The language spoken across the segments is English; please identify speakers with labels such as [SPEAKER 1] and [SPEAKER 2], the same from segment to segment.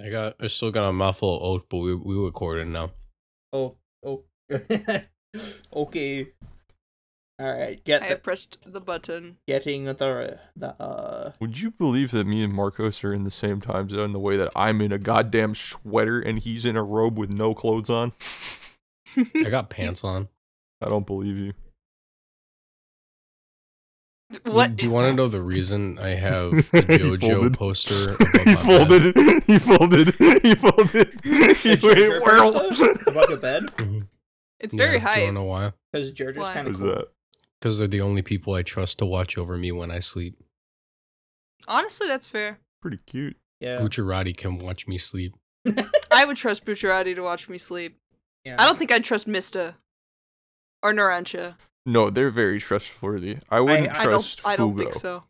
[SPEAKER 1] I got. I still got a mouthful of oat, but we we recording now.
[SPEAKER 2] Oh, oh. okay. All right. Get
[SPEAKER 3] I
[SPEAKER 2] the,
[SPEAKER 3] have pressed the button.
[SPEAKER 2] getting the the uh.
[SPEAKER 4] Would you believe that me and Marcos are in the same time zone the way that I'm in a goddamn sweater and he's in a robe with no clothes on?
[SPEAKER 1] I got pants on.
[SPEAKER 4] I don't believe you.
[SPEAKER 3] what?
[SPEAKER 1] Do you want to know the reason I have the
[SPEAKER 4] He
[SPEAKER 1] JoJo
[SPEAKER 4] folded.
[SPEAKER 1] poster? above
[SPEAKER 4] He
[SPEAKER 1] my bed?
[SPEAKER 4] folded. He folded. He folded. He
[SPEAKER 2] Ginger
[SPEAKER 4] went whirl.
[SPEAKER 2] poster Above the bed
[SPEAKER 1] Mhm.
[SPEAKER 3] It's
[SPEAKER 1] Yeah,
[SPEAKER 3] very
[SPEAKER 1] Do you
[SPEAKER 3] high.
[SPEAKER 1] wanna know why?
[SPEAKER 2] because Georgia's
[SPEAKER 3] Why?
[SPEAKER 2] kind of
[SPEAKER 4] Who's
[SPEAKER 2] cool.
[SPEAKER 4] that?
[SPEAKER 1] Because they're the only people I trust to watch over me when I sleep.
[SPEAKER 3] Honestly, that's fair.
[SPEAKER 4] Pretty cute.
[SPEAKER 2] Yeah.
[SPEAKER 1] Bucciarati can watch me sleep.
[SPEAKER 3] I would trust Bucciarati to watch me sleep.
[SPEAKER 2] yeah.
[SPEAKER 3] I don't think I'd trust Mista or Narancha.
[SPEAKER 4] No, they're very trustworthy. I wouldn't
[SPEAKER 2] I
[SPEAKER 3] I don't.
[SPEAKER 4] trust
[SPEAKER 3] I don't think
[SPEAKER 4] Fugo,
[SPEAKER 3] so.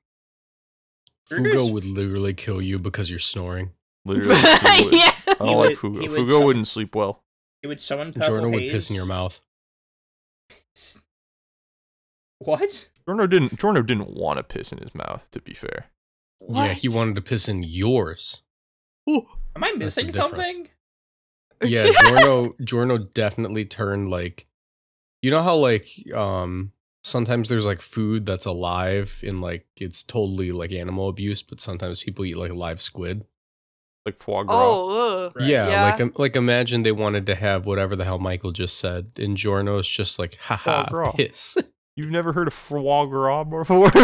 [SPEAKER 2] Fugo's-
[SPEAKER 1] Fugo would literally kill you because you're snoring.
[SPEAKER 4] Literally, he would.
[SPEAKER 3] yeah.
[SPEAKER 4] I
[SPEAKER 2] He
[SPEAKER 4] don't like
[SPEAKER 2] would-
[SPEAKER 4] Fugo.
[SPEAKER 2] he would
[SPEAKER 4] Fugo
[SPEAKER 2] suck.
[SPEAKER 4] wouldn't sleep well.
[SPEAKER 2] It would summon purple
[SPEAKER 1] Jordan would piss
[SPEAKER 2] haze.
[SPEAKER 1] in your mouth.
[SPEAKER 2] What?
[SPEAKER 4] Jorno didn't. Jorno didn't want to piss in his mouth. To be fair,
[SPEAKER 1] Yeah, he
[SPEAKER 3] What?
[SPEAKER 1] wanted to piss in yours.
[SPEAKER 2] Am I
[SPEAKER 1] the
[SPEAKER 2] missing
[SPEAKER 1] difference.
[SPEAKER 2] something?
[SPEAKER 1] Yeah, Jorno Jorno definitely turned like you know how like um sometimes there's like food that's alive and like it's totally like animal abuse, but sometimes people eat like live squid.
[SPEAKER 4] like foie gras.
[SPEAKER 3] Oh. ugh.
[SPEAKER 2] Right.
[SPEAKER 1] Yeah,
[SPEAKER 3] Yeah.
[SPEAKER 1] like im- like imagine they wanted to have whatever the hell Michael just said, and Jorno's just like haha
[SPEAKER 4] gras.
[SPEAKER 1] piss.
[SPEAKER 4] You've never heard of foie gras before?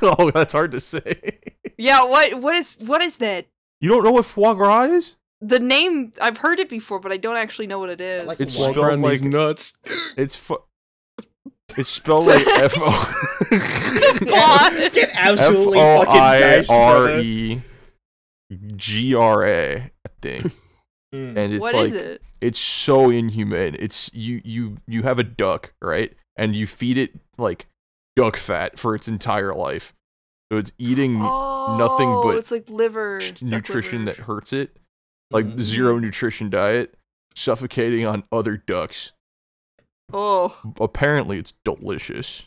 [SPEAKER 4] oh, that's hard to say.
[SPEAKER 3] Yeah. What? What is? What is that?
[SPEAKER 4] You don't know what foie gras is?
[SPEAKER 3] The name I've heard it before, but I don't actually know what it is.
[SPEAKER 2] like-
[SPEAKER 4] It's
[SPEAKER 2] Foie
[SPEAKER 1] Walk
[SPEAKER 2] gras
[SPEAKER 4] spelled
[SPEAKER 1] around
[SPEAKER 4] like
[SPEAKER 1] these nuts.
[SPEAKER 4] it's fu- It's spelled like F O
[SPEAKER 3] What?
[SPEAKER 2] Get
[SPEAKER 4] F
[SPEAKER 2] absolutely
[SPEAKER 4] O
[SPEAKER 2] fucking
[SPEAKER 4] I
[SPEAKER 2] bashed,
[SPEAKER 4] R
[SPEAKER 2] brother.
[SPEAKER 4] E G R A. I think,
[SPEAKER 2] Mm.
[SPEAKER 4] and it's
[SPEAKER 3] What
[SPEAKER 4] like
[SPEAKER 3] is it?
[SPEAKER 4] it's so inhumane. It's you you you have a duck, right? And you feed it like duck fat for its entire life. So it's eating
[SPEAKER 3] Oh,
[SPEAKER 4] but
[SPEAKER 3] it's like liver
[SPEAKER 4] tr-
[SPEAKER 3] duck
[SPEAKER 4] nutrition that
[SPEAKER 3] liver.
[SPEAKER 4] hurts it, like
[SPEAKER 2] Mhm.
[SPEAKER 4] zero nutrition diet, suffocating on other ducks.
[SPEAKER 3] Oh,
[SPEAKER 4] Apparently it's delicious.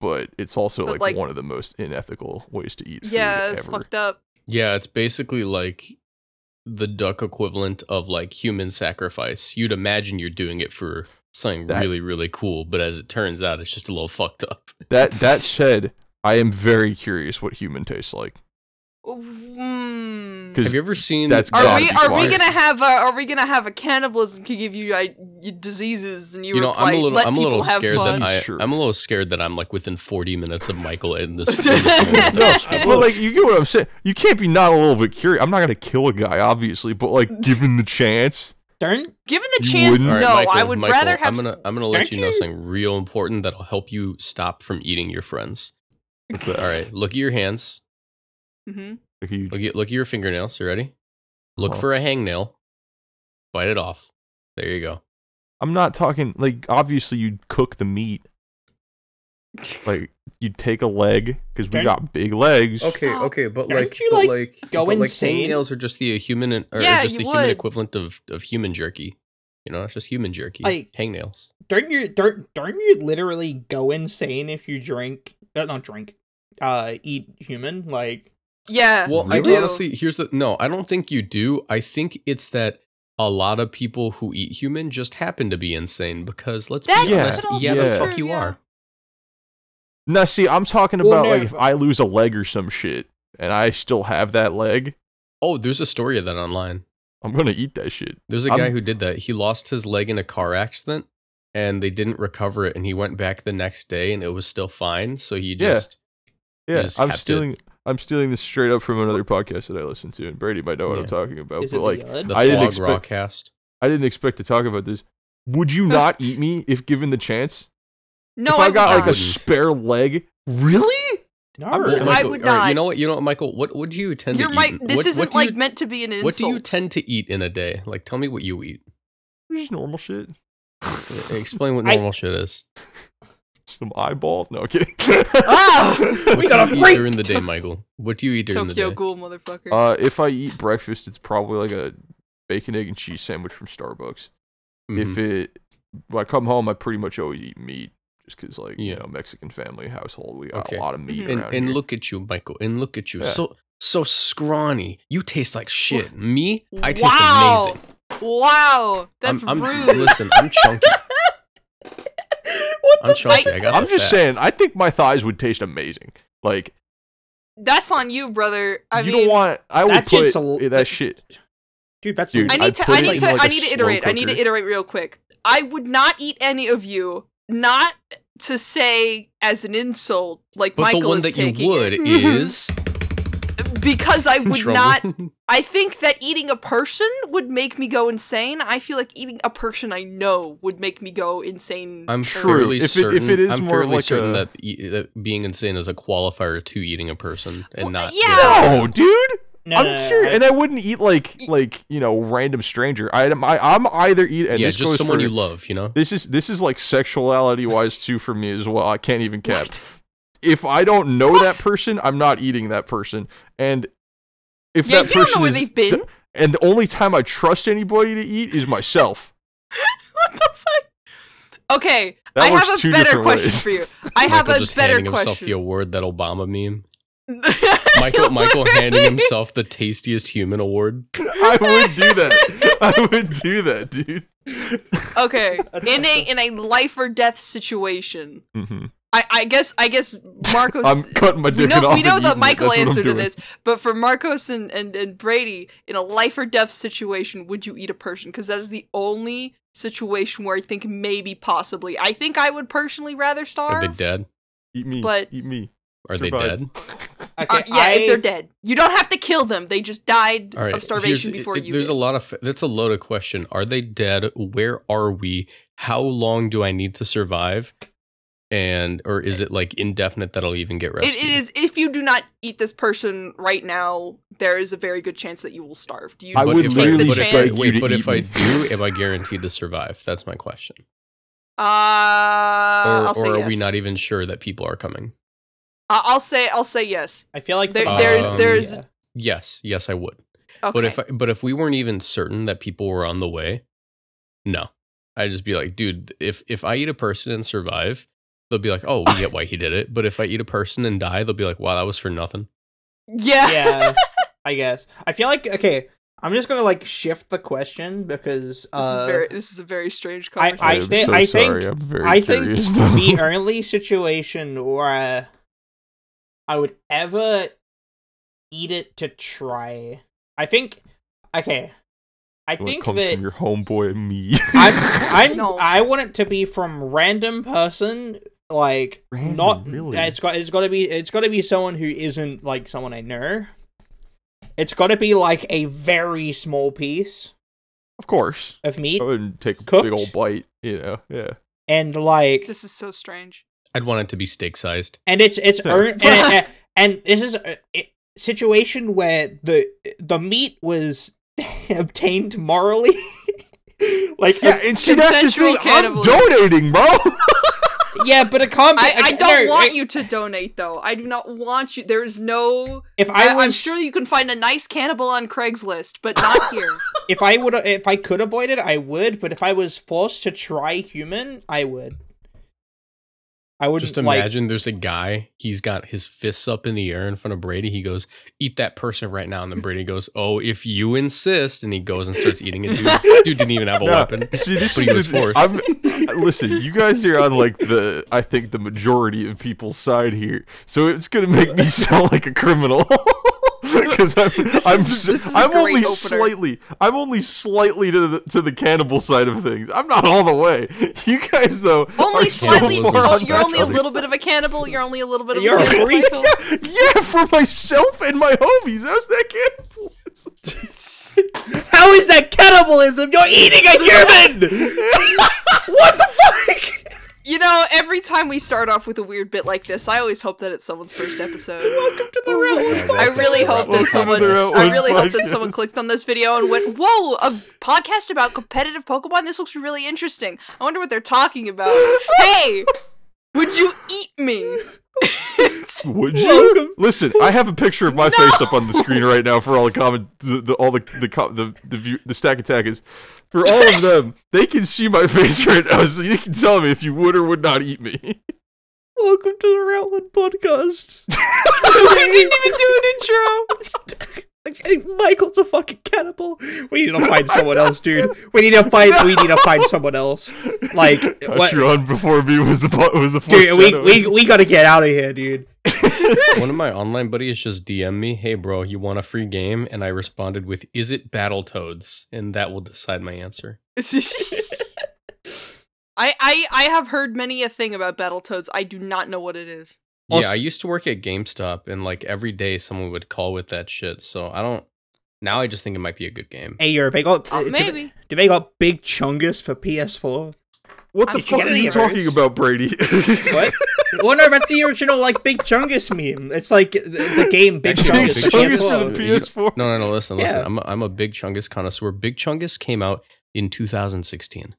[SPEAKER 4] But it's also
[SPEAKER 3] But,
[SPEAKER 4] like,
[SPEAKER 3] like-
[SPEAKER 4] one of the most unethical ways to eat food
[SPEAKER 3] yeah, it's
[SPEAKER 4] ever.
[SPEAKER 3] fucked up.
[SPEAKER 1] Yeah, it's basically like the duck equivalent of like human sacrifice. You'd imagine you're doing it for something
[SPEAKER 4] That-
[SPEAKER 1] really, really cool, but as it turns out, it's just a little fucked up.
[SPEAKER 4] That that said, I am very curious what human tastes like.
[SPEAKER 3] Mm.
[SPEAKER 4] Because
[SPEAKER 1] Have you ever seen?
[SPEAKER 4] that's
[SPEAKER 3] Are
[SPEAKER 4] gotta
[SPEAKER 3] we
[SPEAKER 4] be
[SPEAKER 3] are we
[SPEAKER 4] fire.
[SPEAKER 3] gonna have a, are we gonna have a cannibalism could give you, I, you diseases and you,
[SPEAKER 1] You know,
[SPEAKER 3] reply,
[SPEAKER 1] I'm a little,
[SPEAKER 3] let
[SPEAKER 1] I'm a
[SPEAKER 3] people
[SPEAKER 1] little
[SPEAKER 3] have
[SPEAKER 1] scared
[SPEAKER 3] fun.
[SPEAKER 1] that I,
[SPEAKER 4] Sure.
[SPEAKER 1] I'm a little scared that I'm like within 40 minutes of Michael in this. this
[SPEAKER 4] No,
[SPEAKER 2] I
[SPEAKER 4] but
[SPEAKER 2] will-
[SPEAKER 4] like you get what I'm saying. You can't be not a little bit curious. I'm not gonna kill a guy, obviously, but like given the chance,
[SPEAKER 2] Darn.
[SPEAKER 3] Given the
[SPEAKER 4] You
[SPEAKER 3] chance,
[SPEAKER 4] wouldn't?
[SPEAKER 3] no,
[SPEAKER 1] All right,
[SPEAKER 3] I would rather
[SPEAKER 1] I'm
[SPEAKER 3] have. s-
[SPEAKER 1] gonna, I'm gonna let
[SPEAKER 2] Aren't
[SPEAKER 1] you know
[SPEAKER 2] you-
[SPEAKER 1] something real important that'll help you stop from eating your friends. All right, look at your hands.
[SPEAKER 3] Mhm.
[SPEAKER 4] Like, you-
[SPEAKER 1] Look at look at your fingernails. You ready? Look
[SPEAKER 4] Uh-huh.
[SPEAKER 1] for a hangnail. Bite it off. There you go.
[SPEAKER 4] I'm not talking like obviously you'd cook the meat.
[SPEAKER 3] mm-hmm.
[SPEAKER 4] Like you'd take a leg because we
[SPEAKER 2] Okay.
[SPEAKER 4] got big legs.
[SPEAKER 3] Okay, Stop.
[SPEAKER 1] okay, but
[SPEAKER 2] Aren't like- you, but like,
[SPEAKER 1] like
[SPEAKER 2] go but, like, insane?
[SPEAKER 1] hangnails are just the human or
[SPEAKER 3] Yeah,
[SPEAKER 1] just the
[SPEAKER 3] you
[SPEAKER 1] human
[SPEAKER 3] would.
[SPEAKER 1] equivalent of of human jerky. You know, it's just human jerky.
[SPEAKER 2] Like-
[SPEAKER 1] hangnails.
[SPEAKER 2] Darn you! Darn, darn you! Literally go insane if you drink. Uh, not drink. Uh, eat human. Like
[SPEAKER 3] yeah,
[SPEAKER 1] Well,
[SPEAKER 3] I
[SPEAKER 1] I
[SPEAKER 3] do.
[SPEAKER 1] honestly here's the no, I don't think you do. I think it's that a lot of people who eat human just happen to be insane because let's
[SPEAKER 3] That
[SPEAKER 1] be
[SPEAKER 4] Yeah,
[SPEAKER 1] honest,
[SPEAKER 3] could
[SPEAKER 1] yeah,
[SPEAKER 4] also
[SPEAKER 1] the
[SPEAKER 4] be
[SPEAKER 1] fuck
[SPEAKER 3] true,
[SPEAKER 1] you
[SPEAKER 3] yeah.
[SPEAKER 1] are.
[SPEAKER 4] Now see, I'm talking
[SPEAKER 2] Well,
[SPEAKER 4] about
[SPEAKER 2] no,
[SPEAKER 4] like if
[SPEAKER 2] but-
[SPEAKER 4] I lose a leg or some shit and I still have that leg,
[SPEAKER 1] Oh, there's a story of that online.
[SPEAKER 4] I'm gonna eat that shit.
[SPEAKER 1] There's a
[SPEAKER 4] I'm-
[SPEAKER 1] guy who did that. He lost his leg in a car accident and they didn't recover it and he went back the next day and it was still fine, so he
[SPEAKER 4] Yeah.
[SPEAKER 1] just
[SPEAKER 4] Yeah,
[SPEAKER 1] just
[SPEAKER 4] I'm
[SPEAKER 1] kept it.
[SPEAKER 4] stealing. I'm stealing this straight up from another podcast that I listen to, and Brady might know what
[SPEAKER 1] Yeah.
[SPEAKER 4] I'm talking about.
[SPEAKER 2] is it
[SPEAKER 4] but like,
[SPEAKER 2] the
[SPEAKER 1] the
[SPEAKER 2] yud?
[SPEAKER 4] I didn't
[SPEAKER 1] fog
[SPEAKER 4] expect-
[SPEAKER 1] rock cast.
[SPEAKER 4] I didn't expect to talk about this. Would you not eat me if given the chance?
[SPEAKER 3] no,
[SPEAKER 4] if I,
[SPEAKER 3] would
[SPEAKER 4] got
[SPEAKER 3] not.
[SPEAKER 4] like a spare leg, really?
[SPEAKER 2] Gnarr.
[SPEAKER 3] Well, I would
[SPEAKER 1] all right, you
[SPEAKER 3] not.
[SPEAKER 1] know what? You know what, Michael? What what do you tend
[SPEAKER 3] You're
[SPEAKER 1] to
[SPEAKER 3] my,
[SPEAKER 1] eat?
[SPEAKER 3] this
[SPEAKER 1] what,
[SPEAKER 3] isn't
[SPEAKER 1] what do
[SPEAKER 3] like
[SPEAKER 1] you,
[SPEAKER 3] meant to be an insult.
[SPEAKER 1] What do you tend to eat in a day? Like, tell me what you eat. E,
[SPEAKER 4] Just normal shit.
[SPEAKER 1] Explain what
[SPEAKER 2] I-
[SPEAKER 1] normal shit is.
[SPEAKER 4] Some eyeballs. No I'm kidding.
[SPEAKER 2] Ah! We
[SPEAKER 1] What do
[SPEAKER 2] got a
[SPEAKER 1] you eat
[SPEAKER 2] freak.
[SPEAKER 1] during the day, Michael? What do you eat during
[SPEAKER 3] Tokyo
[SPEAKER 1] the day?
[SPEAKER 3] Ghoul, motherfucker.
[SPEAKER 4] uh, if I eat breakfast, it's probably like a bacon, egg, and cheese sandwich from Starbucks.
[SPEAKER 1] Mhm.
[SPEAKER 4] If it, when I come home, I pretty much always eat meat, just because like you
[SPEAKER 1] Yeah.
[SPEAKER 4] know Mexican family household, we got
[SPEAKER 1] Okay.
[SPEAKER 4] a lot of meat
[SPEAKER 3] Mhm.
[SPEAKER 1] and
[SPEAKER 4] around
[SPEAKER 1] and
[SPEAKER 4] here.
[SPEAKER 1] look at you, Michael, and look at you.
[SPEAKER 4] Yeah.
[SPEAKER 1] So so scrawny. You taste like shit. Me, I taste
[SPEAKER 3] Wow.
[SPEAKER 1] amazing.
[SPEAKER 3] Wow, that's
[SPEAKER 1] I'm, I'm,
[SPEAKER 3] rude.
[SPEAKER 1] Listen, I'm chunky.
[SPEAKER 3] what
[SPEAKER 1] I'm
[SPEAKER 3] the fuck?
[SPEAKER 1] chunky. I got.
[SPEAKER 4] I'm
[SPEAKER 1] the
[SPEAKER 4] just
[SPEAKER 1] fat.
[SPEAKER 4] saying, I think my thighs would taste amazing. Like
[SPEAKER 3] That's on you, brother. I
[SPEAKER 4] you
[SPEAKER 3] mean,
[SPEAKER 4] don't want. I would
[SPEAKER 2] that
[SPEAKER 4] put
[SPEAKER 2] shit's a-
[SPEAKER 4] eh, that shit.
[SPEAKER 2] Dude, that's
[SPEAKER 4] Dude,
[SPEAKER 3] I
[SPEAKER 4] I'd
[SPEAKER 3] need to.
[SPEAKER 4] put
[SPEAKER 3] I
[SPEAKER 4] it
[SPEAKER 3] need
[SPEAKER 4] in
[SPEAKER 3] to.
[SPEAKER 4] like
[SPEAKER 3] I
[SPEAKER 4] a
[SPEAKER 3] need to
[SPEAKER 4] slow
[SPEAKER 3] iterate. I need to
[SPEAKER 4] cooker.
[SPEAKER 3] iterate real quick. I would not eat any of you. Not to say as an insult, like
[SPEAKER 1] But
[SPEAKER 3] Michael
[SPEAKER 1] the one
[SPEAKER 3] is
[SPEAKER 1] that
[SPEAKER 3] taking
[SPEAKER 1] you would
[SPEAKER 3] it,
[SPEAKER 1] is
[SPEAKER 3] because I would
[SPEAKER 1] Trouble.
[SPEAKER 3] not. I think that eating a person would make me go insane. I feel like eating a person I know would make me go insane.
[SPEAKER 1] I'm
[SPEAKER 4] True.
[SPEAKER 1] fairly
[SPEAKER 4] If it- if
[SPEAKER 1] certain.
[SPEAKER 4] it is
[SPEAKER 1] I'm
[SPEAKER 4] more of
[SPEAKER 1] fairly
[SPEAKER 4] like
[SPEAKER 1] certain
[SPEAKER 4] a-
[SPEAKER 1] that, e- that being insane is a qualifier to eating a person and
[SPEAKER 3] Well,
[SPEAKER 1] not.
[SPEAKER 3] yeah.
[SPEAKER 4] No, dude.
[SPEAKER 2] No,
[SPEAKER 4] I'm
[SPEAKER 2] no, no,
[SPEAKER 4] curious,
[SPEAKER 2] I-
[SPEAKER 4] and I wouldn't eat like
[SPEAKER 3] E-
[SPEAKER 4] like you know random stranger. I, am I I'm either eat and
[SPEAKER 1] yeah,
[SPEAKER 4] this
[SPEAKER 1] just
[SPEAKER 4] goes
[SPEAKER 1] someone
[SPEAKER 4] for-
[SPEAKER 1] you love. You know.
[SPEAKER 4] This is this is like sexuality wise too for me as well. I can't even cap. If I don't know
[SPEAKER 3] What?
[SPEAKER 4] that person, I'm not eating that person. And if
[SPEAKER 3] Yeah,
[SPEAKER 4] that
[SPEAKER 3] you don't know
[SPEAKER 4] person
[SPEAKER 3] where
[SPEAKER 4] is,
[SPEAKER 3] they've been.
[SPEAKER 4] and the only time I trust anybody to eat is myself.
[SPEAKER 3] what the fuck? Okay, I
[SPEAKER 4] That works
[SPEAKER 3] have a
[SPEAKER 4] two
[SPEAKER 3] better
[SPEAKER 4] different
[SPEAKER 3] question
[SPEAKER 4] ways.
[SPEAKER 3] for you. I have
[SPEAKER 1] Michael
[SPEAKER 3] a
[SPEAKER 1] just
[SPEAKER 3] better
[SPEAKER 1] handing himself the
[SPEAKER 3] question.
[SPEAKER 1] award that Obama meme. Michael Michael handing himself the tastiest human award.
[SPEAKER 4] I would do that. I would do that, dude.
[SPEAKER 3] Okay, in a in a life or death situation,
[SPEAKER 4] hmm
[SPEAKER 3] I I guess I guess Marcos.
[SPEAKER 4] I'm cutting my dick
[SPEAKER 3] we
[SPEAKER 4] and
[SPEAKER 3] know
[SPEAKER 4] off.
[SPEAKER 3] we know
[SPEAKER 4] and
[SPEAKER 3] the
[SPEAKER 4] eating it.
[SPEAKER 3] Michael
[SPEAKER 4] That's what I'm
[SPEAKER 3] answer to
[SPEAKER 4] doing.
[SPEAKER 3] this, but for Marcos and, and and Brady, in a life or death situation, would you eat a person? Because that is the only situation where I think maybe possibly. I think I would personally rather
[SPEAKER 1] Are
[SPEAKER 3] starve.
[SPEAKER 1] they dead?
[SPEAKER 4] Eat me.
[SPEAKER 3] But-
[SPEAKER 4] eat me.
[SPEAKER 1] Are they
[SPEAKER 4] Survive.
[SPEAKER 1] dead?
[SPEAKER 2] Okay,
[SPEAKER 3] Uh, yeah, if
[SPEAKER 2] I-
[SPEAKER 3] they're dead, you don't have to kill them. They just died
[SPEAKER 1] All right.
[SPEAKER 3] of starvation
[SPEAKER 1] here's-
[SPEAKER 3] before
[SPEAKER 1] it-
[SPEAKER 3] you.
[SPEAKER 1] There's
[SPEAKER 3] did.
[SPEAKER 1] a lot of that's a loaded question. Are they dead? Where are we? How long do I need to survive? And or is it like indefinite that I'll even get
[SPEAKER 3] It,
[SPEAKER 1] rescued?
[SPEAKER 3] it is if you do not eat this person right now, there is a very good chance that you will starve. Do you?
[SPEAKER 4] I
[SPEAKER 1] But
[SPEAKER 4] would
[SPEAKER 1] if
[SPEAKER 4] literally
[SPEAKER 1] but if I-
[SPEAKER 4] beg you
[SPEAKER 1] wait,
[SPEAKER 4] to
[SPEAKER 1] but
[SPEAKER 4] eat
[SPEAKER 1] if I
[SPEAKER 4] me.
[SPEAKER 1] do, am I guaranteed to survive? That's my question.
[SPEAKER 3] Uh,
[SPEAKER 1] Or,
[SPEAKER 3] I'll
[SPEAKER 1] or
[SPEAKER 3] say
[SPEAKER 1] are
[SPEAKER 3] yes.
[SPEAKER 1] we not e- even sure that people are coming?
[SPEAKER 3] I- I'll say I'll say yes.
[SPEAKER 2] I feel like
[SPEAKER 3] There-
[SPEAKER 4] Uh,
[SPEAKER 2] the-
[SPEAKER 1] there's-
[SPEAKER 3] there's-
[SPEAKER 2] yeah.
[SPEAKER 1] Yes, yes, I would.
[SPEAKER 3] Okay.
[SPEAKER 1] But if I, but if we weren't even certain that people were on the way, no, I'd just be like, dude, if if I eat a person and survive, they'll be like, oh, we get why he did it. But if I eat a person and die, they'll be like, wow, that was for nothing.
[SPEAKER 3] yeah.
[SPEAKER 2] yeah, I guess. I feel like okay. I'm just gonna like shift the question because uh,
[SPEAKER 3] this is very this is a very strange
[SPEAKER 2] I-
[SPEAKER 3] conversation.
[SPEAKER 2] I
[SPEAKER 4] am
[SPEAKER 2] thi-
[SPEAKER 4] so
[SPEAKER 2] I think-
[SPEAKER 4] sorry. I'm very
[SPEAKER 2] I think
[SPEAKER 4] curious,
[SPEAKER 2] the
[SPEAKER 4] though.
[SPEAKER 2] only situation where I would ever eat it to try. I think. Okay, I
[SPEAKER 4] When it
[SPEAKER 2] think
[SPEAKER 4] comes
[SPEAKER 2] that
[SPEAKER 4] from your homeboy me.
[SPEAKER 2] I I
[SPEAKER 3] No.
[SPEAKER 2] I want it to be from random person like
[SPEAKER 4] Random,
[SPEAKER 2] not
[SPEAKER 4] really?
[SPEAKER 2] it's got it's got to be it's got to be someone who isn't like someone I know. It's got to be like a very small piece
[SPEAKER 4] of course.
[SPEAKER 2] of meat
[SPEAKER 4] I wouldn't take a big
[SPEAKER 2] Cooked?
[SPEAKER 4] old bite, you know. Yeah.
[SPEAKER 2] and like
[SPEAKER 3] this is so strange.
[SPEAKER 1] I'd want it to be steak sized.
[SPEAKER 2] and it's it's
[SPEAKER 4] Sure.
[SPEAKER 2] own, and, and, and this is a, a situation where the the meat was obtained morally like
[SPEAKER 4] Yeah, and see that's the
[SPEAKER 3] Consensual
[SPEAKER 4] thing. I'm
[SPEAKER 3] cannibalism.
[SPEAKER 4] donating, bro.
[SPEAKER 2] yeah but it can't be
[SPEAKER 3] I, I
[SPEAKER 2] okay,
[SPEAKER 3] don't
[SPEAKER 2] no,
[SPEAKER 3] want
[SPEAKER 2] it-
[SPEAKER 3] you to donate though. I do not want you. There is no.
[SPEAKER 2] if
[SPEAKER 3] I,
[SPEAKER 2] I, was,
[SPEAKER 3] I'm sure you can find a nice cannibal on Craigslist, but not here.
[SPEAKER 2] if I would if I could avoid it, I would. But if I was forced to try human, I would. I would
[SPEAKER 1] Just imagine there's a guy, he's got his fists up in the air in front of Brady. He goes, eat that person right now. And then Brady goes, oh, if you insist. And he goes and starts eating it. Dude, dude didn't even have a
[SPEAKER 4] Yeah.
[SPEAKER 1] weapon.
[SPEAKER 4] See, this
[SPEAKER 1] But
[SPEAKER 4] is
[SPEAKER 1] he was
[SPEAKER 4] the,
[SPEAKER 1] forced.
[SPEAKER 4] I'm, listen, you guys are on like the I think the majority of people's side here, so it's gonna make me sound like a criminal because I'm
[SPEAKER 3] This
[SPEAKER 4] I'm
[SPEAKER 3] is-
[SPEAKER 4] s-
[SPEAKER 3] this is a
[SPEAKER 4] I'm
[SPEAKER 3] great
[SPEAKER 4] only
[SPEAKER 3] opener.
[SPEAKER 4] slightly I'm only slightly to the to the cannibal side of things. I'm not all the way. You guys though
[SPEAKER 3] Only
[SPEAKER 4] are so
[SPEAKER 3] slightly.
[SPEAKER 1] cannibalism
[SPEAKER 4] far
[SPEAKER 3] oh,
[SPEAKER 4] on
[SPEAKER 1] is
[SPEAKER 3] you're
[SPEAKER 4] that
[SPEAKER 3] only a
[SPEAKER 4] other
[SPEAKER 3] little
[SPEAKER 4] side.
[SPEAKER 3] bit of a cannibal. You're only a little bit of
[SPEAKER 2] You're
[SPEAKER 3] a
[SPEAKER 2] a
[SPEAKER 3] cannibal.
[SPEAKER 2] freak.
[SPEAKER 3] Michael.
[SPEAKER 4] Yeah, for myself and my homies. How's that cannibal?
[SPEAKER 2] How is that cannibalism? You're eating a human. what the fuck?
[SPEAKER 3] You know, every time we start off with a weird bit like this, I always hope that it's someone's first episode.
[SPEAKER 2] Welcome to the real.
[SPEAKER 3] I really hope that
[SPEAKER 4] Welcome to
[SPEAKER 3] someone
[SPEAKER 4] the Outlaws
[SPEAKER 3] I really hope that
[SPEAKER 4] podcast.
[SPEAKER 3] someone clicked on this video and went, "Whoa, a podcast about competitive Pokemon. This looks really interesting. I wonder what they're talking about." hey, would you eat me?
[SPEAKER 4] Would you? Listen, I have a picture of my face up on the screen right now for all the comment, the, the all the the co- the the, view, the stack attackers. For all of them, they can see my face right now, so you can tell me if you would or would not eat me. Welcome to the Routland Podcast.
[SPEAKER 3] I didn't even do an intro.
[SPEAKER 2] Michael's a fucking cannibal. We need to find someone else, dude. We need to find. We need to find someone else. Like, what,
[SPEAKER 4] Touch you on before me was a po- was a
[SPEAKER 2] dude? We,
[SPEAKER 4] foreshadow.
[SPEAKER 2] we we gotta get out of here, dude.
[SPEAKER 1] One of my online buddies just DM me, "Hey bro, you want a free game?" And I responded with, "Is it Battletoads?" And that will decide my answer.
[SPEAKER 3] I, I I have heard many a thing about Battletoads. I do not know what it is.
[SPEAKER 1] yeah,
[SPEAKER 4] Also-
[SPEAKER 1] I used to work at GameStop, and like every day someone would call with that shit. So I don't. Now I just think it might be a good game.
[SPEAKER 2] Hey, Europe, they got
[SPEAKER 3] Oh,
[SPEAKER 2] do-
[SPEAKER 3] maybe.
[SPEAKER 2] Do, they got Big Chungus for PS4?
[SPEAKER 4] What
[SPEAKER 3] I
[SPEAKER 4] the
[SPEAKER 3] mean,
[SPEAKER 4] fuck
[SPEAKER 2] get
[SPEAKER 4] are
[SPEAKER 2] it
[SPEAKER 4] you
[SPEAKER 2] first.
[SPEAKER 4] talking about, Brady?
[SPEAKER 2] What? well, no, that's the original like Big Chungus meme. It's like the, the game Big
[SPEAKER 1] Actually,
[SPEAKER 4] Big
[SPEAKER 2] Chungus.
[SPEAKER 1] Big
[SPEAKER 4] Chungus
[SPEAKER 1] Chungus.
[SPEAKER 4] for the PS4.
[SPEAKER 1] No, no, no. Listen, listen.
[SPEAKER 2] Yeah.
[SPEAKER 1] I'm a, I'm a big Chungus connoisseur. Big Chungus came out in 2016.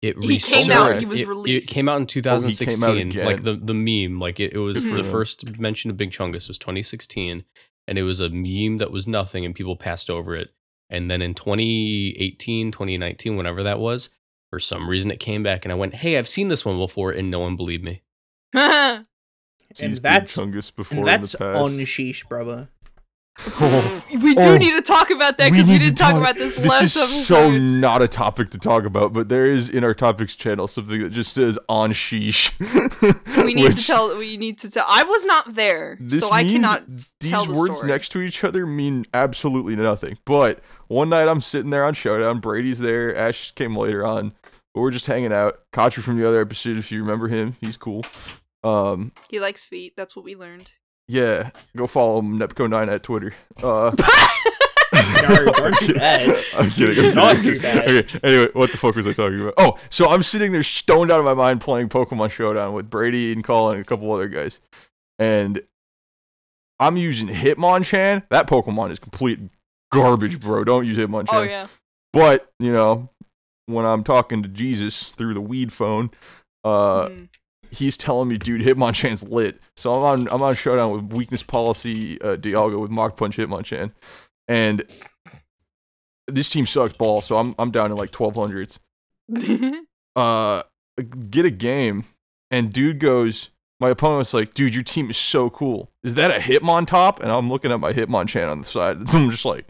[SPEAKER 1] It
[SPEAKER 3] He came
[SPEAKER 1] resold-
[SPEAKER 4] out,
[SPEAKER 3] he was
[SPEAKER 1] it-
[SPEAKER 3] released.
[SPEAKER 1] It came out in
[SPEAKER 4] out
[SPEAKER 1] 2016. like
[SPEAKER 4] again.
[SPEAKER 1] the the meme, like it, it was
[SPEAKER 3] Mhm.
[SPEAKER 1] the first mention of Big Chungus was 2016, and it was a meme that was nothing, and people passed over it. And then in 2018, 2019, whenever that was, for some reason it came back, and I went, "Hey, I've seen this one before," and no one believed me.
[SPEAKER 4] Sees Big
[SPEAKER 2] that's-
[SPEAKER 4] Chungus before
[SPEAKER 2] And that's
[SPEAKER 4] in the past.
[SPEAKER 2] on sheesh, brother.
[SPEAKER 3] we do
[SPEAKER 4] Oh.
[SPEAKER 3] need to talk about that because we, didn't talk, about this,
[SPEAKER 4] This
[SPEAKER 3] last
[SPEAKER 4] is
[SPEAKER 3] episode.
[SPEAKER 4] so not a topic to talk about, but there is in our topics channel something that just says on sheesh.
[SPEAKER 3] we need to
[SPEAKER 4] which-
[SPEAKER 3] tell. We need to tell. I was not there,
[SPEAKER 4] This
[SPEAKER 3] so I
[SPEAKER 4] means
[SPEAKER 3] cannot
[SPEAKER 4] these
[SPEAKER 3] tell the
[SPEAKER 4] words
[SPEAKER 3] story.
[SPEAKER 4] next to each other mean absolutely nothing. But one night I'm sitting there on Showdown. Brady's there. Ash came later on. But we're just hanging out. Katra from the other episode, if you remember him, he's cool. Um,
[SPEAKER 3] He likes feet. That's what we learned.
[SPEAKER 4] yeah, go follow him, Nepco9 at Twitter. Uh,
[SPEAKER 2] No, don't do that.
[SPEAKER 4] I'm kidding. I'm
[SPEAKER 2] Do not
[SPEAKER 4] kidding.
[SPEAKER 2] do that.
[SPEAKER 4] Okay. Anyway, what the fuck was I talking about? Oh, so I'm sitting there stoned out of my mind playing Pokemon Showdown with Brady and Colin and a couple other guys, and I'm using Hitmonchan. That Pokemon is complete garbage, bro. Don't use Hitmonchan.
[SPEAKER 3] Oh yeah.
[SPEAKER 4] But you know, when I'm talking to Jesus through the weed phone, uh,
[SPEAKER 3] Mm.
[SPEAKER 4] he's telling me, dude, Hitmonchan's lit. So I'm on I'm on showdown with weakness policy uh, Dialga with mock punch Hitmonchan, and this team sucks ball. So I'm I'm down to like 1200s.
[SPEAKER 3] Mm.
[SPEAKER 4] Uh, get a game, and dude goes. My opponent was like, dude, your team is so cool. Is that a Hitmon top? And I'm looking at my Hitmonchan on the side. I'm just like,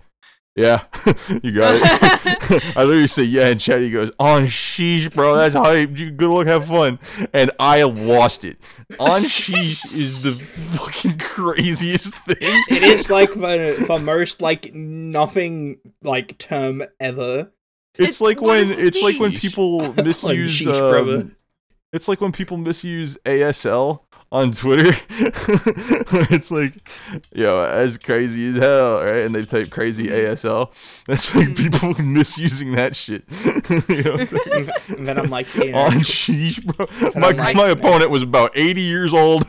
[SPEAKER 4] yeah, you got it. I literally say yeah, and Chatty goes, on sheesh, bro, that's hype. You good luck, have fun. And I lost it. On sheesh is the fucking craziest thing.
[SPEAKER 2] It is like the, the most like nothing like term ever.
[SPEAKER 4] It's like
[SPEAKER 3] What
[SPEAKER 4] when
[SPEAKER 3] does it
[SPEAKER 4] it's like when
[SPEAKER 1] mean?
[SPEAKER 4] people misuse
[SPEAKER 2] sheesh, brother.
[SPEAKER 4] um, it's like when people misuse ASL on Twitter. it's like yo, as crazy as hell, right? And they type crazy ASL. That's like people misusing that shit. you know, it's like,
[SPEAKER 2] And then I'm like, yeah.
[SPEAKER 4] on sheesh, bro.
[SPEAKER 2] And
[SPEAKER 4] My,
[SPEAKER 2] I'm like-
[SPEAKER 4] my opponent was about 80 years old.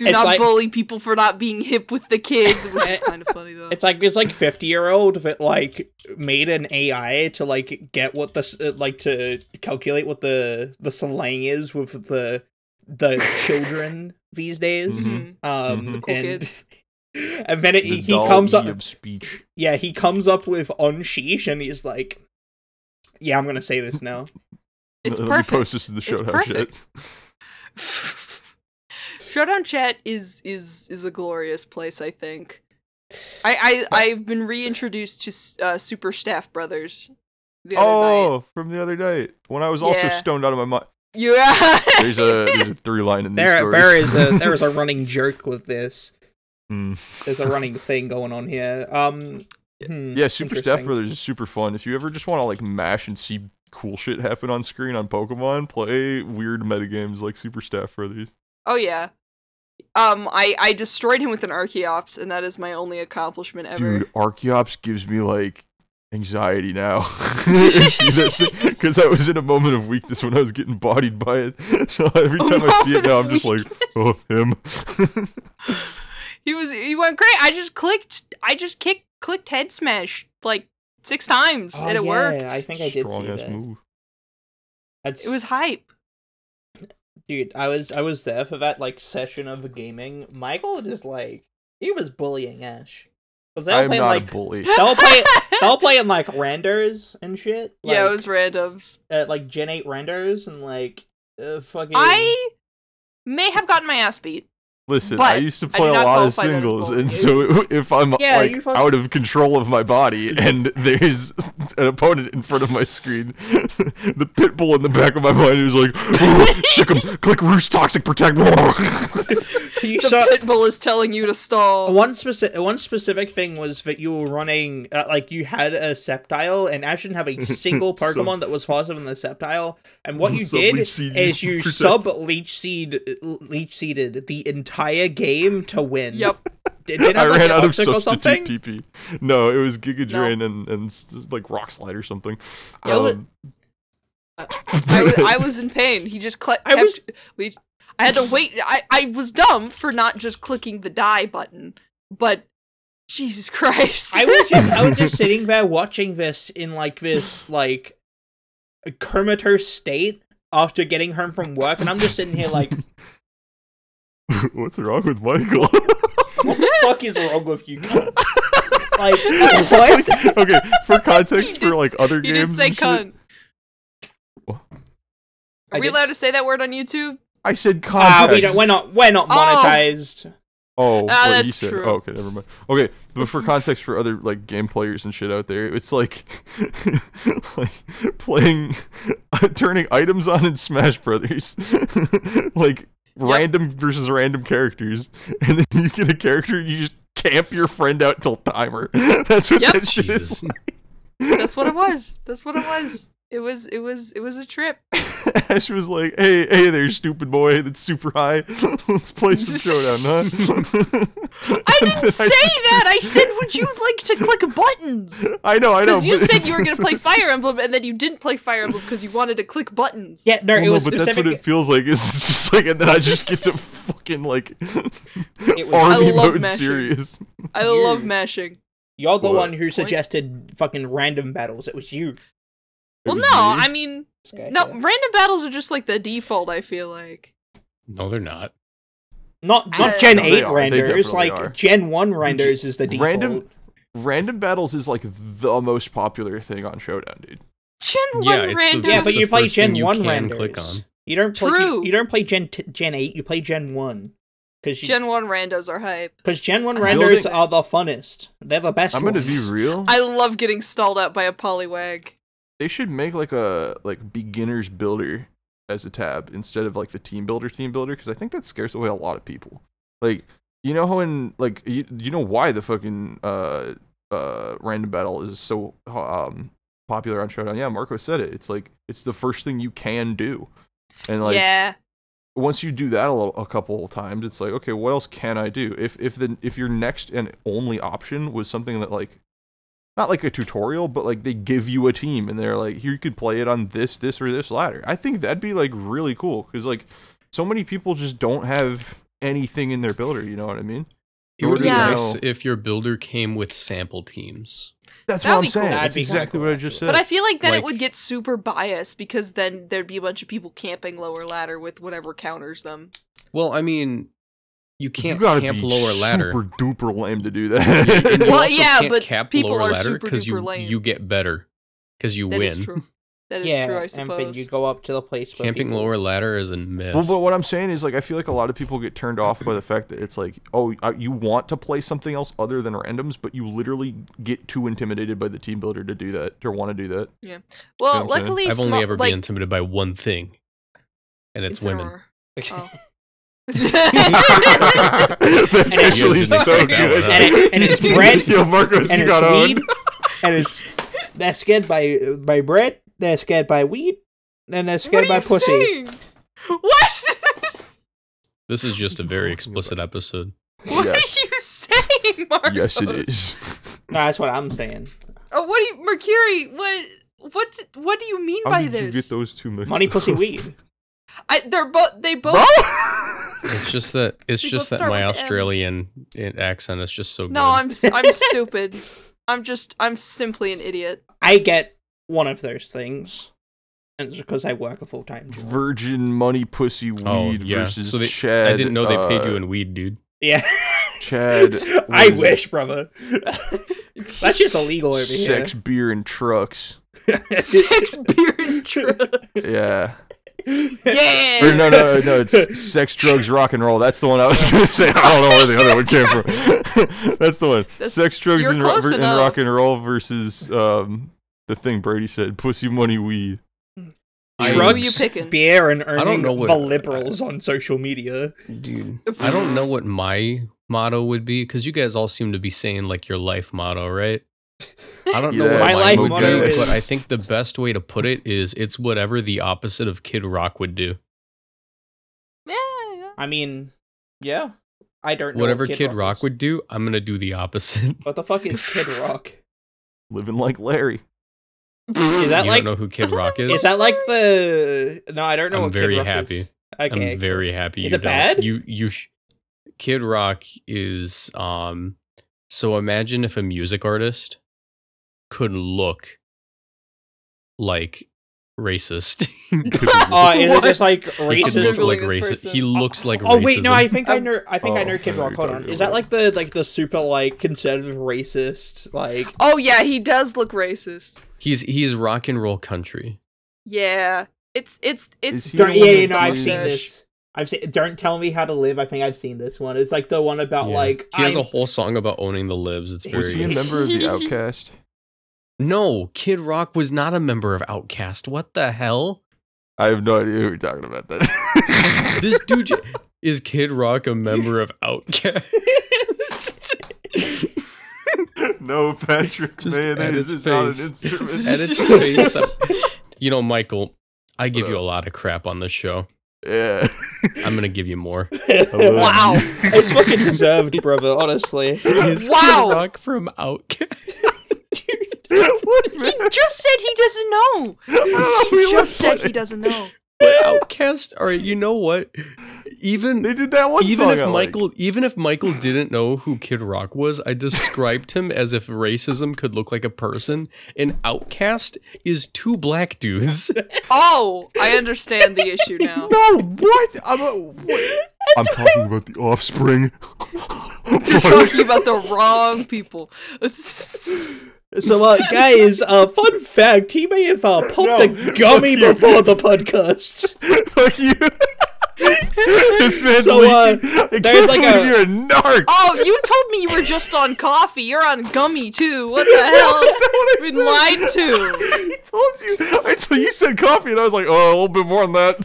[SPEAKER 3] Do
[SPEAKER 2] It's
[SPEAKER 3] not
[SPEAKER 2] like-
[SPEAKER 3] bully people for not being hip with the kids, which is kind of funny though.
[SPEAKER 2] It's like it's like fifty year old that like made an AI to like get what the s- uh, like to calculate what the the slang is with the the children these days.
[SPEAKER 4] Mhm.
[SPEAKER 3] Mhm.
[SPEAKER 2] Um,
[SPEAKER 4] Mhm.
[SPEAKER 3] Cool
[SPEAKER 2] and
[SPEAKER 3] kids.
[SPEAKER 2] and then it, he he comes up.
[SPEAKER 4] speech.
[SPEAKER 2] Yeah, he comes up with on sheesh, and he's like, "Yeah, I'm gonna say this now."
[SPEAKER 3] It's
[SPEAKER 4] Let
[SPEAKER 3] perfect.
[SPEAKER 4] me post this to the show.
[SPEAKER 3] It's perfect. Showdown chat is is is a glorious place. I think. I I I've been reintroduced to s- uh, Super Staff Brothers. The other night.
[SPEAKER 4] Oh, from the other night when I was also
[SPEAKER 3] Yeah.
[SPEAKER 4] stoned out of my mind.
[SPEAKER 3] yeah.
[SPEAKER 4] There's a there's a three line in these
[SPEAKER 2] There,
[SPEAKER 4] stories.
[SPEAKER 2] there is a there is a running jerk with this.
[SPEAKER 4] Mm.
[SPEAKER 2] There's a running thing going on here. Um, hmm,
[SPEAKER 4] Yeah, Super Staff
[SPEAKER 2] interesting.
[SPEAKER 4] Brothers is super fun. If you ever just want to like mash and see cool shit happen on screen on Pokemon, play weird metagames like Super Staff Brothers.
[SPEAKER 3] Oh yeah. Um, I I destroyed him with an Archeops, and that is my only accomplishment ever.
[SPEAKER 4] Dude, Archeops gives me like anxiety now because I was in a moment of weakness when I was getting bodied by it. So every time I see it now, I'm just like, oh, him.
[SPEAKER 3] He was he went great. I just clicked. I just kicked clicked head smash like six times,
[SPEAKER 2] Oh,
[SPEAKER 3] and it
[SPEAKER 2] yeah,
[SPEAKER 3] worked.
[SPEAKER 2] I think I did
[SPEAKER 4] Strong
[SPEAKER 2] see
[SPEAKER 4] ass
[SPEAKER 2] that.
[SPEAKER 4] move.
[SPEAKER 2] That's,
[SPEAKER 3] It was hype.
[SPEAKER 2] dude. I was I was there for that like session of gaming. Michael just like he was bullying Ash. Was they were
[SPEAKER 4] I'm not
[SPEAKER 2] playing like
[SPEAKER 4] a bully.
[SPEAKER 2] they were playing they were playing like renders and shit. Like,
[SPEAKER 3] yeah, it was randoms.
[SPEAKER 2] uh, like Gen eight renders and like Uh, fucking.
[SPEAKER 3] I may have gotten my ass beat.
[SPEAKER 4] Listen, I
[SPEAKER 3] But
[SPEAKER 4] used to
[SPEAKER 3] I do
[SPEAKER 4] play a
[SPEAKER 3] not
[SPEAKER 4] lot of
[SPEAKER 3] qualify that as
[SPEAKER 4] singles,
[SPEAKER 3] bowling.
[SPEAKER 4] and so if I'm
[SPEAKER 2] Yeah, you
[SPEAKER 4] like
[SPEAKER 2] fucking-
[SPEAKER 4] out of control of my body and there's an opponent in front of my screen, the pit bull in the back of my mind is like, shook him, click roost toxic protect.
[SPEAKER 2] you
[SPEAKER 3] The
[SPEAKER 2] saw
[SPEAKER 3] pit bull is telling you to stall.
[SPEAKER 2] one specific one specific thing was that you were running uh, like you had a Sceptile, and Ash didn't have a single
[SPEAKER 4] So-
[SPEAKER 2] Pokemon that was faster than the Sceptile. And what you
[SPEAKER 4] So
[SPEAKER 2] did
[SPEAKER 4] Leech Seed you
[SPEAKER 2] is you
[SPEAKER 4] protect.
[SPEAKER 2] sub leech seed leech seeded the entire game to win.
[SPEAKER 3] Yep.
[SPEAKER 2] Did, did it
[SPEAKER 4] I
[SPEAKER 2] have, like,
[SPEAKER 4] ran
[SPEAKER 2] an
[SPEAKER 4] out of
[SPEAKER 2] obstacle or
[SPEAKER 4] substitute
[SPEAKER 2] something?
[SPEAKER 4] PP. No, it was Giga
[SPEAKER 3] No.
[SPEAKER 4] Drain and, and s- like Rock Slide or something.
[SPEAKER 2] I was-
[SPEAKER 4] Um,
[SPEAKER 3] uh, I was, I was in pain. He just cl-
[SPEAKER 2] I
[SPEAKER 3] kept.
[SPEAKER 2] was-
[SPEAKER 3] we- I had to wait. I, I was dumb for not just clicking the die button, but Jesus Christ.
[SPEAKER 2] I was just I was just sitting there watching this in like this like comatose state after getting home from work, and I'm just sitting here like,
[SPEAKER 4] What's wrong with Michael?
[SPEAKER 2] what the fuck is wrong with you? cunt?" Like,
[SPEAKER 4] It's
[SPEAKER 2] what?
[SPEAKER 4] like- okay, for
[SPEAKER 3] He
[SPEAKER 4] context,
[SPEAKER 3] did
[SPEAKER 4] for like other
[SPEAKER 3] he didn't
[SPEAKER 4] games,
[SPEAKER 3] say
[SPEAKER 4] and shit-
[SPEAKER 3] cunt.
[SPEAKER 4] What?
[SPEAKER 3] Are
[SPEAKER 2] I
[SPEAKER 3] we
[SPEAKER 2] did-
[SPEAKER 3] allowed to say that word on YouTube?
[SPEAKER 4] I said
[SPEAKER 2] Ah,
[SPEAKER 4] context.
[SPEAKER 2] we don't. We're not. We're not
[SPEAKER 3] Oh.
[SPEAKER 2] monetized.
[SPEAKER 4] Oh,
[SPEAKER 3] Ah,
[SPEAKER 4] what he
[SPEAKER 3] that's
[SPEAKER 4] said.
[SPEAKER 3] true.
[SPEAKER 4] Oh, okay, never mind. Okay, but for context for other like game players and shit out there, it's like like playing turning items on in Smash Brothers. like random versus random characters. And then you get a character and you just camp your friend out till timer. That's what
[SPEAKER 3] Yep.
[SPEAKER 4] that shit
[SPEAKER 1] Jesus.
[SPEAKER 4] is.
[SPEAKER 3] That's what it was. That's what it was. It was it was it was a trip.
[SPEAKER 4] Ash was like, "Hey, hey there, stupid boy. That's super high. Let's play some showdown, huh?"
[SPEAKER 3] I didn't say that. I said would you like to click buttons?
[SPEAKER 4] I know, I know.
[SPEAKER 3] Because you
[SPEAKER 4] but-
[SPEAKER 3] said you were gonna play Fire Emblem and then you didn't play Fire Emblem because you wanted to click buttons.
[SPEAKER 2] Yeah, no,
[SPEAKER 4] Well,
[SPEAKER 2] it was
[SPEAKER 4] Oh, no, but that's
[SPEAKER 2] specific.
[SPEAKER 4] what it feels like. Is it's just like, and then I just get to fucking like
[SPEAKER 2] was-
[SPEAKER 4] army
[SPEAKER 3] I love
[SPEAKER 4] mode
[SPEAKER 3] mashing.
[SPEAKER 4] serious.
[SPEAKER 3] I
[SPEAKER 2] You-
[SPEAKER 3] love mashing.
[SPEAKER 2] You're the
[SPEAKER 4] What?
[SPEAKER 2] one who suggested fucking random battles. It was you.
[SPEAKER 3] Well no, I mean
[SPEAKER 2] Skyfall.
[SPEAKER 3] no random battles are just like the default, I feel like.
[SPEAKER 1] No, they're not.
[SPEAKER 2] not
[SPEAKER 3] I-
[SPEAKER 2] not Gen
[SPEAKER 4] No, they
[SPEAKER 2] Eight
[SPEAKER 4] are. They
[SPEAKER 2] renders.
[SPEAKER 4] definitely
[SPEAKER 2] Like
[SPEAKER 4] are.
[SPEAKER 2] Gen One renders is the default.
[SPEAKER 4] Random- Random battles is like the most popular thing on Showdown, dude.
[SPEAKER 3] Gen one
[SPEAKER 1] Yeah, it's the-
[SPEAKER 3] random
[SPEAKER 2] Yeah,
[SPEAKER 1] That's
[SPEAKER 2] but
[SPEAKER 1] the
[SPEAKER 2] you play
[SPEAKER 1] first
[SPEAKER 2] Gen
[SPEAKER 1] thing you
[SPEAKER 2] One
[SPEAKER 1] can
[SPEAKER 2] renders.
[SPEAKER 1] click on.
[SPEAKER 2] You don't play,
[SPEAKER 3] True.
[SPEAKER 2] You, you don't play Gen t- Gen Eight. You play Gen One because Gen
[SPEAKER 3] Gen one randos are hype.
[SPEAKER 2] because Gen One
[SPEAKER 3] I
[SPEAKER 2] renders
[SPEAKER 4] think-
[SPEAKER 2] are the funnest. They're the best.
[SPEAKER 4] I'm gonna
[SPEAKER 2] ones.
[SPEAKER 4] be real.
[SPEAKER 3] I love getting stalled out by a polywag.
[SPEAKER 4] They should make like a like beginners builder as a tab instead of like the team builder team builder because I think that scares away a lot of people. Like you know how in like you, you know why the fucking uh uh random battle is so um popular on Showdown. Yeah, Marco said it. It's like it's the first thing you can do. And like
[SPEAKER 3] yeah.
[SPEAKER 4] once you do that a, little, a couple of times, it's like, okay, what else can I do? If if the if your next and only option was something that like, not like a tutorial, but like they give you a team and they're like, here you could play it on this, this, or this ladder. I think that'd be like really cool because like so many people just don't have anything in their builder. You know what I mean?
[SPEAKER 1] It would be
[SPEAKER 3] Yeah.
[SPEAKER 1] nice if your builder came with sample teams.
[SPEAKER 4] That's
[SPEAKER 3] That'd
[SPEAKER 4] what I'm
[SPEAKER 3] be cool.
[SPEAKER 4] saying.
[SPEAKER 2] That'd
[SPEAKER 4] That's
[SPEAKER 2] be kinda
[SPEAKER 4] exactly
[SPEAKER 2] cool,
[SPEAKER 4] what I just
[SPEAKER 2] actually.
[SPEAKER 4] said.
[SPEAKER 3] But I feel like then it
[SPEAKER 1] Like-
[SPEAKER 3] would get super biased because then there'd be a bunch of people camping lower ladder with whatever counters them.
[SPEAKER 1] Well, I mean, you can't
[SPEAKER 4] you gotta
[SPEAKER 1] camp
[SPEAKER 4] be
[SPEAKER 1] lower ladder.
[SPEAKER 4] super duper lame to do
[SPEAKER 1] And you- and you
[SPEAKER 3] Well,
[SPEAKER 4] that.
[SPEAKER 1] also
[SPEAKER 3] yeah,
[SPEAKER 1] can't
[SPEAKER 3] but
[SPEAKER 1] cap
[SPEAKER 3] people
[SPEAKER 1] lower
[SPEAKER 3] are
[SPEAKER 1] ladder
[SPEAKER 3] super
[SPEAKER 1] 'cause you
[SPEAKER 3] duper lame.
[SPEAKER 1] you get better because you
[SPEAKER 3] That is
[SPEAKER 1] win.
[SPEAKER 3] true. That is
[SPEAKER 2] yeah,
[SPEAKER 3] true, I
[SPEAKER 2] and then you
[SPEAKER 3] suppose.
[SPEAKER 2] go up to the place where
[SPEAKER 1] Camping
[SPEAKER 2] people-
[SPEAKER 1] lower ladder is a myth.
[SPEAKER 4] Well, but what I'm saying is, like, I feel like a lot of people get turned off by the fact that it's like, oh, uh, you want to play something else other than randoms, but you literally get too intimidated by the team builder to do that, to want to do that.
[SPEAKER 3] Well,
[SPEAKER 4] Okay.
[SPEAKER 3] luckily,
[SPEAKER 1] I've only
[SPEAKER 3] small-
[SPEAKER 1] ever
[SPEAKER 3] like,
[SPEAKER 1] been intimidated by one thing, and it's,
[SPEAKER 3] an
[SPEAKER 1] women.
[SPEAKER 3] R. Oh.
[SPEAKER 4] That's
[SPEAKER 2] And it's-
[SPEAKER 4] actually
[SPEAKER 1] Sorry.
[SPEAKER 4] so good.
[SPEAKER 2] and, it, and it's bread
[SPEAKER 4] Yo, Marcos,
[SPEAKER 2] and
[SPEAKER 4] you got
[SPEAKER 2] it's weed
[SPEAKER 4] on.
[SPEAKER 2] and it's they're scared by by bread. They're scared by weed. And they're scared
[SPEAKER 3] what are
[SPEAKER 2] by pussy.
[SPEAKER 3] you saying? What?
[SPEAKER 1] This is just a very explicit episode.
[SPEAKER 3] what
[SPEAKER 4] Yes.
[SPEAKER 3] are you saying, Marcos?
[SPEAKER 4] Yes, it is.
[SPEAKER 2] No, that's what I'm saying.
[SPEAKER 3] Oh, what do you, Mercury? What? What? What do you mean
[SPEAKER 4] How
[SPEAKER 3] by
[SPEAKER 4] did you
[SPEAKER 3] this?
[SPEAKER 4] get those two mixed
[SPEAKER 2] Money,
[SPEAKER 4] up?
[SPEAKER 2] pussy, weed.
[SPEAKER 3] I, they're both. They both.
[SPEAKER 4] Bro!
[SPEAKER 1] It's just that it's
[SPEAKER 3] They
[SPEAKER 1] just
[SPEAKER 3] both
[SPEAKER 1] that
[SPEAKER 3] start
[SPEAKER 1] my
[SPEAKER 3] with M.
[SPEAKER 1] Australian i- accent is just so good.
[SPEAKER 3] No, I'm. s- I'm stupid. I'm just. I'm simply an idiot.
[SPEAKER 2] I get one of those things, and it's because I work a full time job.
[SPEAKER 4] Virgin money pussy weed
[SPEAKER 1] Oh, yeah.
[SPEAKER 4] versus
[SPEAKER 1] So they-
[SPEAKER 4] Chad.
[SPEAKER 1] I didn't know they paid you
[SPEAKER 4] uh,
[SPEAKER 1] in weed, dude.
[SPEAKER 2] yeah,
[SPEAKER 4] Chad.
[SPEAKER 2] I
[SPEAKER 4] is it?
[SPEAKER 2] wish, brother. that's just illegal over
[SPEAKER 4] Sex, beer, and trucks.
[SPEAKER 2] here.
[SPEAKER 3] Sex, beer, and drugs.
[SPEAKER 4] Yeah.
[SPEAKER 3] Yeah.
[SPEAKER 4] Or no, no, no, it's sex, drugs, rock and roll. That's the one I was gonna say. I don't know where the other one came from. That's the one.
[SPEAKER 3] That's-
[SPEAKER 4] sex, drugs,
[SPEAKER 3] you're
[SPEAKER 4] and, ro-
[SPEAKER 3] close
[SPEAKER 4] and
[SPEAKER 3] enough.
[SPEAKER 4] rock and roll versus um, the thing Brady said: pussy, money, weed.
[SPEAKER 1] I-
[SPEAKER 3] Who
[SPEAKER 2] Drugs,
[SPEAKER 3] you picking?
[SPEAKER 2] beer, and earning
[SPEAKER 1] know what-
[SPEAKER 2] the liberals on social media.
[SPEAKER 1] dude. I don't know what my motto would be because you guys all seem to be saying like your life motto, right? I don't know
[SPEAKER 4] Yeah,
[SPEAKER 1] what
[SPEAKER 2] My
[SPEAKER 1] mine
[SPEAKER 2] life
[SPEAKER 1] would
[SPEAKER 2] motto
[SPEAKER 1] be,
[SPEAKER 2] is-
[SPEAKER 1] but I think the best way to put it is it's whatever the opposite of Kid Rock would do.
[SPEAKER 3] Yeah.
[SPEAKER 2] I mean, yeah. I don't know.
[SPEAKER 1] Whatever
[SPEAKER 2] what
[SPEAKER 1] Kid Rock
[SPEAKER 2] is.
[SPEAKER 1] would do, I'm gonna do the opposite.
[SPEAKER 2] What the fuck is Kid Rock?
[SPEAKER 4] Living like Larry.
[SPEAKER 2] Is that
[SPEAKER 1] you
[SPEAKER 2] like
[SPEAKER 1] don't know who Kid Rock is?
[SPEAKER 2] is that like the? No, I don't know.
[SPEAKER 1] I'm
[SPEAKER 2] what
[SPEAKER 1] very
[SPEAKER 2] Kid Rock
[SPEAKER 1] happy.
[SPEAKER 2] Is. Okay.
[SPEAKER 1] I'm very happy.
[SPEAKER 2] Is
[SPEAKER 1] you
[SPEAKER 2] it
[SPEAKER 1] don't.
[SPEAKER 2] bad?
[SPEAKER 1] You you. Sh- Kid Rock is um. So imagine if a music artist could look like racist. Uh,
[SPEAKER 2] Oh, is it
[SPEAKER 3] What?
[SPEAKER 2] just like
[SPEAKER 1] he could
[SPEAKER 2] racist?
[SPEAKER 1] look
[SPEAKER 3] Googling
[SPEAKER 1] like
[SPEAKER 3] this
[SPEAKER 1] racist.
[SPEAKER 3] person.
[SPEAKER 1] He looks like
[SPEAKER 2] oh wait, no,
[SPEAKER 1] racism.
[SPEAKER 2] I think I
[SPEAKER 3] Um,
[SPEAKER 2] know. I think I
[SPEAKER 4] oh,
[SPEAKER 2] know Kid
[SPEAKER 4] I know
[SPEAKER 2] Rock.
[SPEAKER 4] you're
[SPEAKER 2] Hold on,
[SPEAKER 4] talking
[SPEAKER 2] is that
[SPEAKER 4] about.
[SPEAKER 2] like the like the super like conservative racist like?
[SPEAKER 3] Oh yeah, he does look racist.
[SPEAKER 1] he's he's rock and roll country.
[SPEAKER 3] Yeah. It's it's it's
[SPEAKER 4] Is he
[SPEAKER 2] Don't,
[SPEAKER 4] the one
[SPEAKER 2] yeah, you
[SPEAKER 4] with
[SPEAKER 2] know,
[SPEAKER 4] the
[SPEAKER 2] I've seen
[SPEAKER 4] mustache?
[SPEAKER 2] this. I've seen. Don't tell me how to live. I think I've seen this one. It's like the one about
[SPEAKER 1] Yeah.
[SPEAKER 2] like.
[SPEAKER 1] he has
[SPEAKER 2] I'm-
[SPEAKER 1] a whole song about owning the libs. It's
[SPEAKER 4] Was he a
[SPEAKER 1] very
[SPEAKER 4] member of the Outcast?
[SPEAKER 1] no. Kid Rock was not a member of Outcast. What the hell?
[SPEAKER 4] I have no idea who you're talking about. Then
[SPEAKER 1] This dude j- is Kid Rock a member of Outcast?
[SPEAKER 4] no, Patrick
[SPEAKER 1] Just at its
[SPEAKER 4] mayonnaise is not
[SPEAKER 1] face.
[SPEAKER 4] an instrument.
[SPEAKER 1] At its face. that- you know, Michael, I give you a lot of crap on this show.
[SPEAKER 4] yeah.
[SPEAKER 1] I'm gonna give you more.
[SPEAKER 4] Hello.
[SPEAKER 3] Wow.
[SPEAKER 2] it's fucking deserved, brother. Honestly.
[SPEAKER 1] Is
[SPEAKER 3] Wow.
[SPEAKER 1] Kid Rock from Outcast.
[SPEAKER 3] He just said he doesn't know. He just said he doesn't know.
[SPEAKER 1] But Outcast, all right. You know what? Even
[SPEAKER 4] They did that one
[SPEAKER 1] even
[SPEAKER 4] song.
[SPEAKER 1] if
[SPEAKER 4] I like.
[SPEAKER 1] Michael even if Michael didn't know who Kid Rock was, I described him as if racism could look like a person. An outcast is two black dudes.
[SPEAKER 3] Oh, I understand the issue now.
[SPEAKER 4] No, what? I'm, a, what? I'm talking about the offspring.
[SPEAKER 3] You're talking about the wrong people. Oh,
[SPEAKER 2] So, uh, guys, uh, fun fact: he may have uh, popped
[SPEAKER 4] No,
[SPEAKER 2] a gummy
[SPEAKER 4] fuck you.
[SPEAKER 2] before the podcast.
[SPEAKER 4] Fuck you. this man's
[SPEAKER 2] So, uh,
[SPEAKER 4] leaking. I
[SPEAKER 2] there's
[SPEAKER 4] can't
[SPEAKER 2] like
[SPEAKER 4] believe
[SPEAKER 2] a-
[SPEAKER 4] you're a narc.
[SPEAKER 3] oh, you told me you were just on coffee. You're on gummy too. What the hell?
[SPEAKER 4] what I
[SPEAKER 3] Been lied to.
[SPEAKER 4] I told you. I told you said coffee, and I was like, oh, a little bit more than that.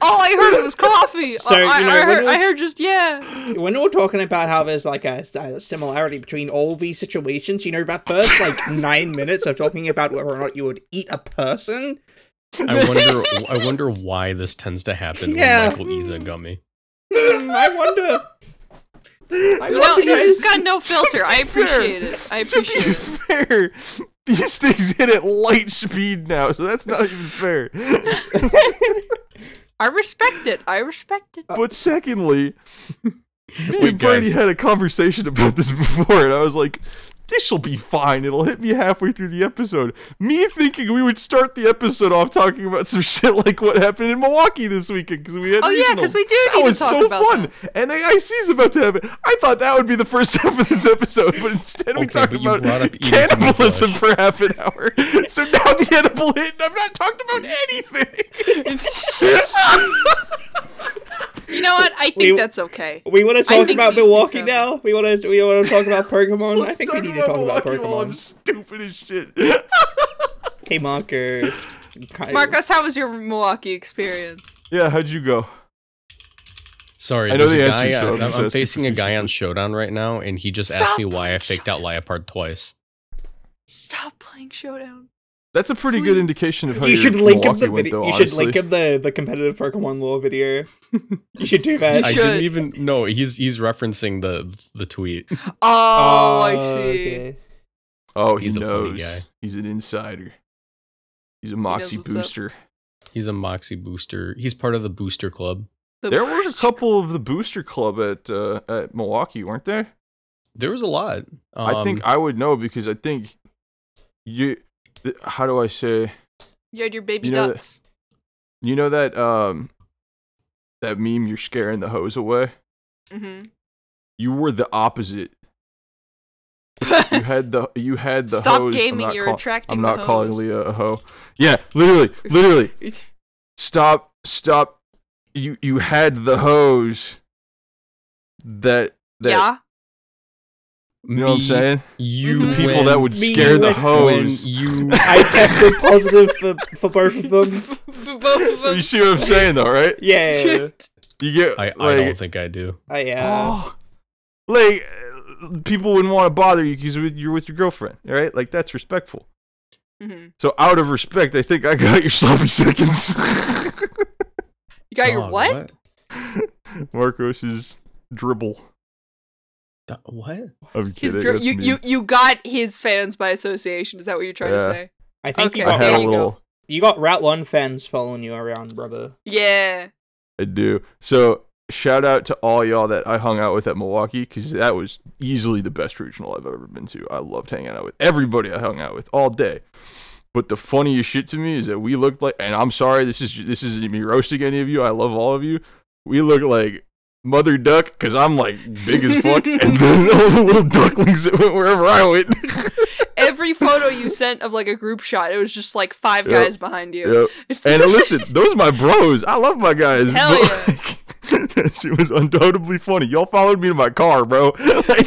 [SPEAKER 3] All I heard was coffee.
[SPEAKER 2] So,
[SPEAKER 3] I, I-
[SPEAKER 2] you know,
[SPEAKER 3] I
[SPEAKER 2] when
[SPEAKER 3] heard,
[SPEAKER 2] you-
[SPEAKER 3] I heard just yeah.
[SPEAKER 2] When we're talking about how there's like a, a similarity between all these situations, you know, that first like nine minutes of talking about whether or not you would eat a person,
[SPEAKER 1] I wonder I wonder why this tends to happen
[SPEAKER 2] Yeah.
[SPEAKER 1] when Michael eats a gummy.
[SPEAKER 2] hmm, I wonder. I
[SPEAKER 3] No,
[SPEAKER 2] wonder-
[SPEAKER 3] he's just got no filter. I appreciate it. I
[SPEAKER 4] to be
[SPEAKER 3] appreciate it.
[SPEAKER 4] fair, these things hit at light speed now, so that's not even fair.
[SPEAKER 3] I respect it. I respect it.
[SPEAKER 4] Uh, But secondly, me
[SPEAKER 1] Wait,
[SPEAKER 4] and Brady
[SPEAKER 1] guys.
[SPEAKER 4] had a conversation about this before, and I was like, this'll be fine. It'll hit me halfway through the episode. Me thinking we would start the episode off talking about some shit like what happened in Milwaukee this weekend because we had
[SPEAKER 3] Oh, yeah,
[SPEAKER 4] regionals.
[SPEAKER 3] 'cause we do
[SPEAKER 4] That
[SPEAKER 3] need to
[SPEAKER 4] was
[SPEAKER 3] talk
[SPEAKER 4] so
[SPEAKER 3] about
[SPEAKER 4] fun. And AIC's about to happen. I thought that would be the first half of this episode, but instead we
[SPEAKER 1] Okay,
[SPEAKER 4] talked
[SPEAKER 1] but you
[SPEAKER 4] about
[SPEAKER 1] brought
[SPEAKER 3] E
[SPEAKER 1] up eating too much
[SPEAKER 4] cannibalism for half an hour. So now the edible hit, and I've not talked about anything.
[SPEAKER 3] you know what? I think
[SPEAKER 2] We-
[SPEAKER 3] that's
[SPEAKER 4] Oh,
[SPEAKER 3] okay.
[SPEAKER 2] we want to talk
[SPEAKER 3] think
[SPEAKER 2] about
[SPEAKER 3] these things
[SPEAKER 2] Milwaukee
[SPEAKER 3] happen.
[SPEAKER 2] now. We want to. We want to talk about Pokemon. I think we need to talk about
[SPEAKER 4] Milwaukee while I'm
[SPEAKER 2] Pokemon.
[SPEAKER 4] stupid as shit.
[SPEAKER 2] Hey, Marcus.
[SPEAKER 3] Marcos, how was your Milwaukee experience?
[SPEAKER 4] yeah, how'd you go?
[SPEAKER 1] Sorry,
[SPEAKER 4] I know
[SPEAKER 1] there's a
[SPEAKER 4] the answer,
[SPEAKER 1] guy- uh,
[SPEAKER 4] so I'm
[SPEAKER 1] I'm,
[SPEAKER 4] just
[SPEAKER 1] I'm
[SPEAKER 4] asking
[SPEAKER 1] facing a guy on
[SPEAKER 4] facetiously.
[SPEAKER 1] Showdown right now, and he just
[SPEAKER 3] Stop
[SPEAKER 1] asked me why I
[SPEAKER 3] playing
[SPEAKER 1] faked out Liapard twice.
[SPEAKER 3] Stop playing Showdown.
[SPEAKER 4] That's a pretty good indication of how
[SPEAKER 2] You
[SPEAKER 4] your
[SPEAKER 2] should link up
[SPEAKER 4] Milwaukee
[SPEAKER 2] the
[SPEAKER 4] went,
[SPEAKER 2] video.
[SPEAKER 4] though,
[SPEAKER 2] you should
[SPEAKER 4] honestly.
[SPEAKER 2] link up the the competitive Pokemon lore video. you should do that.
[SPEAKER 3] You
[SPEAKER 1] I
[SPEAKER 3] should.
[SPEAKER 1] didn't even no. He's he's referencing the the tweet.
[SPEAKER 3] Oh, I see.
[SPEAKER 2] okay.
[SPEAKER 4] Oh, he
[SPEAKER 1] He's a funny
[SPEAKER 4] knows.
[SPEAKER 1] guy.
[SPEAKER 4] He's an insider. He's a
[SPEAKER 3] knows
[SPEAKER 4] moxie
[SPEAKER 3] what's up.
[SPEAKER 4] booster.
[SPEAKER 1] He's a Moxie booster. He's part of the booster club.
[SPEAKER 3] The
[SPEAKER 4] There were a
[SPEAKER 3] worst-
[SPEAKER 4] couple of the booster club at uh, at Milwaukee, weren't there?
[SPEAKER 1] There was a lot.
[SPEAKER 4] I think
[SPEAKER 1] Um,
[SPEAKER 4] I would know because I think you. th- How do I say?
[SPEAKER 3] You had your baby
[SPEAKER 4] You know that-
[SPEAKER 3] ducks.
[SPEAKER 4] You know that um, that meme. You're scaring the hose away.
[SPEAKER 3] hmm
[SPEAKER 4] You were the opposite. You
[SPEAKER 3] Mm-hmm.
[SPEAKER 4] had the you had the
[SPEAKER 3] Stop
[SPEAKER 4] hose. I'm
[SPEAKER 3] gaming.
[SPEAKER 4] not
[SPEAKER 3] You're
[SPEAKER 4] call-
[SPEAKER 3] attracting
[SPEAKER 4] I'm
[SPEAKER 3] the
[SPEAKER 4] not calling
[SPEAKER 3] hoes.
[SPEAKER 4] Leah a hoe. Yeah, literally, literally. Stop stop. You you had the hose. That that
[SPEAKER 3] yeah.
[SPEAKER 4] you know what I'm
[SPEAKER 1] Me,
[SPEAKER 4] saying.
[SPEAKER 1] You
[SPEAKER 3] Mhm.
[SPEAKER 4] The people that would
[SPEAKER 2] Me,
[SPEAKER 4] scare the
[SPEAKER 2] when-
[SPEAKER 1] when
[SPEAKER 4] hose.
[SPEAKER 1] you
[SPEAKER 2] I tested positive for, for both of them.
[SPEAKER 3] For both of them.
[SPEAKER 4] You see what I'm saying though, right?
[SPEAKER 2] Yeah.
[SPEAKER 4] You get
[SPEAKER 1] I,
[SPEAKER 4] like,
[SPEAKER 1] I don't think I do.
[SPEAKER 2] I, uh,
[SPEAKER 4] oh, like uh, people wouldn't want to bother you because you're with your girlfriend, all right? Like that's respectful.
[SPEAKER 3] Mhm.
[SPEAKER 4] So out of respect, I think I got your sloppy seconds.
[SPEAKER 3] You got
[SPEAKER 4] Oh,
[SPEAKER 3] your
[SPEAKER 1] Dog,
[SPEAKER 3] what?
[SPEAKER 4] Marcos's dribble.
[SPEAKER 1] Th- What?
[SPEAKER 4] I'm
[SPEAKER 3] His
[SPEAKER 4] kidding.
[SPEAKER 3] dri-
[SPEAKER 4] that's
[SPEAKER 3] you,
[SPEAKER 4] me.
[SPEAKER 3] you you got his fans by association. Is that what you're trying
[SPEAKER 4] Yeah.
[SPEAKER 3] to say?
[SPEAKER 2] I think you
[SPEAKER 4] I
[SPEAKER 3] Okay.
[SPEAKER 2] got,
[SPEAKER 4] had a
[SPEAKER 3] there you go.
[SPEAKER 4] little.
[SPEAKER 2] you got Rat One fans following you around, brother.
[SPEAKER 3] Yeah.
[SPEAKER 4] I do. So shout out to all y'all that I hung out with at Milwaukee because that was easily the best regional I've ever been to. I loved hanging out with everybody I hung out with all day. But the funniest shit to me is that we looked like, and I'm sorry, this is this isn't me roasting any of you. I love all of you. We look like mother duck because I'm like big as fuck, and then all the little ducklings that went wherever I went.
[SPEAKER 3] Every photo you sent of like a group shot, it was just like five
[SPEAKER 4] Yep.
[SPEAKER 3] guys behind you.
[SPEAKER 4] Yep. And listen, those are my bros. I love my guys.
[SPEAKER 3] Hell
[SPEAKER 4] but,
[SPEAKER 3] yeah.
[SPEAKER 4] like, that shit was undoubtedly funny. Y'all followed me to my car, bro. Like,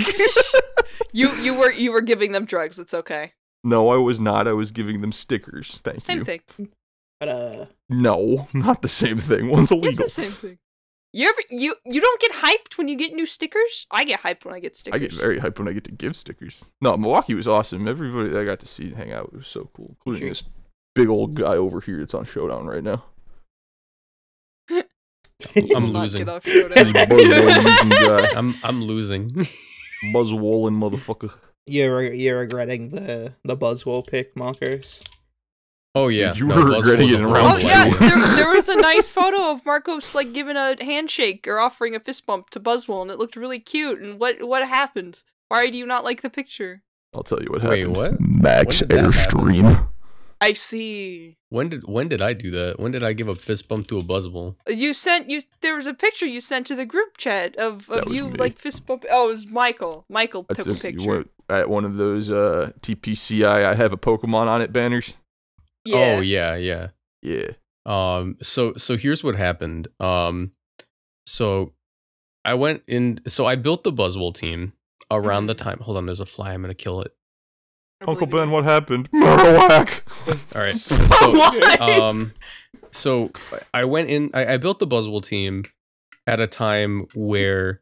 [SPEAKER 3] you you were you were giving them drugs. It's okay.
[SPEAKER 4] no, I was not. I was giving them stickers. Thank
[SPEAKER 3] Same
[SPEAKER 4] you.
[SPEAKER 3] thing.
[SPEAKER 2] But uh,
[SPEAKER 4] No, not the same thing. One's
[SPEAKER 3] It's
[SPEAKER 4] illegal.
[SPEAKER 3] the same thing. You ever you you don't get hyped when you get new stickers? I get hyped when I get stickers.
[SPEAKER 4] I get very hyped when I get to give stickers. No, Milwaukee was awesome. Everybody that I got to see and hang out with was so cool, including
[SPEAKER 2] Sure.
[SPEAKER 4] this big old guy over here that's on Showdown right now.
[SPEAKER 3] Will
[SPEAKER 4] Um,
[SPEAKER 1] I'm
[SPEAKER 3] not
[SPEAKER 1] losing.
[SPEAKER 3] get off your
[SPEAKER 4] This Buzz Wallen losing guy.
[SPEAKER 1] I'm I'm losing.
[SPEAKER 4] Buzz Wallen motherfucker.
[SPEAKER 2] you're re- you're regretting the the Buzzwell pick, Marcos.
[SPEAKER 1] Oh yeah,
[SPEAKER 4] you were
[SPEAKER 1] Buzz
[SPEAKER 4] regretting
[SPEAKER 1] was
[SPEAKER 4] it in
[SPEAKER 1] a
[SPEAKER 4] round
[SPEAKER 3] Oh
[SPEAKER 1] horrible
[SPEAKER 4] one.
[SPEAKER 3] yeah,
[SPEAKER 1] idea.
[SPEAKER 3] there, there was a nice photo of Marcos like giving a handshake or offering a fist bump to Buzzwell, and it looked really cute. And what what happened? Why do you not like the picture?
[SPEAKER 4] I'll tell you what
[SPEAKER 1] Wait,
[SPEAKER 4] happened.
[SPEAKER 1] what?
[SPEAKER 4] Max
[SPEAKER 1] When did that happen?
[SPEAKER 4] Airstream.
[SPEAKER 3] I see.
[SPEAKER 1] When did when did I do that? When did I give a fist bump to a buzzable?
[SPEAKER 3] You sent you. There was a picture you sent to the group chat of
[SPEAKER 4] That
[SPEAKER 3] of
[SPEAKER 4] was
[SPEAKER 3] you
[SPEAKER 4] me.
[SPEAKER 3] like fist bump. Oh, it was Michael. Michael
[SPEAKER 4] I
[SPEAKER 3] took
[SPEAKER 4] took
[SPEAKER 3] a picture.
[SPEAKER 4] one- at one of those uh, TPCI. I have a Pokemon on it banners.
[SPEAKER 3] Yeah.
[SPEAKER 1] Oh yeah, yeah.
[SPEAKER 4] Yeah,
[SPEAKER 1] Um so so here's what happened. Um so I went in so I built the Buzzwell team around the time. Hold on, there's a fly. I'm going to kill it.
[SPEAKER 3] I
[SPEAKER 4] Uncle
[SPEAKER 3] believe
[SPEAKER 4] Ben, what happened? Marowak.
[SPEAKER 1] All right.
[SPEAKER 3] it.
[SPEAKER 1] So
[SPEAKER 3] What?
[SPEAKER 1] um so I went in I, I built the Buzzwell team at a time where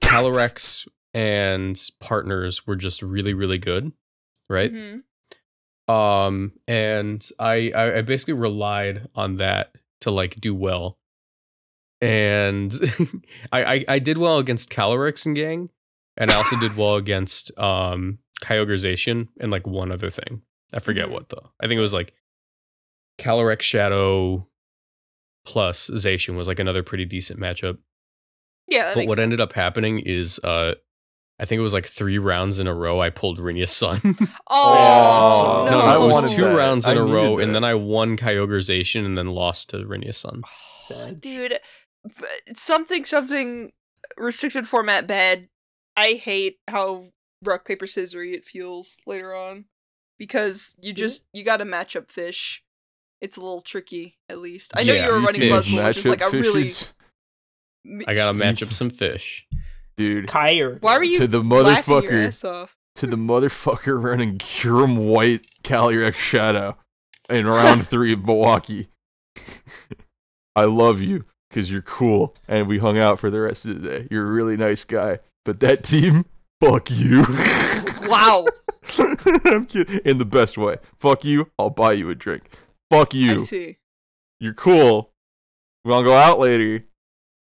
[SPEAKER 1] Calorex and partners were just really really good, right?
[SPEAKER 3] Mhm.
[SPEAKER 1] um and I, I i basically relied on that to like do well and I, I i did well against calorix and gang and i also did well against um kyogreization and like one other thing i forget
[SPEAKER 3] Mhm.
[SPEAKER 1] what though i think it was like calorix shadow plus zation was like another pretty decent matchup
[SPEAKER 3] Yeah. That
[SPEAKER 1] but
[SPEAKER 3] makes
[SPEAKER 1] what ended
[SPEAKER 3] sense.
[SPEAKER 1] up happening is uh i think it was like three rounds in a row i pulled Rinia's son
[SPEAKER 3] Oh,
[SPEAKER 4] Oh,
[SPEAKER 1] no,
[SPEAKER 4] I
[SPEAKER 1] it
[SPEAKER 4] wanted
[SPEAKER 1] was two
[SPEAKER 4] that.
[SPEAKER 1] rounds in
[SPEAKER 4] I
[SPEAKER 1] a
[SPEAKER 4] needed
[SPEAKER 1] row,
[SPEAKER 4] that.
[SPEAKER 1] and then I won Kyogreization and then lost to Renia Sun.
[SPEAKER 2] Sad.
[SPEAKER 3] dude f- something something restricted format bad i hate how rock paper scissory it feels later on because you just you gotta match up fish it's a little tricky at least i know
[SPEAKER 1] Yeah,
[SPEAKER 3] you were
[SPEAKER 1] you
[SPEAKER 3] running
[SPEAKER 1] fish.
[SPEAKER 3] buzzwell which is
[SPEAKER 4] Matchup
[SPEAKER 3] like a really
[SPEAKER 4] fishes.
[SPEAKER 3] m-
[SPEAKER 1] I gotta match up some fish.
[SPEAKER 4] dude.
[SPEAKER 2] Kyrie.
[SPEAKER 3] why were you
[SPEAKER 4] To the
[SPEAKER 3] laughing your
[SPEAKER 4] motherfucker,
[SPEAKER 3] ass off
[SPEAKER 4] to the motherfucker running Kurum White Calyrex Shadow in round three of Milwaukee. I love you because you're cool, and we hung out for the rest of the day. You're a really nice guy, but that team, fuck you.
[SPEAKER 3] wow
[SPEAKER 4] I'm kidding. In the best way. Fuck you. I'll buy you a drink. Fuck
[SPEAKER 3] i
[SPEAKER 4] you.
[SPEAKER 3] see
[SPEAKER 4] You're cool. We're gonna go out later.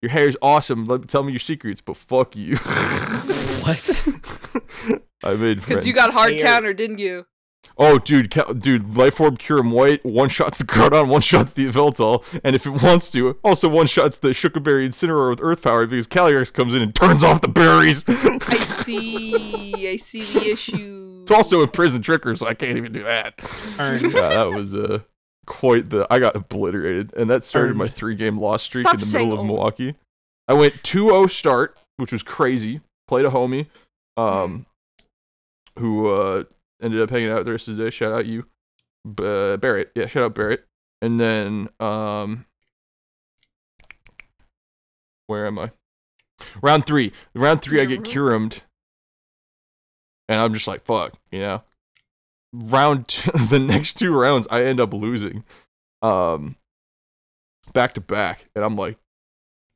[SPEAKER 4] Your hair's awesome. Let tell me your secrets, but fuck you.
[SPEAKER 1] What?
[SPEAKER 4] I made friends.
[SPEAKER 3] because you got hard
[SPEAKER 2] Weird.
[SPEAKER 3] counter didn't you
[SPEAKER 4] oh, dude, ca- dude, Lifeorb Cure him White one shots the Groudon, one shots the Eveltal, and if it wants to, also one shots the Sugarberry Incineroar with Earth Power because Calyrex comes in and turns off the berries.
[SPEAKER 3] i see i see the issue
[SPEAKER 4] It's also a prison tricker, so I can't even do that.
[SPEAKER 2] Earned.
[SPEAKER 4] yeah, that was uh, quite the. I got obliterated, and that started my
[SPEAKER 2] Earned.
[SPEAKER 4] three game loss streak
[SPEAKER 3] Stop
[SPEAKER 4] in the
[SPEAKER 3] saying
[SPEAKER 4] middle of
[SPEAKER 3] own.
[SPEAKER 4] Milwaukee. I went 2 0 start, which was crazy. Played a homie um, who uh, ended up hanging out the rest of the day. Shout out you, B- Barrett. Yeah, shout out Barrett. And then um, Where am I? Round three. Round three, I get
[SPEAKER 3] Mhm.
[SPEAKER 4] curumed, and I'm just like, fuck, you know. Round two, the next two rounds, I end up losing, um, back to back, and I'm like,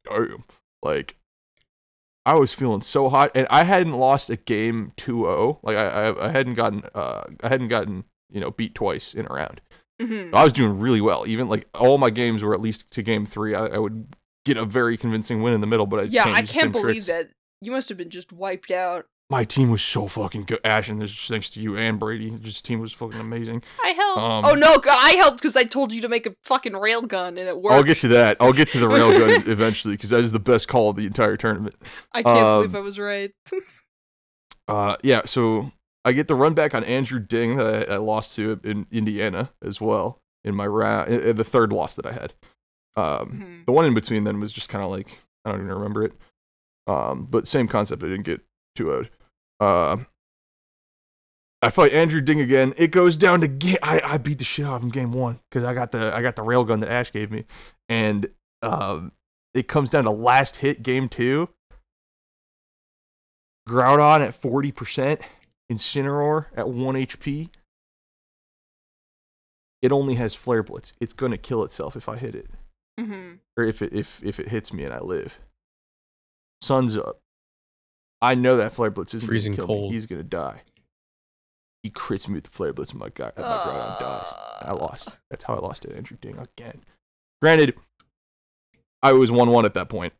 [SPEAKER 4] damn, like. I was feeling so hot, and I hadn't lost a game 2-0. Like I, I, I hadn't gotten, uh, I hadn't gotten, you know, beat twice in a round.
[SPEAKER 3] hmm
[SPEAKER 4] I was doing really well. Even like all my games were at least to game three. I, I would get a very convincing win in the middle, but I
[SPEAKER 3] yeah, I
[SPEAKER 4] changed the same
[SPEAKER 3] can't believe
[SPEAKER 4] tricks.
[SPEAKER 3] that. You must have been just wiped out.
[SPEAKER 4] My team was so fucking good. Ash, and this is thanks to you and Brady. This team was fucking amazing.
[SPEAKER 3] I helped.
[SPEAKER 4] Um,
[SPEAKER 3] oh no, g- I helped because I told you to make a fucking railgun and it worked.
[SPEAKER 4] I'll get to that. I'll get to the railgun eventually because that is the best call of the entire tournament.
[SPEAKER 3] I can't
[SPEAKER 4] um,
[SPEAKER 3] believe I was right.
[SPEAKER 4] Uh, yeah, so I get the run back on Andrew Ding that I, I lost to in Indiana as well in my round, in, in the third loss that I had. Um,
[SPEAKER 3] Mhm.
[SPEAKER 4] The one in between then was just kind of like I don't even remember it. Um, but same concept. I didn't get too out. Uh, I fight Andrew Ding again. It goes down to ga- I, I beat the shit out of him game one because I got the I got the railgun that Ash gave me, and um, it comes down to last hit game two. Groudon at forty percent, Incineroar at one HP. It only has Flare Blitz. It's gonna kill itself if I hit it
[SPEAKER 3] Mhm.
[SPEAKER 4] or if it if if it hits me and I live. Sun's up. I know that flare blitz isn't
[SPEAKER 1] Freezing
[SPEAKER 4] gonna kill
[SPEAKER 1] cold.
[SPEAKER 4] Me. He's gonna die. He crits me with the flare blitz, and my guy, my Groudon dies.
[SPEAKER 3] Ah.
[SPEAKER 4] I lost.
[SPEAKER 1] Ah.
[SPEAKER 4] That's how I lost to Andrew Ding again. Granted, I was one one at that point,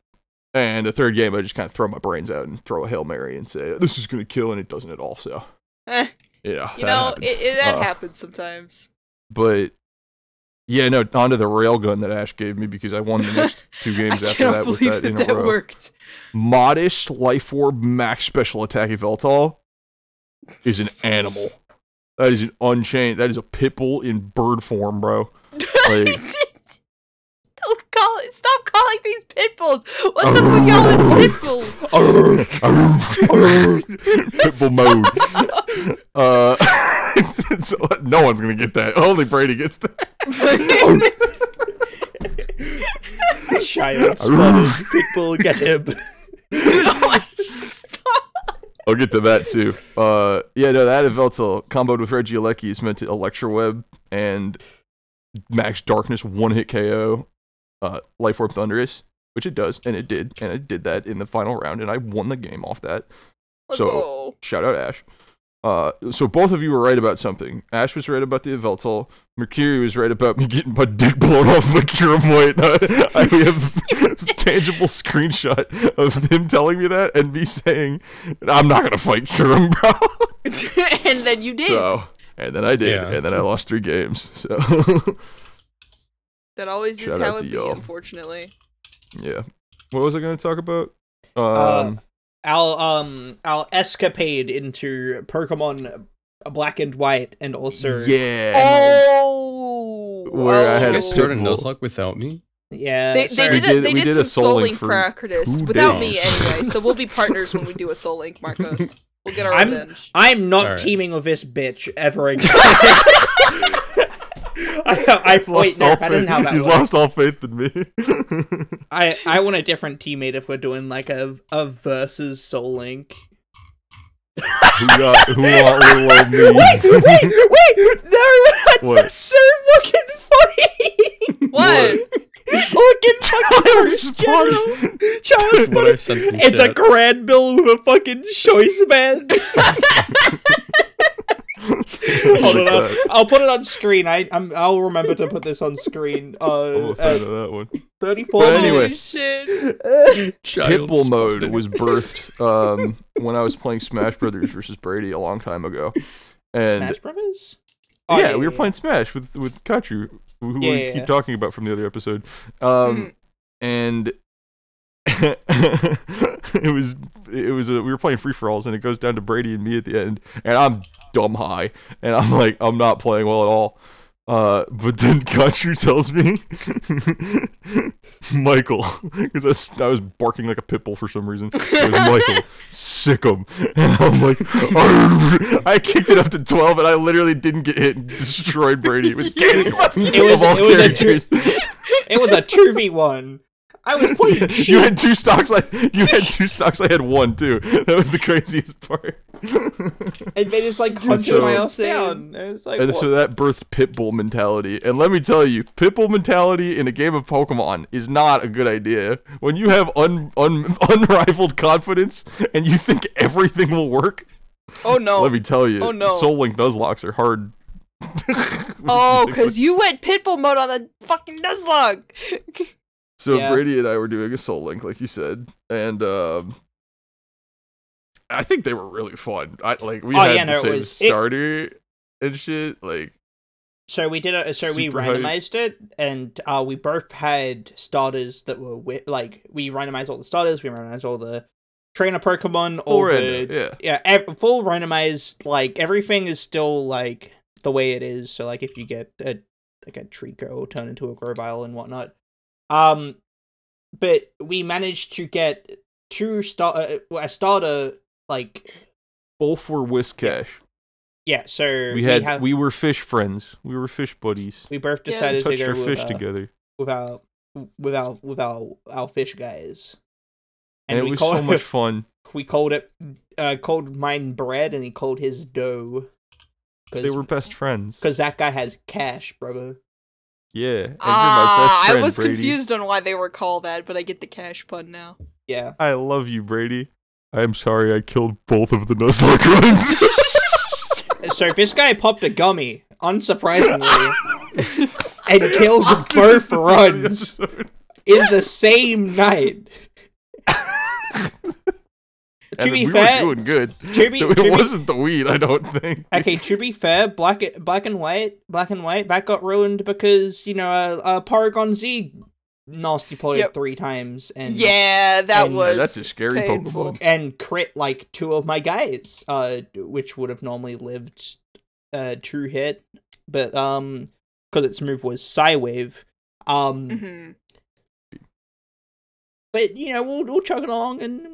[SPEAKER 4] and the third game I just kind of throw my brains out and throw a hail mary and say this is gonna kill, and it doesn't at all. So
[SPEAKER 3] Eh,
[SPEAKER 4] yeah,
[SPEAKER 3] you
[SPEAKER 4] that
[SPEAKER 3] know,
[SPEAKER 4] happens.
[SPEAKER 3] it, it, that
[SPEAKER 4] Uh,
[SPEAKER 3] happens sometimes.
[SPEAKER 4] But yeah, no, onto the railgun that Ash gave me because I won the next two
[SPEAKER 3] I
[SPEAKER 4] games after
[SPEAKER 3] cannot
[SPEAKER 4] that with
[SPEAKER 3] believe
[SPEAKER 4] that, in
[SPEAKER 3] that,
[SPEAKER 4] a row.
[SPEAKER 3] worked.
[SPEAKER 4] Modish Life Orb Max Special Attack Eveltal is an animal. That is an unchained. That is a pitbull in bird form, bro. Like,
[SPEAKER 3] Don't call it. Stop calling these pit bulls. What's up with y'all and pit bulls?
[SPEAKER 4] arr, arr, arr, pitbull mode. Uh, so no one's gonna get that. Only Brady gets that.
[SPEAKER 2] Child spotted. Pitbull, get him.
[SPEAKER 3] Dude, oh my- stop.
[SPEAKER 4] I'll get to that too. Uh, yeah, no, that Eveltal comboed with Reggie Alecki is meant to Electro Web and Max Darkness one hit KO, uh, Life Orb Thunderous, which it does, and it did, and it did that in the final round, and I won the game off that.
[SPEAKER 3] Let's
[SPEAKER 4] So-
[SPEAKER 3] go.
[SPEAKER 4] Shout out Ash. Uh, so both of you were right about something. Ash was right about the Eveltal. Mercury was right about me getting my dick blown off by Curamoid. I have tangible screenshot of him telling me that and me saying, "I'm not gonna fight Curum, bro."
[SPEAKER 3] and then you did.
[SPEAKER 4] So, and then I did,
[SPEAKER 1] Yeah.
[SPEAKER 4] and then I lost three games. So,
[SPEAKER 3] that always is
[SPEAKER 4] shout
[SPEAKER 3] how
[SPEAKER 4] out
[SPEAKER 3] it
[SPEAKER 4] to
[SPEAKER 3] be,
[SPEAKER 4] y'all.
[SPEAKER 3] unfortunately.
[SPEAKER 4] yeah. What was I going to talk about? Um,
[SPEAKER 2] I'll um I'll escapade into Pokemon Black and White and also
[SPEAKER 4] yeah.
[SPEAKER 3] Oh,
[SPEAKER 4] Where I
[SPEAKER 1] You
[SPEAKER 4] had a
[SPEAKER 1] guys started
[SPEAKER 4] pitbull.
[SPEAKER 1] Nuzlocke without me?
[SPEAKER 2] yeah.
[SPEAKER 3] They, they
[SPEAKER 2] sorry.
[SPEAKER 3] did,
[SPEAKER 4] We
[SPEAKER 3] a,
[SPEAKER 4] did-
[SPEAKER 3] they
[SPEAKER 4] we
[SPEAKER 3] did,
[SPEAKER 4] did a
[SPEAKER 3] some
[SPEAKER 4] soul
[SPEAKER 3] soul
[SPEAKER 4] link
[SPEAKER 3] link
[SPEAKER 4] for
[SPEAKER 3] practice
[SPEAKER 4] two
[SPEAKER 3] without me
[SPEAKER 4] days.
[SPEAKER 3] anyway, so we'll be partners when we do a soul link, Marcos. We'll get our
[SPEAKER 2] I'm-
[SPEAKER 3] revenge.
[SPEAKER 2] I'm not
[SPEAKER 1] Alright.
[SPEAKER 2] teaming with this bitch ever again. I, I wait,
[SPEAKER 4] Lost
[SPEAKER 2] no,
[SPEAKER 4] all
[SPEAKER 2] I didn't
[SPEAKER 4] faith-
[SPEAKER 2] have that
[SPEAKER 4] He's
[SPEAKER 2] one.
[SPEAKER 4] lost all faith in me.
[SPEAKER 2] I I want a different teammate if we're doing like a a versus Soul Link.
[SPEAKER 4] who got who want little old me?
[SPEAKER 2] wait, no, that's
[SPEAKER 4] What?
[SPEAKER 2] so fucking funny.
[SPEAKER 3] What?
[SPEAKER 2] Fucking
[SPEAKER 4] Child support.
[SPEAKER 2] Child's
[SPEAKER 1] What I sent in
[SPEAKER 2] It's a
[SPEAKER 1] chat.
[SPEAKER 2] grand bill with a fucking choice man. Hold on, uh, I'll, I'll put it on screen. I I'm, I'll remember to put this on screen.
[SPEAKER 4] I'm
[SPEAKER 2] Uh,
[SPEAKER 4] a fan
[SPEAKER 2] uh
[SPEAKER 4] of that one.
[SPEAKER 2] thirty-four.
[SPEAKER 4] But anyway.
[SPEAKER 3] Holy shit.
[SPEAKER 1] Child
[SPEAKER 4] Pitbull mode
[SPEAKER 1] spotted.
[SPEAKER 4] was birthed um, when I was playing Smash Brothers versus Brady a long time ago, and
[SPEAKER 2] Smash Brothers.
[SPEAKER 4] yeah,
[SPEAKER 2] Oh,
[SPEAKER 4] we were playing Smash with with Kachu, who
[SPEAKER 2] Yeah,
[SPEAKER 4] we
[SPEAKER 2] yeah,
[SPEAKER 4] keep
[SPEAKER 2] yeah.
[SPEAKER 4] talking about from the other episode. Um, and it was it was a, we were playing free for alls, and it goes down to Brady and me at the end, and I'm dumb high, and I'm like I'm not playing well at all. Uh, but then Kachu tells me, Michael, because I, was- I was barking like a pit bull for some reason. It was Michael, sick him. And I'm like, "Arrgh." I kicked it up to 12 and I literally didn't get hit and destroyed Brady. It was game
[SPEAKER 2] It was-
[SPEAKER 4] of all
[SPEAKER 2] it was a
[SPEAKER 4] characters.
[SPEAKER 2] It was a two v one.
[SPEAKER 3] I was pleased.
[SPEAKER 4] you had two stocks. I you had two stocks. I had one too. That was the craziest part.
[SPEAKER 2] And then it's like
[SPEAKER 4] And
[SPEAKER 2] hundred
[SPEAKER 4] so-
[SPEAKER 2] miles down. And it's like
[SPEAKER 4] and so
[SPEAKER 2] what?
[SPEAKER 4] that birthed Pitbull mentality. And let me tell you, Pitbull mentality in a game of Pokemon is not a good idea. When you have un, un, unrivaled confidence and you think everything will work,
[SPEAKER 3] Oh no.
[SPEAKER 4] let me tell you,
[SPEAKER 3] Oh, no.
[SPEAKER 4] Soul Link Nuzlocks are hard.
[SPEAKER 3] Oh, because you went pitbull mode on the fucking Nuzlocke.
[SPEAKER 4] So
[SPEAKER 2] Yeah.
[SPEAKER 4] Brady and I were doing a Soul Link, like you said, and um, I think they were really fun. I like we
[SPEAKER 2] Oh,
[SPEAKER 4] had
[SPEAKER 2] yeah,
[SPEAKER 4] the
[SPEAKER 2] no, it
[SPEAKER 4] same
[SPEAKER 2] was- it-
[SPEAKER 4] starter and shit. Like
[SPEAKER 2] So we did it. So we
[SPEAKER 4] Super hype.
[SPEAKER 2] randomized it, and uh, we both had starters that were wi- like we randomized all the starters. We randomized all the trainer Pokemon. All
[SPEAKER 4] or
[SPEAKER 2] the
[SPEAKER 4] yeah,
[SPEAKER 2] yeah, ev- full randomized. Like everything is still like the way it is. So like if you get a like a Trico turn into a Grovyle and whatnot, um, but we managed to get two star uh, a starter like
[SPEAKER 4] both were Whiskash.
[SPEAKER 2] yeah. So
[SPEAKER 4] we had we,
[SPEAKER 2] have,
[SPEAKER 4] were fish friends. We were fish buddies.
[SPEAKER 2] we both
[SPEAKER 3] Yeah,
[SPEAKER 2] decided to
[SPEAKER 4] touched
[SPEAKER 2] go
[SPEAKER 4] our
[SPEAKER 2] with,
[SPEAKER 4] fish
[SPEAKER 2] uh,
[SPEAKER 4] together,
[SPEAKER 2] with our with our with our our fish guys.
[SPEAKER 4] and, it
[SPEAKER 2] we
[SPEAKER 4] was
[SPEAKER 2] called
[SPEAKER 4] so much fun.
[SPEAKER 2] we called it uh called mine bread and he called his dough. Cause,
[SPEAKER 4] They were best friends.
[SPEAKER 2] cause that guy has cash, brother.
[SPEAKER 4] Yeah, and you're my best
[SPEAKER 3] Ah, I
[SPEAKER 4] friend,
[SPEAKER 3] was
[SPEAKER 4] Brady.
[SPEAKER 3] confused on why they were called that, but I get the cash pun now.
[SPEAKER 2] Yeah.
[SPEAKER 4] I love you, Brady. I'm sorry I killed both of the Nuzlocke runs.
[SPEAKER 2] So this guy popped a gummy, unsurprisingly, and killed both runs in the same night. to
[SPEAKER 4] And
[SPEAKER 2] be
[SPEAKER 4] we
[SPEAKER 2] fair,
[SPEAKER 4] were doing good.
[SPEAKER 2] to be, to
[SPEAKER 4] it
[SPEAKER 2] be-
[SPEAKER 4] wasn't the weed, I don't think.
[SPEAKER 2] okay, to be fair, black black and white, black and white, that got ruined because you know uh, uh, Paragon Z nasty played
[SPEAKER 3] Yep.
[SPEAKER 2] three times and
[SPEAKER 3] yeah, that
[SPEAKER 2] and- Yeah,
[SPEAKER 3] was.
[SPEAKER 4] that's a scary
[SPEAKER 3] painful.
[SPEAKER 4] Pokemon.
[SPEAKER 2] and crit like two of my guys, uh, which would have normally lived uh true hit, but um, because its move was Psywave, um,
[SPEAKER 3] hmm
[SPEAKER 2] but you know we'll we'll chug it along and.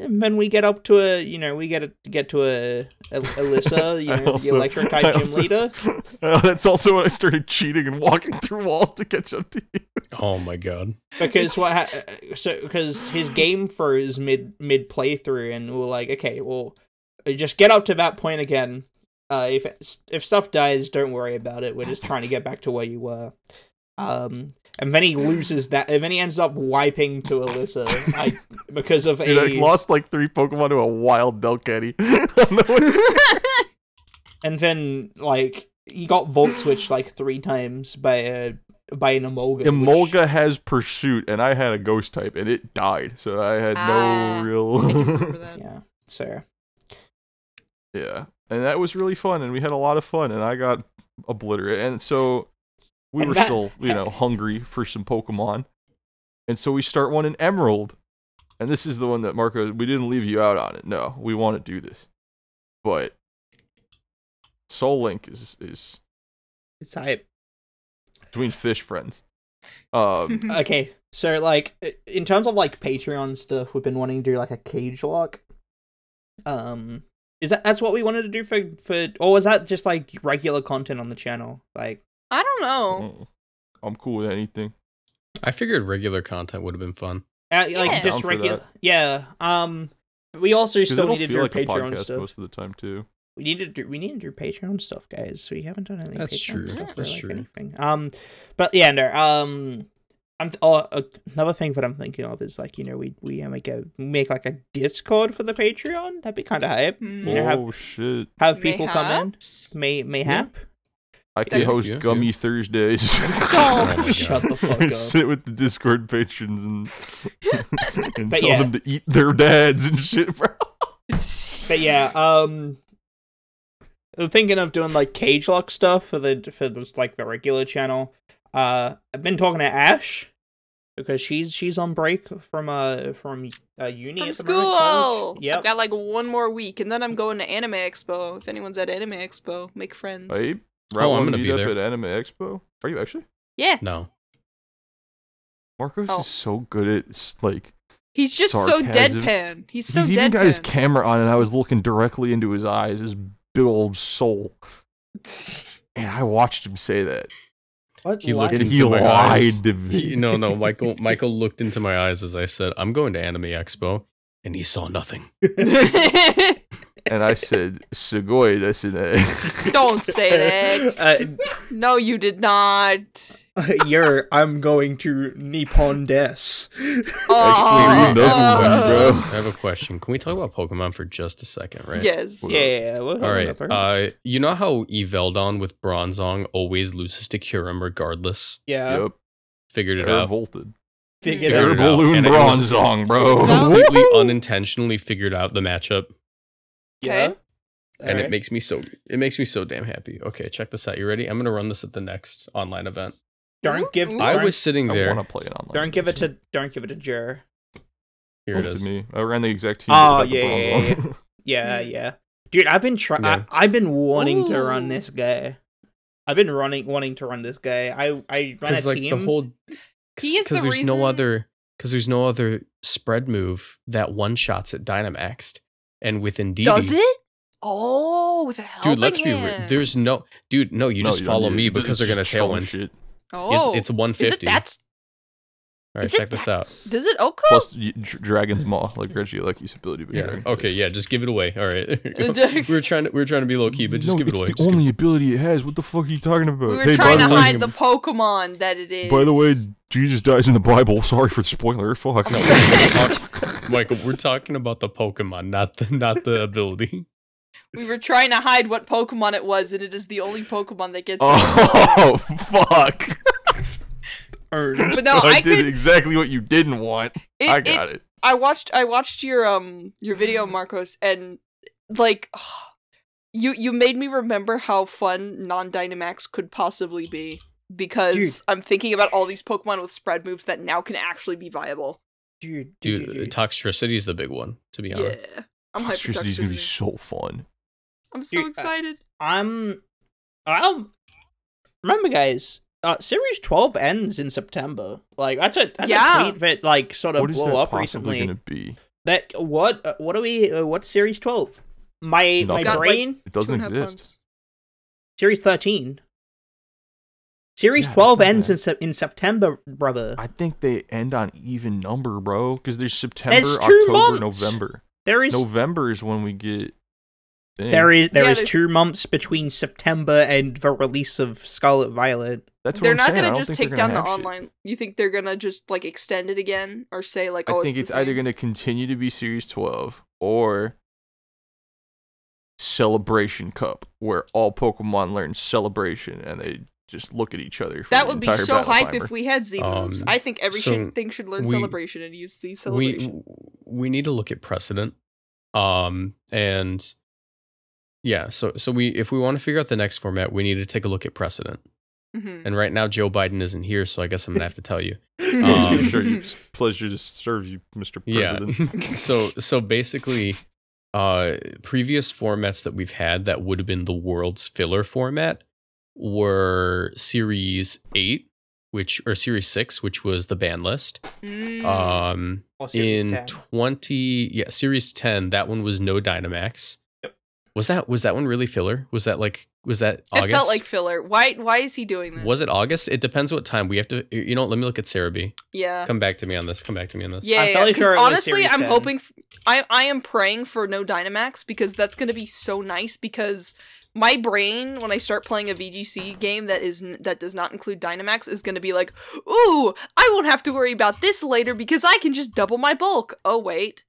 [SPEAKER 2] And then we get up to a, you know, we get a, get to a, a Alyssa, you
[SPEAKER 4] I
[SPEAKER 2] know,
[SPEAKER 4] also-
[SPEAKER 2] the electric type
[SPEAKER 4] I
[SPEAKER 2] gym
[SPEAKER 4] also-
[SPEAKER 2] leader.
[SPEAKER 4] Uh, that's also when I started cheating and walking through walls to catch up to you.
[SPEAKER 1] Oh my god.
[SPEAKER 2] because what ha- so because his game froze mid mid playthrough and we are like okay well uh, just get up to that point again uh if if stuff dies don't worry about it we're just trying to get back to where you were um and then he loses that and then he ends up wiping to alyssa I, because of
[SPEAKER 4] Dude, I
[SPEAKER 2] a
[SPEAKER 4] lost like three Pokemon to a wild Delcatty. on the way.
[SPEAKER 2] and then like he got volt switched like three times by a by an emolga which-
[SPEAKER 4] Emolga has Pursuit, and I had a Ghost type, and it died, so I had
[SPEAKER 3] Ah,
[SPEAKER 4] no
[SPEAKER 3] I do remember
[SPEAKER 4] real.
[SPEAKER 3] that.
[SPEAKER 2] yeah so
[SPEAKER 4] yeah, and that was really fun, and we had a lot of fun, and I got obliterated, and so we
[SPEAKER 2] And
[SPEAKER 4] were
[SPEAKER 2] that-
[SPEAKER 4] still, you know, hungry for some Pokemon, and so we start one in Emerald, and this is the one that Marco. We didn't leave you out on it. No, we want to do this, but Soul Link is is
[SPEAKER 2] it's hype
[SPEAKER 4] between fish friends. Um,
[SPEAKER 2] Okay, so like in terms of like Patreon stuff, we've been wanting to do like a cage lock. Um, is that that's what we wanted to do for for, or was that just like regular content on the channel? Like,
[SPEAKER 3] I don't
[SPEAKER 2] Oh.
[SPEAKER 3] know.
[SPEAKER 4] mm, I'm cool with anything.
[SPEAKER 1] I figured regular content would have been fun.
[SPEAKER 2] uh,
[SPEAKER 3] Yeah.
[SPEAKER 2] like
[SPEAKER 4] Down
[SPEAKER 2] just
[SPEAKER 4] for
[SPEAKER 2] regular,
[SPEAKER 4] that.
[SPEAKER 2] yeah. Um, but we also still
[SPEAKER 4] it'll
[SPEAKER 2] need to
[SPEAKER 4] feel
[SPEAKER 2] do
[SPEAKER 4] like a
[SPEAKER 2] Patreon
[SPEAKER 4] podcast
[SPEAKER 2] stuff.
[SPEAKER 4] most of the time too.
[SPEAKER 2] We need to do we need to do Patreon stuff, guys. We haven't done any
[SPEAKER 1] That's
[SPEAKER 2] Patreon
[SPEAKER 1] true.
[SPEAKER 2] stuff or,
[SPEAKER 1] That's
[SPEAKER 2] like,
[SPEAKER 1] true.
[SPEAKER 2] anything. Um, but yeah, no. Um, I'm th- oh, uh, another thing that I'm thinking of is like you know we we make a make like a Discord for the Patreon. That'd be kind of hype.
[SPEAKER 3] Mm.
[SPEAKER 2] You know, have
[SPEAKER 4] oh shit!
[SPEAKER 2] have people come
[SPEAKER 3] Mayhaps?
[SPEAKER 2] in. May mayhap.
[SPEAKER 4] I can
[SPEAKER 1] Yeah,
[SPEAKER 4] host
[SPEAKER 1] yeah,
[SPEAKER 4] Gummy Thursdays.
[SPEAKER 1] Oh my
[SPEAKER 2] shut the fuck
[SPEAKER 4] I
[SPEAKER 2] up.
[SPEAKER 4] sit with the Discord patrons and, and
[SPEAKER 2] But
[SPEAKER 4] tell
[SPEAKER 2] yeah.
[SPEAKER 4] them to eat their dads and shit, bro.
[SPEAKER 2] But yeah, um, I'm thinking of doing like cage lock stuff for the for this, like the regular channel. Uh, I've been talking to Ash because she's she's on break from uh from uh uni
[SPEAKER 3] From
[SPEAKER 2] at the moment, college.
[SPEAKER 3] school.
[SPEAKER 2] Yep.
[SPEAKER 3] I've got like one more week, and then I'm going to Anime Expo. If anyone's at Anime Expo, make friends.
[SPEAKER 4] Hey,
[SPEAKER 1] Oh, I'm
[SPEAKER 4] Rowan,
[SPEAKER 1] gonna
[SPEAKER 4] meet
[SPEAKER 1] be
[SPEAKER 4] up
[SPEAKER 1] there.
[SPEAKER 4] at Anime Expo. Are you actually?
[SPEAKER 3] Yeah,
[SPEAKER 1] No.
[SPEAKER 4] Marcos
[SPEAKER 3] Oh.
[SPEAKER 4] is so good at s- like
[SPEAKER 3] he's just so
[SPEAKER 4] Sarcasm.
[SPEAKER 3] deadpan. He's so
[SPEAKER 4] he's
[SPEAKER 3] deadpan.
[SPEAKER 4] even got his camera on, and I was looking directly into his eyes, his big old soul, and I watched him say that.
[SPEAKER 2] What?
[SPEAKER 1] He
[SPEAKER 2] Lies?
[SPEAKER 1] looked
[SPEAKER 4] And
[SPEAKER 1] into
[SPEAKER 4] he
[SPEAKER 1] my eyes.
[SPEAKER 4] lied to me.
[SPEAKER 1] He- no, no. Michael Michael looked into my eyes as I said, "I'm going to Anime Expo," and he saw nothing.
[SPEAKER 4] And I said, Segoy desine.
[SPEAKER 3] Don't say that. No, you did not.
[SPEAKER 2] Uh, you're. I'm going to Nippon Des.
[SPEAKER 3] Oh,
[SPEAKER 4] Actually, read those ones,
[SPEAKER 3] oh.
[SPEAKER 4] bro.
[SPEAKER 1] I have a question. Can we talk about Pokemon for just a second, right?
[SPEAKER 3] Yes.
[SPEAKER 4] Well,
[SPEAKER 2] Yeah. All
[SPEAKER 1] All right. Uh, you know how Eveldon with Bronzong always loses to Kyurem regardless.
[SPEAKER 2] yeah.
[SPEAKER 4] Yep.
[SPEAKER 1] Figured it
[SPEAKER 4] Air
[SPEAKER 1] out.
[SPEAKER 4] volted.
[SPEAKER 1] Figured
[SPEAKER 2] Figured
[SPEAKER 4] Air
[SPEAKER 1] it
[SPEAKER 2] out.
[SPEAKER 1] out.
[SPEAKER 4] balloon
[SPEAKER 1] And it was-
[SPEAKER 4] bronze song, bro.
[SPEAKER 3] No.
[SPEAKER 1] Completely unintentionally figured out the matchup,
[SPEAKER 2] Yeah.
[SPEAKER 3] Okay.
[SPEAKER 1] and it
[SPEAKER 2] Alright.
[SPEAKER 1] makes me so it makes me so damn happy. Okay, check this out. You ready? I'm gonna run this at the next online event.
[SPEAKER 2] Don't give.
[SPEAKER 3] Ooh.
[SPEAKER 1] I
[SPEAKER 2] don't-
[SPEAKER 1] was sitting
[SPEAKER 4] I
[SPEAKER 1] there.
[SPEAKER 4] want to play it online.
[SPEAKER 2] Don't give it to. Don't give it to Jer.
[SPEAKER 1] Here it
[SPEAKER 4] Up to
[SPEAKER 1] is.
[SPEAKER 4] me. I ran the exact team.
[SPEAKER 2] Oh,
[SPEAKER 4] without the
[SPEAKER 2] yeah,
[SPEAKER 4] bronze
[SPEAKER 2] yeah,
[SPEAKER 4] on.
[SPEAKER 2] Yeah,
[SPEAKER 3] Mm.
[SPEAKER 2] yeah. Dude, I've been trying.
[SPEAKER 1] Yeah.
[SPEAKER 2] I've been wanting to
[SPEAKER 3] Ooh.
[SPEAKER 2] run this guy. I've been running, wanting to run this guy. I I ran a
[SPEAKER 1] Because like
[SPEAKER 2] team.
[SPEAKER 1] the whole.
[SPEAKER 3] He is
[SPEAKER 1] Because
[SPEAKER 3] the
[SPEAKER 1] there's
[SPEAKER 3] reason-
[SPEAKER 1] no other. Because there's no other spread move that one shots at Dynamaxed, and with Indeedee.
[SPEAKER 3] Does it? Oh, with a helping
[SPEAKER 1] Dude, let's be real.
[SPEAKER 3] hand.
[SPEAKER 1] There's no dude. No, you
[SPEAKER 4] No,
[SPEAKER 1] just
[SPEAKER 4] don't
[SPEAKER 1] follow
[SPEAKER 4] need
[SPEAKER 1] me
[SPEAKER 4] it.
[SPEAKER 1] because
[SPEAKER 4] It's
[SPEAKER 1] they're gonna
[SPEAKER 4] just
[SPEAKER 1] tail
[SPEAKER 4] trolling
[SPEAKER 1] one.
[SPEAKER 4] shit.
[SPEAKER 3] Oh,
[SPEAKER 1] It's it's
[SPEAKER 3] is
[SPEAKER 1] 150.
[SPEAKER 3] it that's
[SPEAKER 1] All right,
[SPEAKER 3] is it
[SPEAKER 1] check this
[SPEAKER 3] that-
[SPEAKER 1] out.
[SPEAKER 3] does it Oko?
[SPEAKER 4] Plus, uh, y- dr- Dragon's Maw, like Reggie, like use ability. but
[SPEAKER 1] Yeah.
[SPEAKER 4] Dragon's
[SPEAKER 1] Okay.
[SPEAKER 4] Maw.
[SPEAKER 1] Yeah. Just give it away. All right. we were trying to we were trying to be low key, but just
[SPEAKER 4] no,
[SPEAKER 1] give it
[SPEAKER 4] it's
[SPEAKER 1] away.
[SPEAKER 4] the
[SPEAKER 1] Just give-
[SPEAKER 4] only ability it has. What the fuck are you talking about?
[SPEAKER 3] we were
[SPEAKER 4] Hey,
[SPEAKER 3] trying
[SPEAKER 4] by
[SPEAKER 3] to
[SPEAKER 4] the way,
[SPEAKER 3] hide the Pokemon that it is.
[SPEAKER 4] By the way, Jesus dies in the Bible. Sorry for the spoiler. Fuck.
[SPEAKER 1] No, we're talk- Michael, we're talking about the Pokemon, not the not the ability.
[SPEAKER 3] we were trying to hide what Pokemon it was, and it is the only Pokemon that gets.
[SPEAKER 4] Oh fuck!
[SPEAKER 2] Earned.
[SPEAKER 3] But no,
[SPEAKER 4] So
[SPEAKER 3] I,
[SPEAKER 4] did
[SPEAKER 3] could.
[SPEAKER 4] exactly what you didn't want.
[SPEAKER 3] it-
[SPEAKER 4] I
[SPEAKER 3] it-
[SPEAKER 4] got it.
[SPEAKER 3] I watched I watched your um your video Marcos and like you you made me remember how fun non Dynamax could possibly be because
[SPEAKER 2] Dude.
[SPEAKER 3] I'm thinking about all these Pokemon with spread moves that now can actually be viable.
[SPEAKER 2] dude, dude,
[SPEAKER 1] Dude,
[SPEAKER 2] dude, dude. toxicity.
[SPEAKER 1] toxicity is the big one. To be
[SPEAKER 3] Yeah,
[SPEAKER 1] honest,
[SPEAKER 3] I'm hyper
[SPEAKER 4] Electricity's gonna be
[SPEAKER 3] toxicity.
[SPEAKER 4] so fun.
[SPEAKER 3] I'm so
[SPEAKER 2] Dude, I-
[SPEAKER 3] excited.
[SPEAKER 2] I'm. I'm. Remember, guys. Uh, series twelve ends in September. Like that's a that's
[SPEAKER 3] Yeah.
[SPEAKER 2] a tweet that like sort of
[SPEAKER 4] What is
[SPEAKER 2] blew
[SPEAKER 4] that
[SPEAKER 2] up
[SPEAKER 4] possibly
[SPEAKER 2] recently.
[SPEAKER 4] gonna be?
[SPEAKER 2] That what uh, what are we? Uh, what's series twelve? My
[SPEAKER 4] Nothing.
[SPEAKER 2] my
[SPEAKER 3] like,
[SPEAKER 4] Got,
[SPEAKER 2] brain.
[SPEAKER 4] It doesn't
[SPEAKER 3] Two and a half
[SPEAKER 4] exist.
[SPEAKER 3] months.
[SPEAKER 2] series thirteen. Series
[SPEAKER 4] Yeah, that's
[SPEAKER 2] twelve
[SPEAKER 4] not
[SPEAKER 2] ends
[SPEAKER 4] bad.
[SPEAKER 2] in, sep in September, brother.
[SPEAKER 4] I think they end on even number, bro. Because there's September,
[SPEAKER 2] two
[SPEAKER 4] October,
[SPEAKER 2] months.
[SPEAKER 4] November.
[SPEAKER 2] There is
[SPEAKER 4] November is when we get. thing.
[SPEAKER 2] There is there
[SPEAKER 3] Yeah,
[SPEAKER 2] is
[SPEAKER 3] there's-
[SPEAKER 2] two months between September and the release of Scarlet Violet.
[SPEAKER 4] That's what
[SPEAKER 3] they're
[SPEAKER 4] I'm
[SPEAKER 3] not
[SPEAKER 4] saying. I
[SPEAKER 3] gonna
[SPEAKER 4] don't
[SPEAKER 3] just
[SPEAKER 4] think they're
[SPEAKER 3] take down
[SPEAKER 4] gonna
[SPEAKER 3] the
[SPEAKER 4] have shit.
[SPEAKER 3] online. You think they're gonna just like extend it again or say like, oh,
[SPEAKER 4] I think it's,
[SPEAKER 3] the
[SPEAKER 4] either
[SPEAKER 3] same?
[SPEAKER 4] going to continue to be Series 12 or Celebration Cup, where all Pokemon learn Celebration and they just look at each other. For
[SPEAKER 3] That
[SPEAKER 4] the
[SPEAKER 3] would be
[SPEAKER 4] entire
[SPEAKER 3] so
[SPEAKER 4] battle
[SPEAKER 3] hype
[SPEAKER 4] timer.
[SPEAKER 3] if we had Z moves.
[SPEAKER 1] Um,
[SPEAKER 3] I think every
[SPEAKER 1] so
[SPEAKER 3] should- thing should learn
[SPEAKER 1] we-
[SPEAKER 3] celebration and use Z
[SPEAKER 1] we
[SPEAKER 3] celebration.
[SPEAKER 1] we need to look at precedent. Um and yeah, so so we if we want to figure out the next format, we need to take a look at precedent.
[SPEAKER 3] Mhm.
[SPEAKER 1] And right now, Joe Biden isn't here, so I guess I'm gonna have to tell you.
[SPEAKER 4] Pleasure,
[SPEAKER 1] Um,
[SPEAKER 4] to serve you- pleasure to serve you, Mr.
[SPEAKER 1] Yeah.
[SPEAKER 4] President.
[SPEAKER 1] so so basically uh previous formats that we've had that would have been the world's filler format were series 8 which or series 6 which was the ban list
[SPEAKER 3] Mm.
[SPEAKER 1] um
[SPEAKER 2] Or series
[SPEAKER 1] in
[SPEAKER 2] 10.
[SPEAKER 1] 20 yeah series 10 that one was no dynamax
[SPEAKER 2] Yep.
[SPEAKER 1] was that was that one really filler was that like was that
[SPEAKER 3] it
[SPEAKER 1] august
[SPEAKER 3] felt like filler. Why? Why is he doing this?
[SPEAKER 1] was it august it depends what time we have to you know let me look at sarah b
[SPEAKER 3] Yeah.
[SPEAKER 1] come back to me on this come back to me on this
[SPEAKER 3] Uh. Yeah,
[SPEAKER 2] I'm
[SPEAKER 3] yeah,
[SPEAKER 2] fairly
[SPEAKER 3] 'cause
[SPEAKER 2] sure it was
[SPEAKER 3] honestly,
[SPEAKER 2] Series
[SPEAKER 3] I'm
[SPEAKER 2] 10.
[SPEAKER 3] hoping f- I I am praying for no Dynamax because that's gonna be so nice because my brain when I start playing a VGC game that is n- that does not include Dynamax is gonna be like, ooh, I won't have to worry about this later because I can just double my bulk. Oh wait,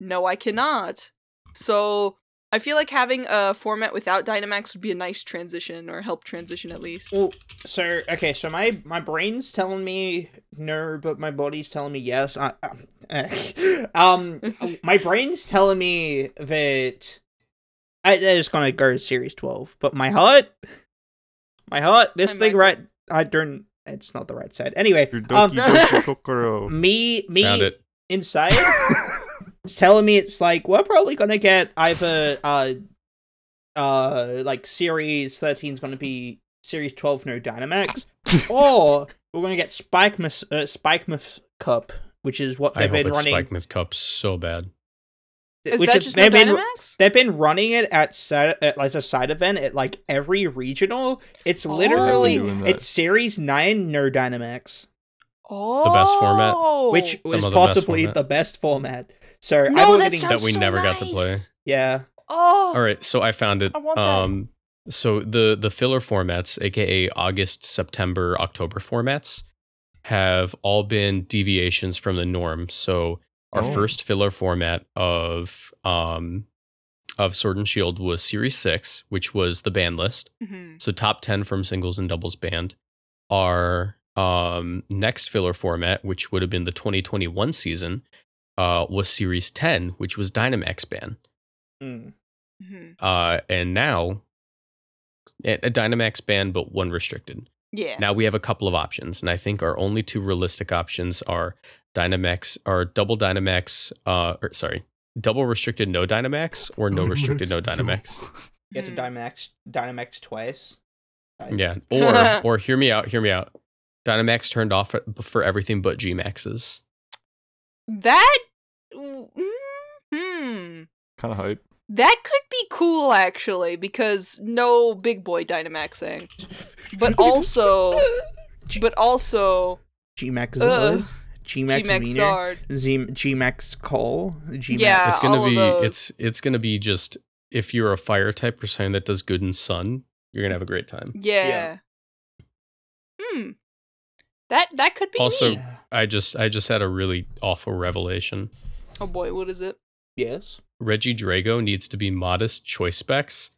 [SPEAKER 3] no, I cannot. So I feel like having a format without Dynamax would be a nice transition or help transition at least.
[SPEAKER 2] Well, so okay, so my my brain's telling me no, but my body's telling me yes. I, I- um, my brain's telling me that I, I just gonna go to series twelve, but my heart, my heart, this
[SPEAKER 3] My
[SPEAKER 2] thing
[SPEAKER 3] mic-
[SPEAKER 2] right, I don't. It's not the right side. Anyway,
[SPEAKER 4] Your Doki
[SPEAKER 2] um,
[SPEAKER 4] Doki Kokoro.
[SPEAKER 2] me
[SPEAKER 1] found
[SPEAKER 2] me
[SPEAKER 1] it
[SPEAKER 2] inside it's telling me it's like we're probably gonna get either uh uh like series 13 is gonna be series 12 no dynamax or we're gonna get spike Mus- uh, spike Mus cup which is what
[SPEAKER 1] i
[SPEAKER 2] they've
[SPEAKER 1] hope
[SPEAKER 2] been
[SPEAKER 1] it's
[SPEAKER 2] running
[SPEAKER 1] spike myth cup so bad
[SPEAKER 3] Is
[SPEAKER 2] which
[SPEAKER 3] that
[SPEAKER 2] is-
[SPEAKER 3] just no
[SPEAKER 2] they've been
[SPEAKER 3] Dynamax?
[SPEAKER 2] they've been running it at, side, at like a side event at like every regional. It's
[SPEAKER 3] Oh.
[SPEAKER 2] literally
[SPEAKER 3] They've been
[SPEAKER 4] doing that.
[SPEAKER 2] it's series nine Nerd Dynamax,
[SPEAKER 3] Oh,
[SPEAKER 1] best format.
[SPEAKER 2] which was
[SPEAKER 1] of the Oh. best
[SPEAKER 2] possibly
[SPEAKER 1] format.
[SPEAKER 2] the best format. So I
[SPEAKER 3] no,
[SPEAKER 2] was
[SPEAKER 3] that
[SPEAKER 2] getting
[SPEAKER 1] That
[SPEAKER 3] sounds
[SPEAKER 1] we
[SPEAKER 3] so
[SPEAKER 1] never got to play.
[SPEAKER 3] nice.
[SPEAKER 2] yeah
[SPEAKER 3] Oh,
[SPEAKER 1] All right, so I found it.
[SPEAKER 3] I want that.
[SPEAKER 1] um so the the filler formats, aka August, September, October formats have all been deviations from the norm. So our
[SPEAKER 4] Oh.
[SPEAKER 1] first filler format of um of Sword and Shield was series 6, which was the ban list.
[SPEAKER 3] Mhm.
[SPEAKER 1] So top 10 from singles and doubles band. Our um, next filler format, which would have been the 2021 season, uh, was Series 10, which was Dynamax ban.
[SPEAKER 2] Mm.
[SPEAKER 3] Mhm.
[SPEAKER 1] Uh, and now, a a Dynamax ban, but one restricted.
[SPEAKER 3] yeah.
[SPEAKER 1] Now we have a couple of options, and I think our only two realistic options are Dynamax, or double Dynamax, uh, or sorry, double restricted no Dynamax, or no restricted no Dynamax.
[SPEAKER 2] get to
[SPEAKER 3] Mhm.
[SPEAKER 2] Dynamax Dynamax twice.
[SPEAKER 1] Yeah. Or or hear me out, hear me out. Dynamax turned off for- for everything but Gmaxes.
[SPEAKER 3] That. Hmm.
[SPEAKER 4] Kind of hype.
[SPEAKER 3] That could be cool actually, because no big boy Dynamaxing, but also, but also
[SPEAKER 2] Gmax
[SPEAKER 3] Ugh.
[SPEAKER 2] Zilla, Gmax
[SPEAKER 3] Gmax
[SPEAKER 2] Wiener,
[SPEAKER 3] Zard.
[SPEAKER 2] Z- Gmax Call, Gmax.
[SPEAKER 3] Yeah.
[SPEAKER 1] It's gonna
[SPEAKER 3] Uh, all of
[SPEAKER 1] be
[SPEAKER 3] those.
[SPEAKER 1] it's it's gonna be just if you're a fire type or something that does good in sun, you're gonna have a great time.
[SPEAKER 3] Yeah. Hmm. That that could be
[SPEAKER 1] Also-
[SPEAKER 3] neat.
[SPEAKER 2] Yeah.
[SPEAKER 1] I just I just had a really awful revelation.
[SPEAKER 3] Oh boy, what is it?
[SPEAKER 2] Yes.
[SPEAKER 1] Reggie Drago needs to be modest choice specs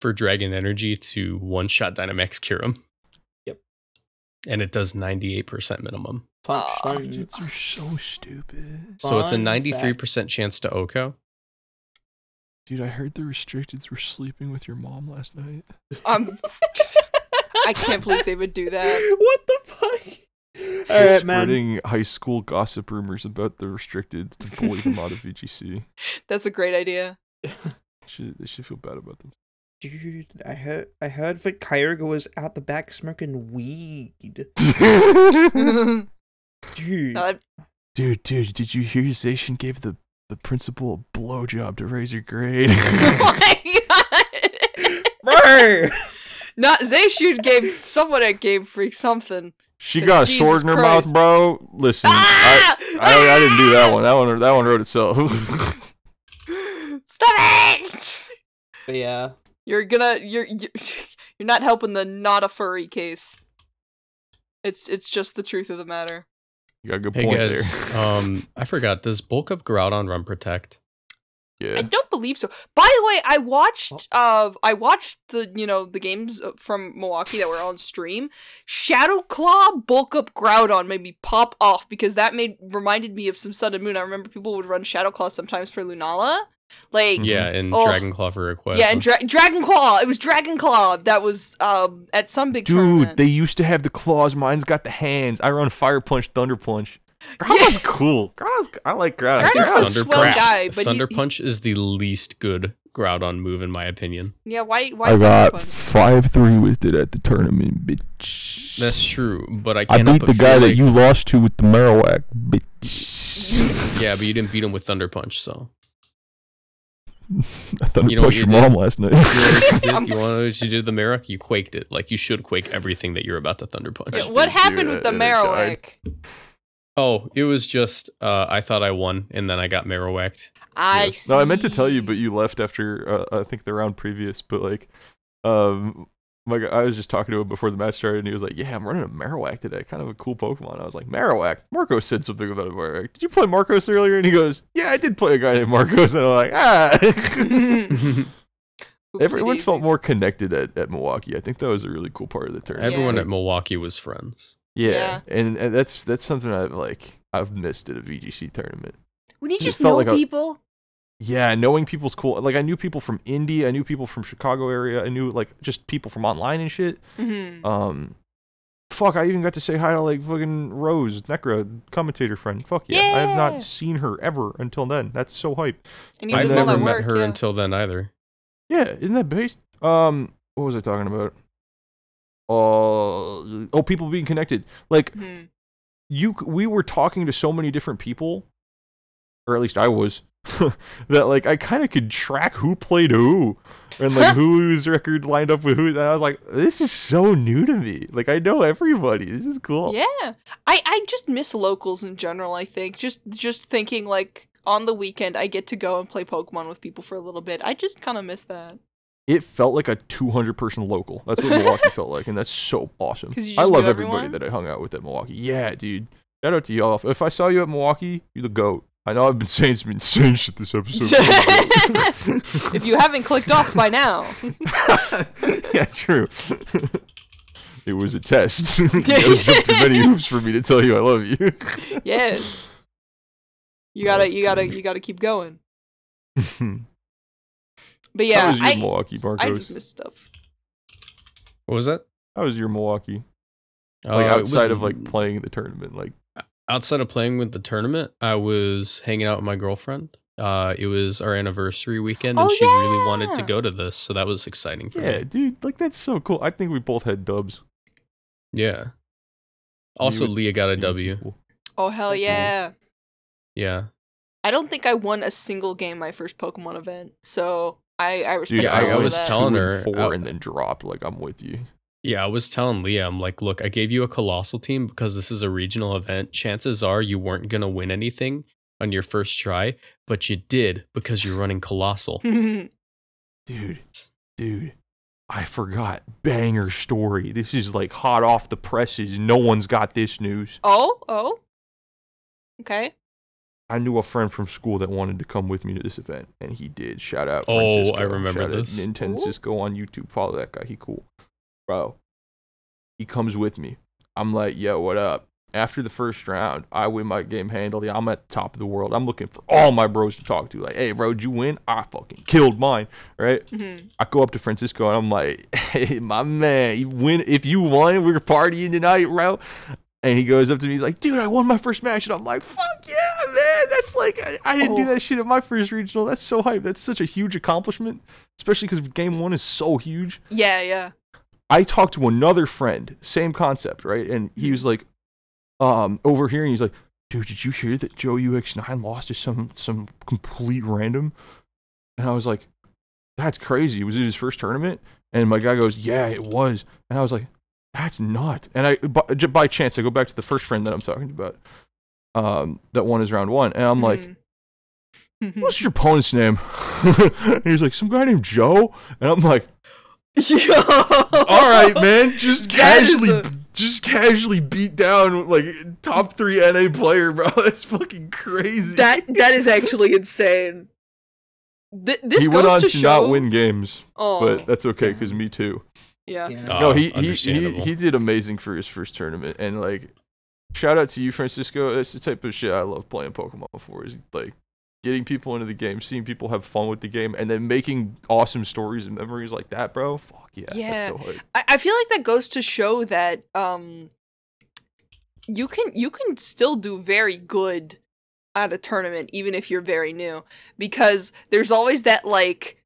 [SPEAKER 1] for Dragon Energy to one shot Dynamax cure him.
[SPEAKER 2] Yep.
[SPEAKER 1] And it does 98% minimum.
[SPEAKER 2] Punch.
[SPEAKER 3] Oh,
[SPEAKER 2] punch.
[SPEAKER 4] are so stupid.
[SPEAKER 1] So it's a
[SPEAKER 2] Fun fact.
[SPEAKER 1] 93% chance to Oko.
[SPEAKER 4] Dude, I heard the restricteds were sleeping with your mom last night.
[SPEAKER 3] Um, I can't believe they would do that.
[SPEAKER 2] What the fuck? All right, man.
[SPEAKER 4] Spreading high school gossip rumors about the restricteds to bully them out of VGC.
[SPEAKER 3] That's a great idea.
[SPEAKER 4] Should, they should feel bad about them.
[SPEAKER 2] Dude, I heard I heard that Kyogre was out the back smoking weed.
[SPEAKER 3] No,
[SPEAKER 2] Dude,
[SPEAKER 3] that-
[SPEAKER 4] dude, dude, did you hear Zation gave the, the principal a blowjob to raise your grade?
[SPEAKER 3] oh my god!
[SPEAKER 2] Brr!
[SPEAKER 3] Not Zayshoot gave someone at Game Freak something.
[SPEAKER 4] she got a
[SPEAKER 3] Jesus
[SPEAKER 4] sword in her
[SPEAKER 3] Christ.
[SPEAKER 4] mouth, bro. Listen, Mm, I,
[SPEAKER 3] Ah!
[SPEAKER 4] I, I didn't do that
[SPEAKER 3] Ah!
[SPEAKER 4] one. That one, that one wrote itself.
[SPEAKER 3] Stop it!
[SPEAKER 2] But yeah,
[SPEAKER 3] You're gonna you're you're you're not helping the not a furry case. It's it's just the truth of the matter.
[SPEAKER 4] you got a good
[SPEAKER 1] Hey
[SPEAKER 4] point
[SPEAKER 1] guys,
[SPEAKER 4] there.
[SPEAKER 1] um, I forgot. Does bulk up Groudon run protect?
[SPEAKER 4] yeah.
[SPEAKER 3] I don't believe so. By the way, I watched uh I watched the you know the games uh, from Milwaukee that were on stream. Shadow Claw bulk up Groudon made me pop off because that made reminded me of some Sun and Moon. I remember people would run Shadow Claw sometimes for Lunala. Like
[SPEAKER 1] Yeah, and
[SPEAKER 3] Oh.
[SPEAKER 1] Dragon Claw for request.
[SPEAKER 3] yeah, and Dra- Dragon Claw. It was Dragon Claw that was um at some big
[SPEAKER 4] Dude,
[SPEAKER 3] tournament.
[SPEAKER 4] they used to have the claws. Mine's got the hands. I run fire punch, thunder punch.
[SPEAKER 3] Yeah.
[SPEAKER 4] Groudon's cool. Groudon's, I like Groudon.
[SPEAKER 1] I think
[SPEAKER 3] Groudon's a
[SPEAKER 1] Thunder
[SPEAKER 3] swell
[SPEAKER 1] Punch,
[SPEAKER 3] guy, but he-
[SPEAKER 1] Thunder
[SPEAKER 3] he-
[SPEAKER 1] Punch is the least good Groudon move in my opinion.
[SPEAKER 3] yeah, why why
[SPEAKER 4] I
[SPEAKER 3] did that
[SPEAKER 4] got
[SPEAKER 3] one?
[SPEAKER 4] five three with it at the tournament, bitch.
[SPEAKER 1] That's true, but I
[SPEAKER 4] I
[SPEAKER 1] cannot.
[SPEAKER 4] beat
[SPEAKER 1] but
[SPEAKER 4] the
[SPEAKER 1] feel
[SPEAKER 4] guy that
[SPEAKER 1] like-
[SPEAKER 4] you lost to with the Marowak, bitch.
[SPEAKER 1] Yeah, but you didn't beat him with Thunder Punch, so.
[SPEAKER 4] I thought
[SPEAKER 1] You
[SPEAKER 4] you
[SPEAKER 1] know what
[SPEAKER 4] punched
[SPEAKER 1] you
[SPEAKER 4] your mom last
[SPEAKER 1] You
[SPEAKER 4] night.
[SPEAKER 1] know what you,
[SPEAKER 3] I'm-
[SPEAKER 1] did? You wanna know what you did to the Merrick? You quaked it. Like you should quake everything that you're about to Thunder Punch.
[SPEAKER 3] Yeah, what
[SPEAKER 4] dude,
[SPEAKER 3] happened
[SPEAKER 4] I-
[SPEAKER 3] with the
[SPEAKER 4] I died.
[SPEAKER 3] Marowak?
[SPEAKER 1] Oh, it was just uh, I thought I won, and then I got Marowaked.
[SPEAKER 3] I
[SPEAKER 4] Yeah. No, I meant to tell you,
[SPEAKER 3] see.
[SPEAKER 4] but you left after uh, I think the round previous. But like, um, my guy- I was just talking to him before the match started, and he was like, "Yeah, I'm running a Marowak today. Kind of a cool Pokemon." I was like, "Marowak." Marco said something about a Marowak. Did you play Marcos earlier? And he goes, "Yeah, I did play a guy named Marcos." And I'm like, "Ah." Everyone
[SPEAKER 3] Oopsie
[SPEAKER 4] felt
[SPEAKER 3] daisies.
[SPEAKER 4] more connected at, at Milwaukee. I think that was a really cool part of the tournament.
[SPEAKER 1] Everyone
[SPEAKER 3] Yeah.
[SPEAKER 1] at Milwaukee was friends.
[SPEAKER 4] yeah,
[SPEAKER 3] Yeah.
[SPEAKER 4] And, and that's that's something I've like I've missed at a VGC tournament.
[SPEAKER 3] When you
[SPEAKER 4] It
[SPEAKER 3] just
[SPEAKER 4] felt
[SPEAKER 3] know
[SPEAKER 4] like a-
[SPEAKER 3] people.
[SPEAKER 4] yeah, knowing people's cool. Like I knew people from Indy, I knew people from Chicago area, I knew like just people from online and shit.
[SPEAKER 3] Mhm.
[SPEAKER 4] Um, fuck, I even got to say hi to like fucking Rose Necra, commentator friend. Fuck yeah, I have
[SPEAKER 3] Yeah.
[SPEAKER 4] not seen her ever until then. That's so hype.
[SPEAKER 3] and you
[SPEAKER 4] Even
[SPEAKER 1] I've
[SPEAKER 3] did all
[SPEAKER 4] though
[SPEAKER 1] never
[SPEAKER 3] that
[SPEAKER 1] met
[SPEAKER 3] work,
[SPEAKER 1] her
[SPEAKER 3] yeah.
[SPEAKER 1] until then either.
[SPEAKER 4] Yeah, isn't that based? Um, what was I talking about? Uh, oh, people being connected. Like
[SPEAKER 3] Mhm.
[SPEAKER 4] you, c- we were talking to so many different people, or at least I was, that like I kind of could track who played who and like whose record lined up with who. And I was like, this is so new to me. Like I know everybody. This is cool.
[SPEAKER 3] Yeah. I I just miss locals in general, I think. Just just thinking like on the weekend I get to go and play Pokemon with people for a little bit. I just kind of miss that.
[SPEAKER 4] It felt like a 200 person local. That's what Milwaukee felt like, and that's so awesome.
[SPEAKER 3] 'Cause you
[SPEAKER 4] I
[SPEAKER 3] just
[SPEAKER 4] love
[SPEAKER 3] knew
[SPEAKER 4] everybody
[SPEAKER 3] everyone?
[SPEAKER 4] that I hung out with at Milwaukee. Yeah, dude. Shout out to y'all. If I saw you at Milwaukee, you're the goat. I know I've been saying some insane shit this episode.
[SPEAKER 3] if you haven't clicked off by now.
[SPEAKER 4] yeah, true. it was a test. you gotta jump through many hoops for me to tell you I love you.
[SPEAKER 3] Yes. You
[SPEAKER 4] Yeah,
[SPEAKER 3] got to
[SPEAKER 4] that's
[SPEAKER 3] you got to
[SPEAKER 4] cringe.
[SPEAKER 3] you got to keep going. But yeah,
[SPEAKER 4] How was your
[SPEAKER 3] I
[SPEAKER 4] Milwaukee,
[SPEAKER 3] I just
[SPEAKER 4] Marcos?
[SPEAKER 3] miss stuff.
[SPEAKER 1] What was that?
[SPEAKER 4] How was your Milwaukee?
[SPEAKER 1] Uh,
[SPEAKER 4] Like
[SPEAKER 1] it was-
[SPEAKER 4] outside of like playing the tournament, like
[SPEAKER 1] outside of playing with the tournament, I was hanging out with my girlfriend. Uh, it was our anniversary weekend, and
[SPEAKER 3] Oh,
[SPEAKER 1] she really wanted to
[SPEAKER 3] yeah.
[SPEAKER 1] go to this, so that was exciting for
[SPEAKER 4] yeah,
[SPEAKER 1] me.
[SPEAKER 4] dude, like that's so cool. I think we both had dubs.
[SPEAKER 1] Yeah. Also,
[SPEAKER 4] would-
[SPEAKER 1] Leah got a W.
[SPEAKER 3] Oh hell
[SPEAKER 4] That's nice.
[SPEAKER 3] yeah.
[SPEAKER 1] Yeah,
[SPEAKER 3] I don't think I won a single game my first Pokemon event. So I I respect
[SPEAKER 4] Dude,
[SPEAKER 1] Yeah,
[SPEAKER 3] all
[SPEAKER 4] I,
[SPEAKER 1] I
[SPEAKER 3] of
[SPEAKER 1] was
[SPEAKER 3] that.
[SPEAKER 1] telling-
[SPEAKER 4] telling
[SPEAKER 1] her,
[SPEAKER 4] her four
[SPEAKER 1] I-
[SPEAKER 4] and then dropped. Like I'm with you.
[SPEAKER 1] yeah. I was telling Leah, I'm like, look, I gave you a colossal team because this is a regional event. Chances are you weren't gonna win anything on your first try, but you did because you're running colossal.
[SPEAKER 3] Hmm.
[SPEAKER 4] dude, dude, I forgot banger story. This is like hot off the presses. No one's got this news.
[SPEAKER 3] oh, oh. Okay.
[SPEAKER 4] I knew a friend from school that wanted to come with me to this event, and he did. Shout out.
[SPEAKER 1] Oh, I
[SPEAKER 4] Francisco.
[SPEAKER 1] remember
[SPEAKER 4] Shout
[SPEAKER 1] this.
[SPEAKER 4] Out Nintendo
[SPEAKER 3] Cool.
[SPEAKER 4] Cisco on YouTube. Follow that guy. He cool, bro. He comes with me. I'm like, yo, what up? After the first round, I win my game handily. I'm at the top of the world. I'm looking for all my bros to talk to. Like, hey, bro, did you win? I fucking killed mine, right?
[SPEAKER 3] Mhm.
[SPEAKER 4] I go up to Francisco and I'm like, "Hey, my man, you win. If you won, we're partying tonight, bro." And he goes up to me, he's like, "Dude, I won my first match," and I'm like, "Fuck yeah, man! That's like, I, I didn't do
[SPEAKER 3] Oh.
[SPEAKER 4] that shit at my first regional. That's so hype. That's such a huge accomplishment, especially because game one is so huge."
[SPEAKER 3] Yeah, yeah.
[SPEAKER 4] I talked to another friend, same concept, right? And he was like, um, over here, and he's like, dude, did you hear that Joe UX9 lost to some some complete random? And I was like, that's crazy. Was it his first tournament? And my guy goes, yeah, it was. And I was like, that's nuts. And I, by, j- by chance, I go back to the first friend that I'm talking about, um, that won his round one, and I'm like,
[SPEAKER 3] Mm-hmm. Mhm.
[SPEAKER 4] what's your opponent's name? and he's like, some guy named Joe. And I'm like,
[SPEAKER 3] Yo!
[SPEAKER 4] all right, man. Just
[SPEAKER 3] That is
[SPEAKER 4] casually,
[SPEAKER 3] a-
[SPEAKER 4] just casually beat down like top three NA player, bro. That's fucking crazy.
[SPEAKER 3] That that is actually insane. Th- this
[SPEAKER 4] he
[SPEAKER 3] goes
[SPEAKER 4] went on
[SPEAKER 3] to,
[SPEAKER 4] to,
[SPEAKER 3] show.
[SPEAKER 4] not win games,
[SPEAKER 3] oh,
[SPEAKER 4] but that's okay because me too.
[SPEAKER 3] yeah.
[SPEAKER 2] Yeah.
[SPEAKER 4] no,
[SPEAKER 1] Oh,
[SPEAKER 4] he, he he
[SPEAKER 1] understandable.
[SPEAKER 4] he did amazing for his first tournament, and like, shout out to you, Francisco. That's the type of shit I love playing Pokemon for. Is like getting people into the game, seeing people have fun with the game, and then making awesome stories and memories like that, bro. Fuck yeah,
[SPEAKER 3] Yeah.
[SPEAKER 4] That's so hype.
[SPEAKER 3] I, I feel like that goes to show that um you can you can still do very good at a tournament even if you're very new because there's always that like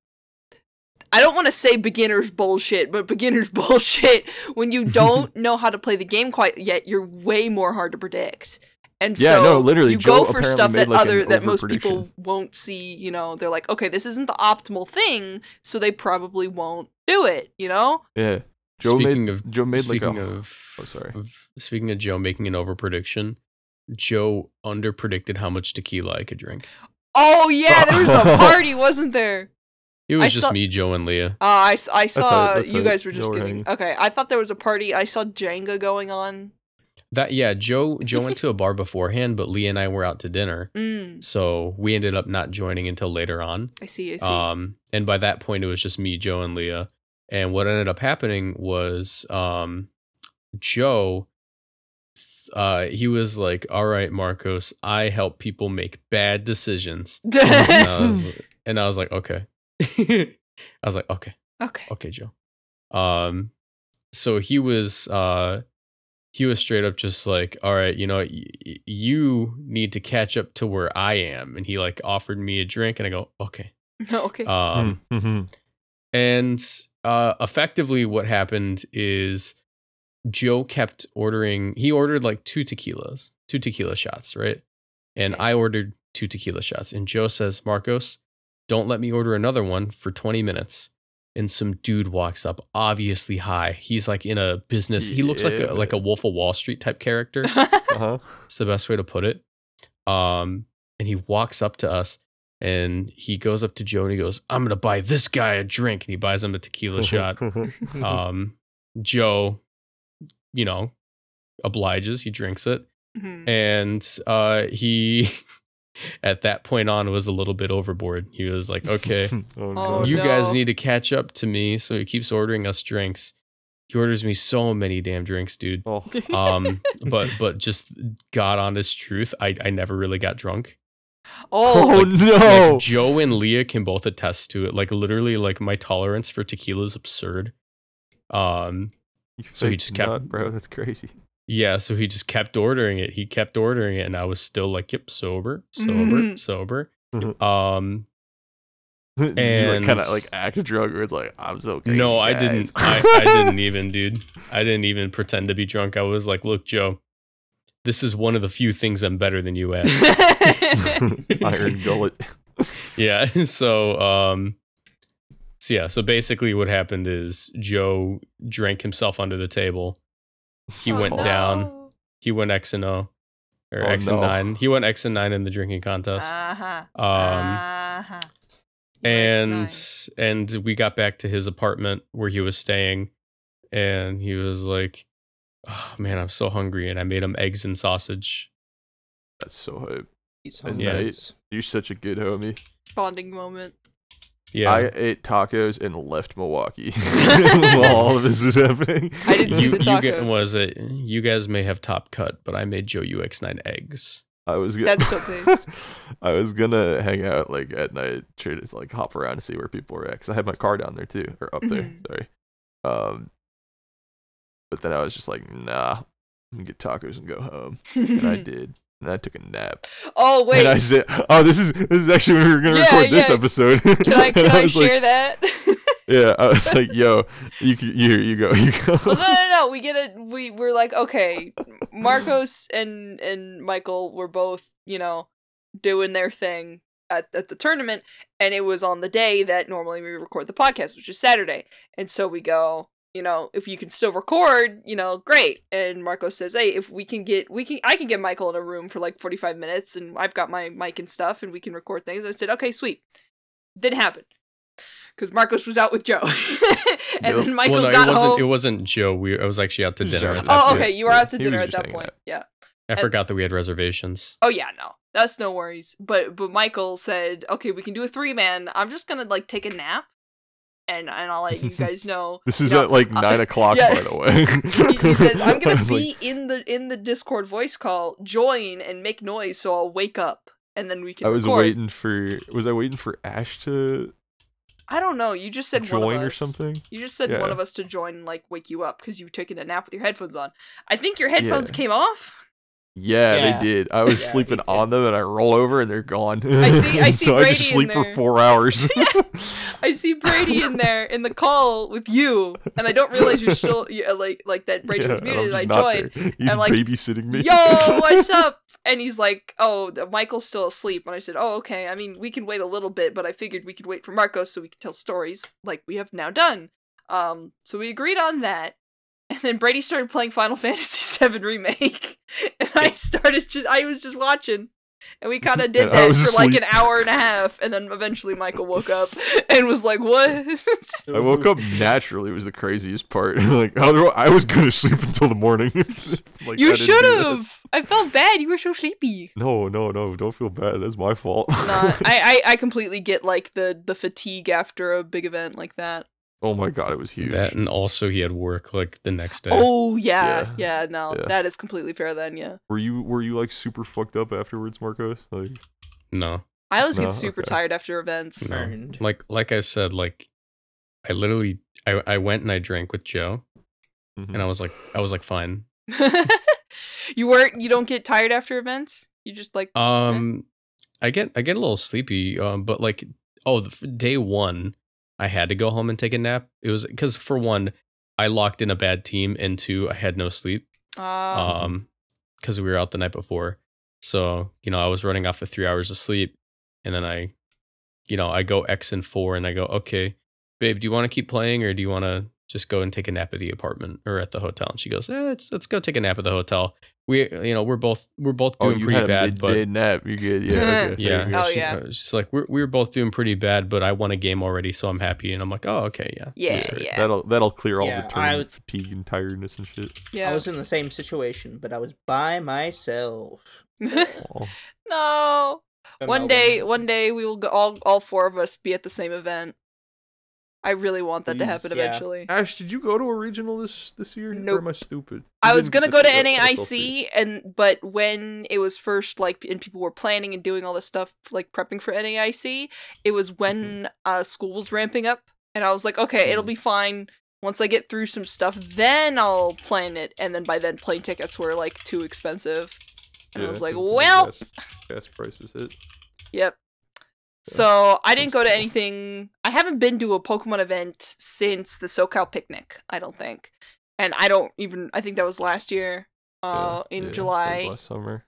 [SPEAKER 3] I don't want to say beginner's bullshit, but beginner's bullshit when you don't know how to play the game quite yet, you're way more hard to predict. And
[SPEAKER 4] Yeah,
[SPEAKER 3] so
[SPEAKER 4] no, literally,
[SPEAKER 3] you
[SPEAKER 4] Joe
[SPEAKER 3] go for
[SPEAKER 4] apparently
[SPEAKER 3] stuff
[SPEAKER 4] made,
[SPEAKER 3] that
[SPEAKER 4] like, an
[SPEAKER 3] other that most people
[SPEAKER 4] overprediction.
[SPEAKER 3] won't see, you know, they're like, okay, this isn't the optimal thing, so they probably won't do it, you know?
[SPEAKER 4] Yeah, Joe
[SPEAKER 1] Speaking
[SPEAKER 4] made
[SPEAKER 1] of-
[SPEAKER 4] Joe made like a
[SPEAKER 1] speaking of,
[SPEAKER 4] oh, sorry.
[SPEAKER 1] of- speaking of Joe making an over prediction, Joe under predicted how much tequila I could drink.
[SPEAKER 3] Oh yeah, there was a party, wasn't there?
[SPEAKER 1] It was
[SPEAKER 3] I
[SPEAKER 1] just
[SPEAKER 3] saw-
[SPEAKER 1] me, Joe, and Leah.
[SPEAKER 3] Uh, I, s- I saw
[SPEAKER 4] how- that's
[SPEAKER 3] you
[SPEAKER 4] how
[SPEAKER 3] guys were
[SPEAKER 4] they
[SPEAKER 3] just
[SPEAKER 4] were
[SPEAKER 3] getting
[SPEAKER 4] hanging.
[SPEAKER 3] okay. I thought there was a party. I saw Jenga going on.
[SPEAKER 1] That yeah, Joe Joe went to a bar beforehand, but Leah and I were out to dinner,
[SPEAKER 3] Mm,
[SPEAKER 1] so we ended up not joining until later on.
[SPEAKER 3] I see. I see.
[SPEAKER 1] Um, and by that point, it was just me, Joe, and Leah. And what ended up happening was, um, Joe, uh, he was like, "All right, Marcos, I help people make bad decisions," and I was, and I was like, "Okay," I was like, "Okay."
[SPEAKER 3] okay.
[SPEAKER 1] okay joe um so he was uh he was straight up just like all right you know y- y- you need to catch up to where i am and he like offered me a drink and i go okay
[SPEAKER 3] okay.
[SPEAKER 4] hmm,
[SPEAKER 1] um
[SPEAKER 4] mm-hmm.
[SPEAKER 1] and uh effectively what happened is joe kept ordering he ordered like two tequilas two tequila shots right and
[SPEAKER 3] Okay.
[SPEAKER 1] i ordered two tequila shots. And Joe says, Marcos, don't let me order another one for 20 minutes. And some dude walks up, obviously high. He's like in a business. He looks like a
[SPEAKER 4] Yeah.
[SPEAKER 1] like a Wolf of Wall Street type character.
[SPEAKER 4] Uh-huh.
[SPEAKER 1] It's the best way to put it. Um, and he walks up to us and he goes up to Joe and he goes, I'm gonna buy this guy a drink. And he buys him a tequila shot.
[SPEAKER 4] Oh,
[SPEAKER 1] Um, Joe, you know, obliges, he drinks it.
[SPEAKER 3] Mhm.
[SPEAKER 1] And uh he at that point on was a little bit overboard. He was like, Okay,
[SPEAKER 4] Oh,
[SPEAKER 3] Oh,
[SPEAKER 1] you
[SPEAKER 3] no.
[SPEAKER 1] guys need to catch up to me. So he keeps ordering us drinks. He orders me so many damn drinks, dude
[SPEAKER 4] Oh.
[SPEAKER 1] um but but just god honest truth i i never really got drunk
[SPEAKER 3] oh,
[SPEAKER 1] like-
[SPEAKER 4] no!
[SPEAKER 1] like joe and leah can both attest to it like literally like my tolerance for tequila is absurd um
[SPEAKER 4] You
[SPEAKER 1] so he
[SPEAKER 4] fake
[SPEAKER 1] just kept-
[SPEAKER 4] nut, bro. That's crazy.
[SPEAKER 1] yeah so he just kept ordering it he kept ordering it and i was still like yep sober sober
[SPEAKER 3] Mhm.
[SPEAKER 1] sober
[SPEAKER 4] Mhm.
[SPEAKER 1] um
[SPEAKER 4] you
[SPEAKER 1] And-
[SPEAKER 4] like, kind of like act a drug or it's like I'm so. okay.
[SPEAKER 1] no i
[SPEAKER 4] guys."
[SPEAKER 1] didn't I, I didn't even dude i didn't even pretend to be drunk i was like look joe this is one of the few things i'm better than you at
[SPEAKER 4] Iron gullet.
[SPEAKER 1] yeah so um so yeah so basically what happened is joe drank himself under the table he
[SPEAKER 3] Oh,
[SPEAKER 1] went
[SPEAKER 3] no.
[SPEAKER 1] down he went x and o or
[SPEAKER 4] Oh,
[SPEAKER 1] x and
[SPEAKER 4] no.
[SPEAKER 1] 9 he went x and 9 in the drinking contest
[SPEAKER 3] Uh-huh.
[SPEAKER 1] um
[SPEAKER 3] uh-huh.
[SPEAKER 1] and and we got back to his apartment where he was staying and he was like oh man i'm so hungry and i made him eggs and sausage
[SPEAKER 4] That's so hype.
[SPEAKER 1] Yeah.
[SPEAKER 4] You're such a good homie.
[SPEAKER 3] bonding moment.
[SPEAKER 1] yeah
[SPEAKER 4] I ate tacos and left Milwaukee while all of this was happening.
[SPEAKER 3] I didn't see
[SPEAKER 1] you,
[SPEAKER 3] the
[SPEAKER 1] you
[SPEAKER 3] tacos.
[SPEAKER 1] get, was it you guys may have top cut but i made joe ux9 eggs
[SPEAKER 4] I was gonna,
[SPEAKER 3] That's so based.
[SPEAKER 4] I was gonna hang out like at night, try to just, like hop around and see where people were at. Cause I had my car down there too, or up there.
[SPEAKER 3] Mhm.
[SPEAKER 4] Sorry. Um, but then I was just like, nah, I'm gonna get tacos and go home. And I did. And I took a nap.
[SPEAKER 3] oh Mm-hmm. wait,
[SPEAKER 4] And I said, oh, this is this is actually when we were gonna
[SPEAKER 3] Yeah,
[SPEAKER 4] record this
[SPEAKER 3] yeah.
[SPEAKER 4] episode.
[SPEAKER 3] can I, can
[SPEAKER 4] and
[SPEAKER 3] I,
[SPEAKER 4] was
[SPEAKER 3] share
[SPEAKER 4] like,
[SPEAKER 3] that?
[SPEAKER 4] yeah, I was like, yo, you can, you here, you go, you go.
[SPEAKER 3] well, no, no, no. We get it. We we're like, okay, Marcos and and Michael were both, you know, doing their thing at at the tournament, and it was on the day that normally we record the podcast, which is Saturday, and so we go. You know, if you can still record, you know, great. And Marcos says, "Hey, if we can get, we can, I can get Michael in a room for like forty-five minutes, and I've got my mic and stuff, and we can record things." I said, "Okay, sweet." Didn't happen because Marcos was out with Joe, and
[SPEAKER 4] Yep.
[SPEAKER 3] then Michael
[SPEAKER 1] well, no,
[SPEAKER 3] got
[SPEAKER 1] it wasn't.
[SPEAKER 3] home.
[SPEAKER 1] It wasn't Joe. We. I was actually out to
[SPEAKER 4] It was
[SPEAKER 1] dinner.
[SPEAKER 4] out
[SPEAKER 1] At
[SPEAKER 4] to
[SPEAKER 1] that
[SPEAKER 3] Oh,
[SPEAKER 1] point.
[SPEAKER 3] okay. You were
[SPEAKER 4] Yeah,
[SPEAKER 3] out to
[SPEAKER 4] he
[SPEAKER 3] dinner
[SPEAKER 4] was
[SPEAKER 3] at
[SPEAKER 4] just
[SPEAKER 3] that
[SPEAKER 4] hanging
[SPEAKER 3] point.
[SPEAKER 4] out.
[SPEAKER 3] Yeah.
[SPEAKER 1] I forgot that we had reservations.
[SPEAKER 3] Oh yeah, no. That's no worries. But but Michael said, "Okay, we can do a three man. I'm just going to like take a nap and and I'll let you guys know."
[SPEAKER 4] This is
[SPEAKER 3] No,
[SPEAKER 4] at like
[SPEAKER 3] uh,
[SPEAKER 4] nine o'clock,
[SPEAKER 3] yeah.
[SPEAKER 4] by the way.
[SPEAKER 3] He, he says, "I'm
[SPEAKER 4] I
[SPEAKER 3] going to
[SPEAKER 4] was
[SPEAKER 3] be in the in the Discord voice call, join and make noise so I'll wake up and then we can
[SPEAKER 4] I was
[SPEAKER 3] record."
[SPEAKER 4] waiting for. Was I waiting for Ash to
[SPEAKER 3] I don't know. You just said one
[SPEAKER 4] join
[SPEAKER 3] of
[SPEAKER 4] or
[SPEAKER 3] us.
[SPEAKER 4] something?
[SPEAKER 3] You just said one
[SPEAKER 4] Yeah.
[SPEAKER 3] of us to join and like wake you up because you've taken a nap with your headphones on. I think your headphones came off.
[SPEAKER 4] Yeah,
[SPEAKER 2] Yeah.
[SPEAKER 4] they did. I was
[SPEAKER 2] Yeah,
[SPEAKER 4] sleeping
[SPEAKER 2] they did.
[SPEAKER 4] on them, and I roll over, and they're gone.
[SPEAKER 3] see- I see
[SPEAKER 4] so I just
[SPEAKER 3] Brady in
[SPEAKER 4] sleep for
[SPEAKER 3] there.
[SPEAKER 4] four hours.
[SPEAKER 3] I see Brady in there in the call with you, and I don't realize you're still you, like like that Brady
[SPEAKER 4] Yeah,
[SPEAKER 3] was
[SPEAKER 4] and
[SPEAKER 3] muted.
[SPEAKER 4] I'm
[SPEAKER 3] And
[SPEAKER 4] just
[SPEAKER 3] I
[SPEAKER 4] not
[SPEAKER 3] joined.
[SPEAKER 4] there. He's
[SPEAKER 3] and, like,
[SPEAKER 4] babysitting me.
[SPEAKER 3] Yo, what's up? And he's like, "Oh, the- Michael's still asleep." And I said, "Oh, okay. I mean, we can wait a little bit, but I figured we could wait for Marcos so we could tell stories like we have now done." Um, so we agreed on that. And then Brady started playing Final Fantasy VII remake, and I started just I was just watching. And we kind of did
[SPEAKER 4] And I
[SPEAKER 3] that for
[SPEAKER 4] was
[SPEAKER 3] like an
[SPEAKER 4] asleep.
[SPEAKER 3] hour and a half, and then eventually Michael woke up and was like, "What?"
[SPEAKER 4] I woke up naturally. Was the craziest part. like otherwise, I was gonna sleep until the morning. Like, I
[SPEAKER 3] you
[SPEAKER 4] didn't do
[SPEAKER 3] should
[SPEAKER 4] that.
[SPEAKER 3] have. I felt bad. You were so sleepy.
[SPEAKER 4] No, no, no! Don't feel bad. That's my fault.
[SPEAKER 3] Not. I, I I completely get like the the fatigue after a big event like that.
[SPEAKER 4] oh my god, it was huge.
[SPEAKER 1] That and also he had work like the next day.
[SPEAKER 3] Oh yeah, yeah.
[SPEAKER 4] Yeah.
[SPEAKER 3] no,
[SPEAKER 4] Yeah.
[SPEAKER 3] that is completely fair then. Yeah,
[SPEAKER 4] Were you were you like super fucked up afterwards, Marcos? Like
[SPEAKER 1] No,
[SPEAKER 3] I always
[SPEAKER 4] No,
[SPEAKER 3] get super
[SPEAKER 4] okay.
[SPEAKER 3] tired after events.
[SPEAKER 1] No.
[SPEAKER 2] Earned.
[SPEAKER 1] like like I said, like I literally I, I went and I drank with Joe,
[SPEAKER 4] mhm.
[SPEAKER 1] and I was like I was like fine.
[SPEAKER 3] you weren't. You don't get tired after events. You just like
[SPEAKER 1] Um, I get I get a little sleepy. Um, but like oh, the, f- day one I had to go home and take a nap. It was because for one I locked in a
[SPEAKER 4] Uh,
[SPEAKER 1] bad team, and two I had no sleep.
[SPEAKER 3] ah.
[SPEAKER 4] Um,
[SPEAKER 1] um because we were out the night before So, you know, I was running off of three hours of sleep. And then I, you know, I go X and four and I go, okay, babe, do you want to keep playing or do you want to just go and take a nap at the apartment or at the hotel? And she goes, eh, let's, let's go take a nap at the hotel. We, you know, we're both, we're both
[SPEAKER 4] Oh,
[SPEAKER 1] doing
[SPEAKER 4] you
[SPEAKER 1] pretty
[SPEAKER 4] had a
[SPEAKER 1] bad, but
[SPEAKER 4] midday nap. You good? Yeah. Okay.
[SPEAKER 1] yeah.
[SPEAKER 4] Very good.
[SPEAKER 3] Oh,
[SPEAKER 1] she-
[SPEAKER 3] yeah.
[SPEAKER 1] uh, She's like, we're, we were both doing pretty bad, but I won a game already, so I'm happy. And I'm like, oh, okay, yeah.
[SPEAKER 3] Yeah,
[SPEAKER 1] that's right.
[SPEAKER 3] yeah,
[SPEAKER 4] That'll that'll clear all
[SPEAKER 2] Yeah,
[SPEAKER 4] the
[SPEAKER 2] I
[SPEAKER 4] turn
[SPEAKER 2] would-
[SPEAKER 4] fatigue and tiredness and shit.
[SPEAKER 2] I
[SPEAKER 3] yeah.
[SPEAKER 2] was in the same situation, but I was by myself.
[SPEAKER 4] Oh.
[SPEAKER 3] no.
[SPEAKER 2] In
[SPEAKER 3] One
[SPEAKER 2] Melbourne.
[SPEAKER 3] day, one day we will go, all all four of us be at the same event. I really want that to
[SPEAKER 4] Please,
[SPEAKER 3] happen
[SPEAKER 2] yeah.
[SPEAKER 3] eventually.
[SPEAKER 4] Ash, did you go to a regional this this year? Or
[SPEAKER 3] Nope.
[SPEAKER 4] am I stupid?
[SPEAKER 3] I
[SPEAKER 4] You
[SPEAKER 3] was
[SPEAKER 4] didn't
[SPEAKER 3] gonna go to
[SPEAKER 4] participate at SLC.
[SPEAKER 3] NAIC, and but when it was first like and people were planning and doing all this stuff, like prepping for NAIC, it was
[SPEAKER 4] Mm-hmm.
[SPEAKER 3] when uh, school was ramping up, and I was like, okay, it'll
[SPEAKER 4] Mhm.
[SPEAKER 3] be fine. Once I get through some stuff, then I'll plan it. And then by then, plane tickets were like too expensive, and I
[SPEAKER 4] Yeah,
[SPEAKER 3] was like,
[SPEAKER 4] 'cause the
[SPEAKER 3] well,
[SPEAKER 4] gas, gas prices hit.
[SPEAKER 3] Yep. So I didn't
[SPEAKER 4] That's
[SPEAKER 3] go to
[SPEAKER 4] cool.
[SPEAKER 3] anything. I haven't been to a Pokemon event since the SoCal picnic. I don't think, and I don't even. I think that was last year, uh,
[SPEAKER 4] Yeah,
[SPEAKER 3] in
[SPEAKER 4] yeah, that was
[SPEAKER 3] July.
[SPEAKER 4] last summer.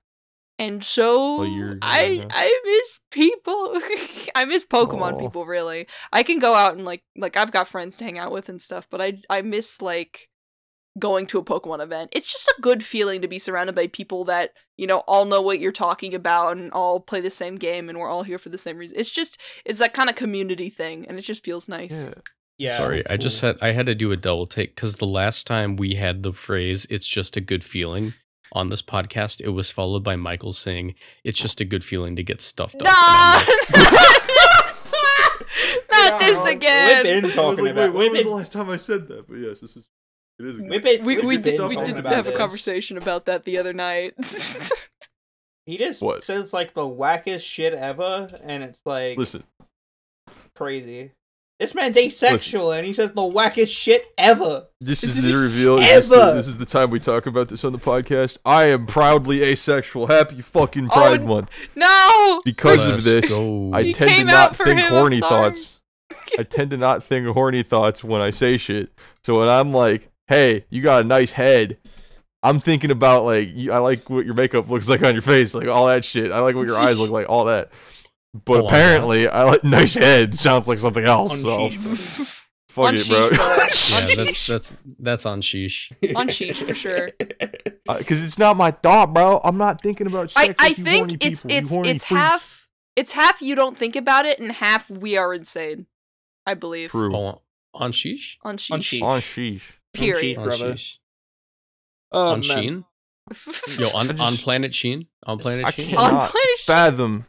[SPEAKER 3] And so
[SPEAKER 4] A year ago,
[SPEAKER 3] I
[SPEAKER 4] yeah.
[SPEAKER 3] I miss people. I miss Pokemon
[SPEAKER 4] Aw.
[SPEAKER 3] people really. I can go out and like like I've got friends to hang out with and stuff, but I I miss like going to a Pokemon event. It's just a good feeling to be surrounded by people that, you know, all know what you're talking about and all play the same game and we're all here for the same reason. It's just it's that kind of community thing and it just feels nice.
[SPEAKER 4] Yeah.
[SPEAKER 2] Yeah.
[SPEAKER 1] Sorry, I just
[SPEAKER 4] cool.
[SPEAKER 1] had I had to do a double take because the last time we had the phrase "it's just a good feeling" on this podcast, it was followed by Michael saying "it's just a good feeling to get stuffed up." And
[SPEAKER 3] No!
[SPEAKER 1] I'm like,
[SPEAKER 3] Not this
[SPEAKER 4] Yeah,
[SPEAKER 3] again.
[SPEAKER 2] We've been
[SPEAKER 4] I was
[SPEAKER 2] talking
[SPEAKER 4] like, wait,
[SPEAKER 2] about we've
[SPEAKER 4] when was the
[SPEAKER 2] been-
[SPEAKER 4] last time I said that? But yes, this is it is. a
[SPEAKER 2] we've
[SPEAKER 4] good-
[SPEAKER 2] been-
[SPEAKER 3] We
[SPEAKER 2] we've
[SPEAKER 3] we
[SPEAKER 4] Good
[SPEAKER 3] did
[SPEAKER 4] stuff
[SPEAKER 3] we
[SPEAKER 4] on
[SPEAKER 3] did
[SPEAKER 4] the
[SPEAKER 3] have a
[SPEAKER 4] podcast.
[SPEAKER 3] conversation about that the other night.
[SPEAKER 2] He just
[SPEAKER 4] What?
[SPEAKER 2] says like the wackest shit ever, and it's like
[SPEAKER 4] Listen,
[SPEAKER 2] crazy. This man's asexual, and he says the wackest shit ever.
[SPEAKER 4] this
[SPEAKER 3] This
[SPEAKER 4] is,
[SPEAKER 3] is
[SPEAKER 4] the reveal. This is the,
[SPEAKER 2] ever.
[SPEAKER 4] this is the time we talk about this on the podcast. I am proudly asexual. Happy fucking Pride
[SPEAKER 3] Oh,
[SPEAKER 4] Month.
[SPEAKER 3] no.
[SPEAKER 4] Because uh, of
[SPEAKER 1] "Let's
[SPEAKER 4] this,
[SPEAKER 1] go."
[SPEAKER 4] I
[SPEAKER 3] You
[SPEAKER 4] tend to
[SPEAKER 3] came out
[SPEAKER 4] not
[SPEAKER 3] for
[SPEAKER 4] think
[SPEAKER 3] him, I'm
[SPEAKER 4] horny
[SPEAKER 3] sorry.
[SPEAKER 4] thoughts. I tend to not think horny thoughts when I say shit. So when I'm like, "Hey, you got a nice head," I'm thinking about like, you, I like what your makeup looks like on your face, like all that shit. I like what your eyes look like, all that. But
[SPEAKER 1] Go on, Rob.
[SPEAKER 4] apparently, I like nice head sounds like something else. So
[SPEAKER 2] Unsheesh.
[SPEAKER 4] fuck it, bro.
[SPEAKER 3] Unsheesh,
[SPEAKER 1] yeah, that's that's that's on sheesh.
[SPEAKER 3] On sheesh for sure.
[SPEAKER 4] Because Uh, it's not my thought, bro. I'm not thinking about sex.
[SPEAKER 3] I, I
[SPEAKER 4] with you horny
[SPEAKER 3] think it's
[SPEAKER 4] people, you
[SPEAKER 3] it's
[SPEAKER 4] horny
[SPEAKER 3] it's
[SPEAKER 4] freaks.
[SPEAKER 3] half it's half you don't think about it and half we are insane. I believe.
[SPEAKER 4] true.
[SPEAKER 1] Oh, on sheesh.
[SPEAKER 3] On sheesh.
[SPEAKER 2] On sheesh.
[SPEAKER 4] On sheesh.
[SPEAKER 3] Period.
[SPEAKER 1] On
[SPEAKER 2] Brother.
[SPEAKER 1] sheesh.
[SPEAKER 2] Um,
[SPEAKER 3] Oh,
[SPEAKER 1] on Sheen. Yo,
[SPEAKER 4] I
[SPEAKER 1] on,
[SPEAKER 4] just-
[SPEAKER 1] on planet Sheen. On
[SPEAKER 4] I
[SPEAKER 1] planet Sheen.
[SPEAKER 3] On
[SPEAKER 4] cannot
[SPEAKER 3] planet Sheesh.
[SPEAKER 4] fathom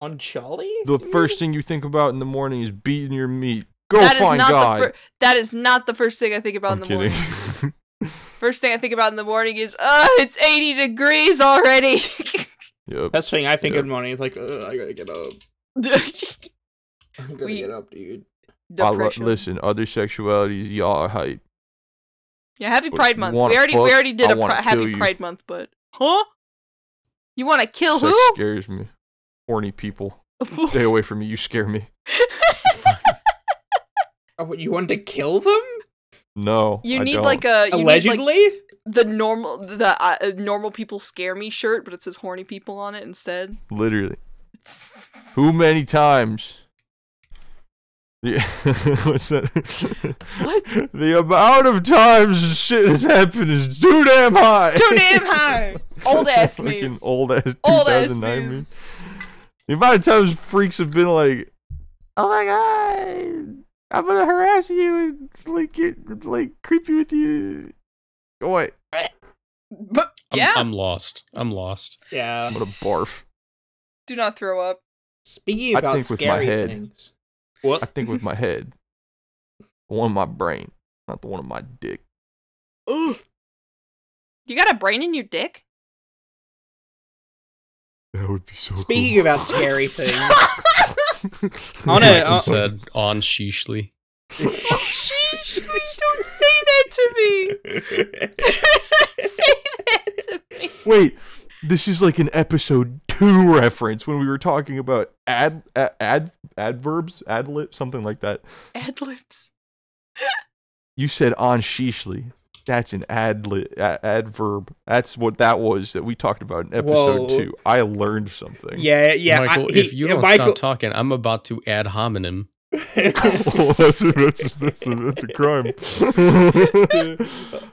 [SPEAKER 2] on Charlie.
[SPEAKER 4] the first thing you think about in the morning is beating your meat. Go
[SPEAKER 3] That is
[SPEAKER 4] find
[SPEAKER 3] not
[SPEAKER 4] God.
[SPEAKER 3] the fir- that is not the first thing I think about in
[SPEAKER 4] I'm
[SPEAKER 3] the
[SPEAKER 4] kidding.
[SPEAKER 3] morning. First thing I think about in the morning is, uh, it's 80 degrees already.
[SPEAKER 4] yep.
[SPEAKER 2] That's the thing I think
[SPEAKER 4] Yeah.
[SPEAKER 2] of in the morning. It's like "Ugh, I gotta get up. I'm gonna
[SPEAKER 3] We-
[SPEAKER 2] get up, dude.
[SPEAKER 4] I lo-
[SPEAKER 3] Depression.
[SPEAKER 4] listen, other sexualities, y'all are hype.
[SPEAKER 3] Yeah, happy
[SPEAKER 4] But if
[SPEAKER 3] Pride
[SPEAKER 4] you
[SPEAKER 3] Month.
[SPEAKER 4] wanna
[SPEAKER 3] We already
[SPEAKER 4] fuck,
[SPEAKER 3] we already did
[SPEAKER 4] I
[SPEAKER 3] a
[SPEAKER 4] wanna
[SPEAKER 3] pri-
[SPEAKER 4] kill
[SPEAKER 3] happy
[SPEAKER 4] you.
[SPEAKER 3] Pride Month, but huh? You want to kill
[SPEAKER 4] Sex
[SPEAKER 3] who?
[SPEAKER 4] scares me. Horny people, stay away from me. You scare me.
[SPEAKER 2] Oh, you want to kill them?
[SPEAKER 4] No,
[SPEAKER 3] you
[SPEAKER 4] I
[SPEAKER 3] need
[SPEAKER 4] don't.
[SPEAKER 3] like a you
[SPEAKER 2] Allegedly.
[SPEAKER 3] need like the normal the uh, uh, normal people scare me shirt, but it says horny people on it instead.
[SPEAKER 4] literally. Who many times? The- What's that?
[SPEAKER 3] What?
[SPEAKER 4] The amount of times this shit has happened is too damn high.
[SPEAKER 3] Too damn high. Old ass
[SPEAKER 4] Fucking
[SPEAKER 3] memes.
[SPEAKER 4] Old ass.
[SPEAKER 3] Old ass
[SPEAKER 4] 2009 meme.
[SPEAKER 3] memes.
[SPEAKER 4] The amount of times freaks have been like, "Oh my god, I'm gonna harass you and like get like creepy with you." Go away.
[SPEAKER 3] But
[SPEAKER 1] I'm,
[SPEAKER 3] yeah,
[SPEAKER 1] I'm lost. I'm lost.
[SPEAKER 2] Yeah.
[SPEAKER 4] What a barf.
[SPEAKER 3] do not throw up.
[SPEAKER 2] Speaking
[SPEAKER 4] I
[SPEAKER 2] about
[SPEAKER 4] think with my
[SPEAKER 2] scary
[SPEAKER 4] head.
[SPEAKER 2] things.
[SPEAKER 4] I
[SPEAKER 2] What?
[SPEAKER 4] think with my head, the one in my brain, not the one in my dick.
[SPEAKER 3] Oof. You got a brain in your dick?
[SPEAKER 4] That would be so.
[SPEAKER 2] Speaking about scary things.
[SPEAKER 4] about,
[SPEAKER 2] On
[SPEAKER 1] Michael
[SPEAKER 2] uh,
[SPEAKER 1] said on sheeshly.
[SPEAKER 4] Oh,
[SPEAKER 3] Sheesh, don't say that to me. Don't say that to me.
[SPEAKER 4] Wait, this is like an episode two reference when we were talking about ad ad, ad adverbs, ad lib, something like that.
[SPEAKER 3] Ad libs.
[SPEAKER 4] You said on sheeshly. That's an ad li- a- adverb. That's what that was that we talked about in episode
[SPEAKER 2] Whoa.
[SPEAKER 4] two. I learned something.
[SPEAKER 2] Yeah, yeah. I-
[SPEAKER 1] Michael,
[SPEAKER 2] he-
[SPEAKER 1] if you don't
[SPEAKER 2] Michael,
[SPEAKER 1] stop talking, I'm about to ad hominem.
[SPEAKER 4] Well, that's, a, that's, a, that's, a, that's a crime.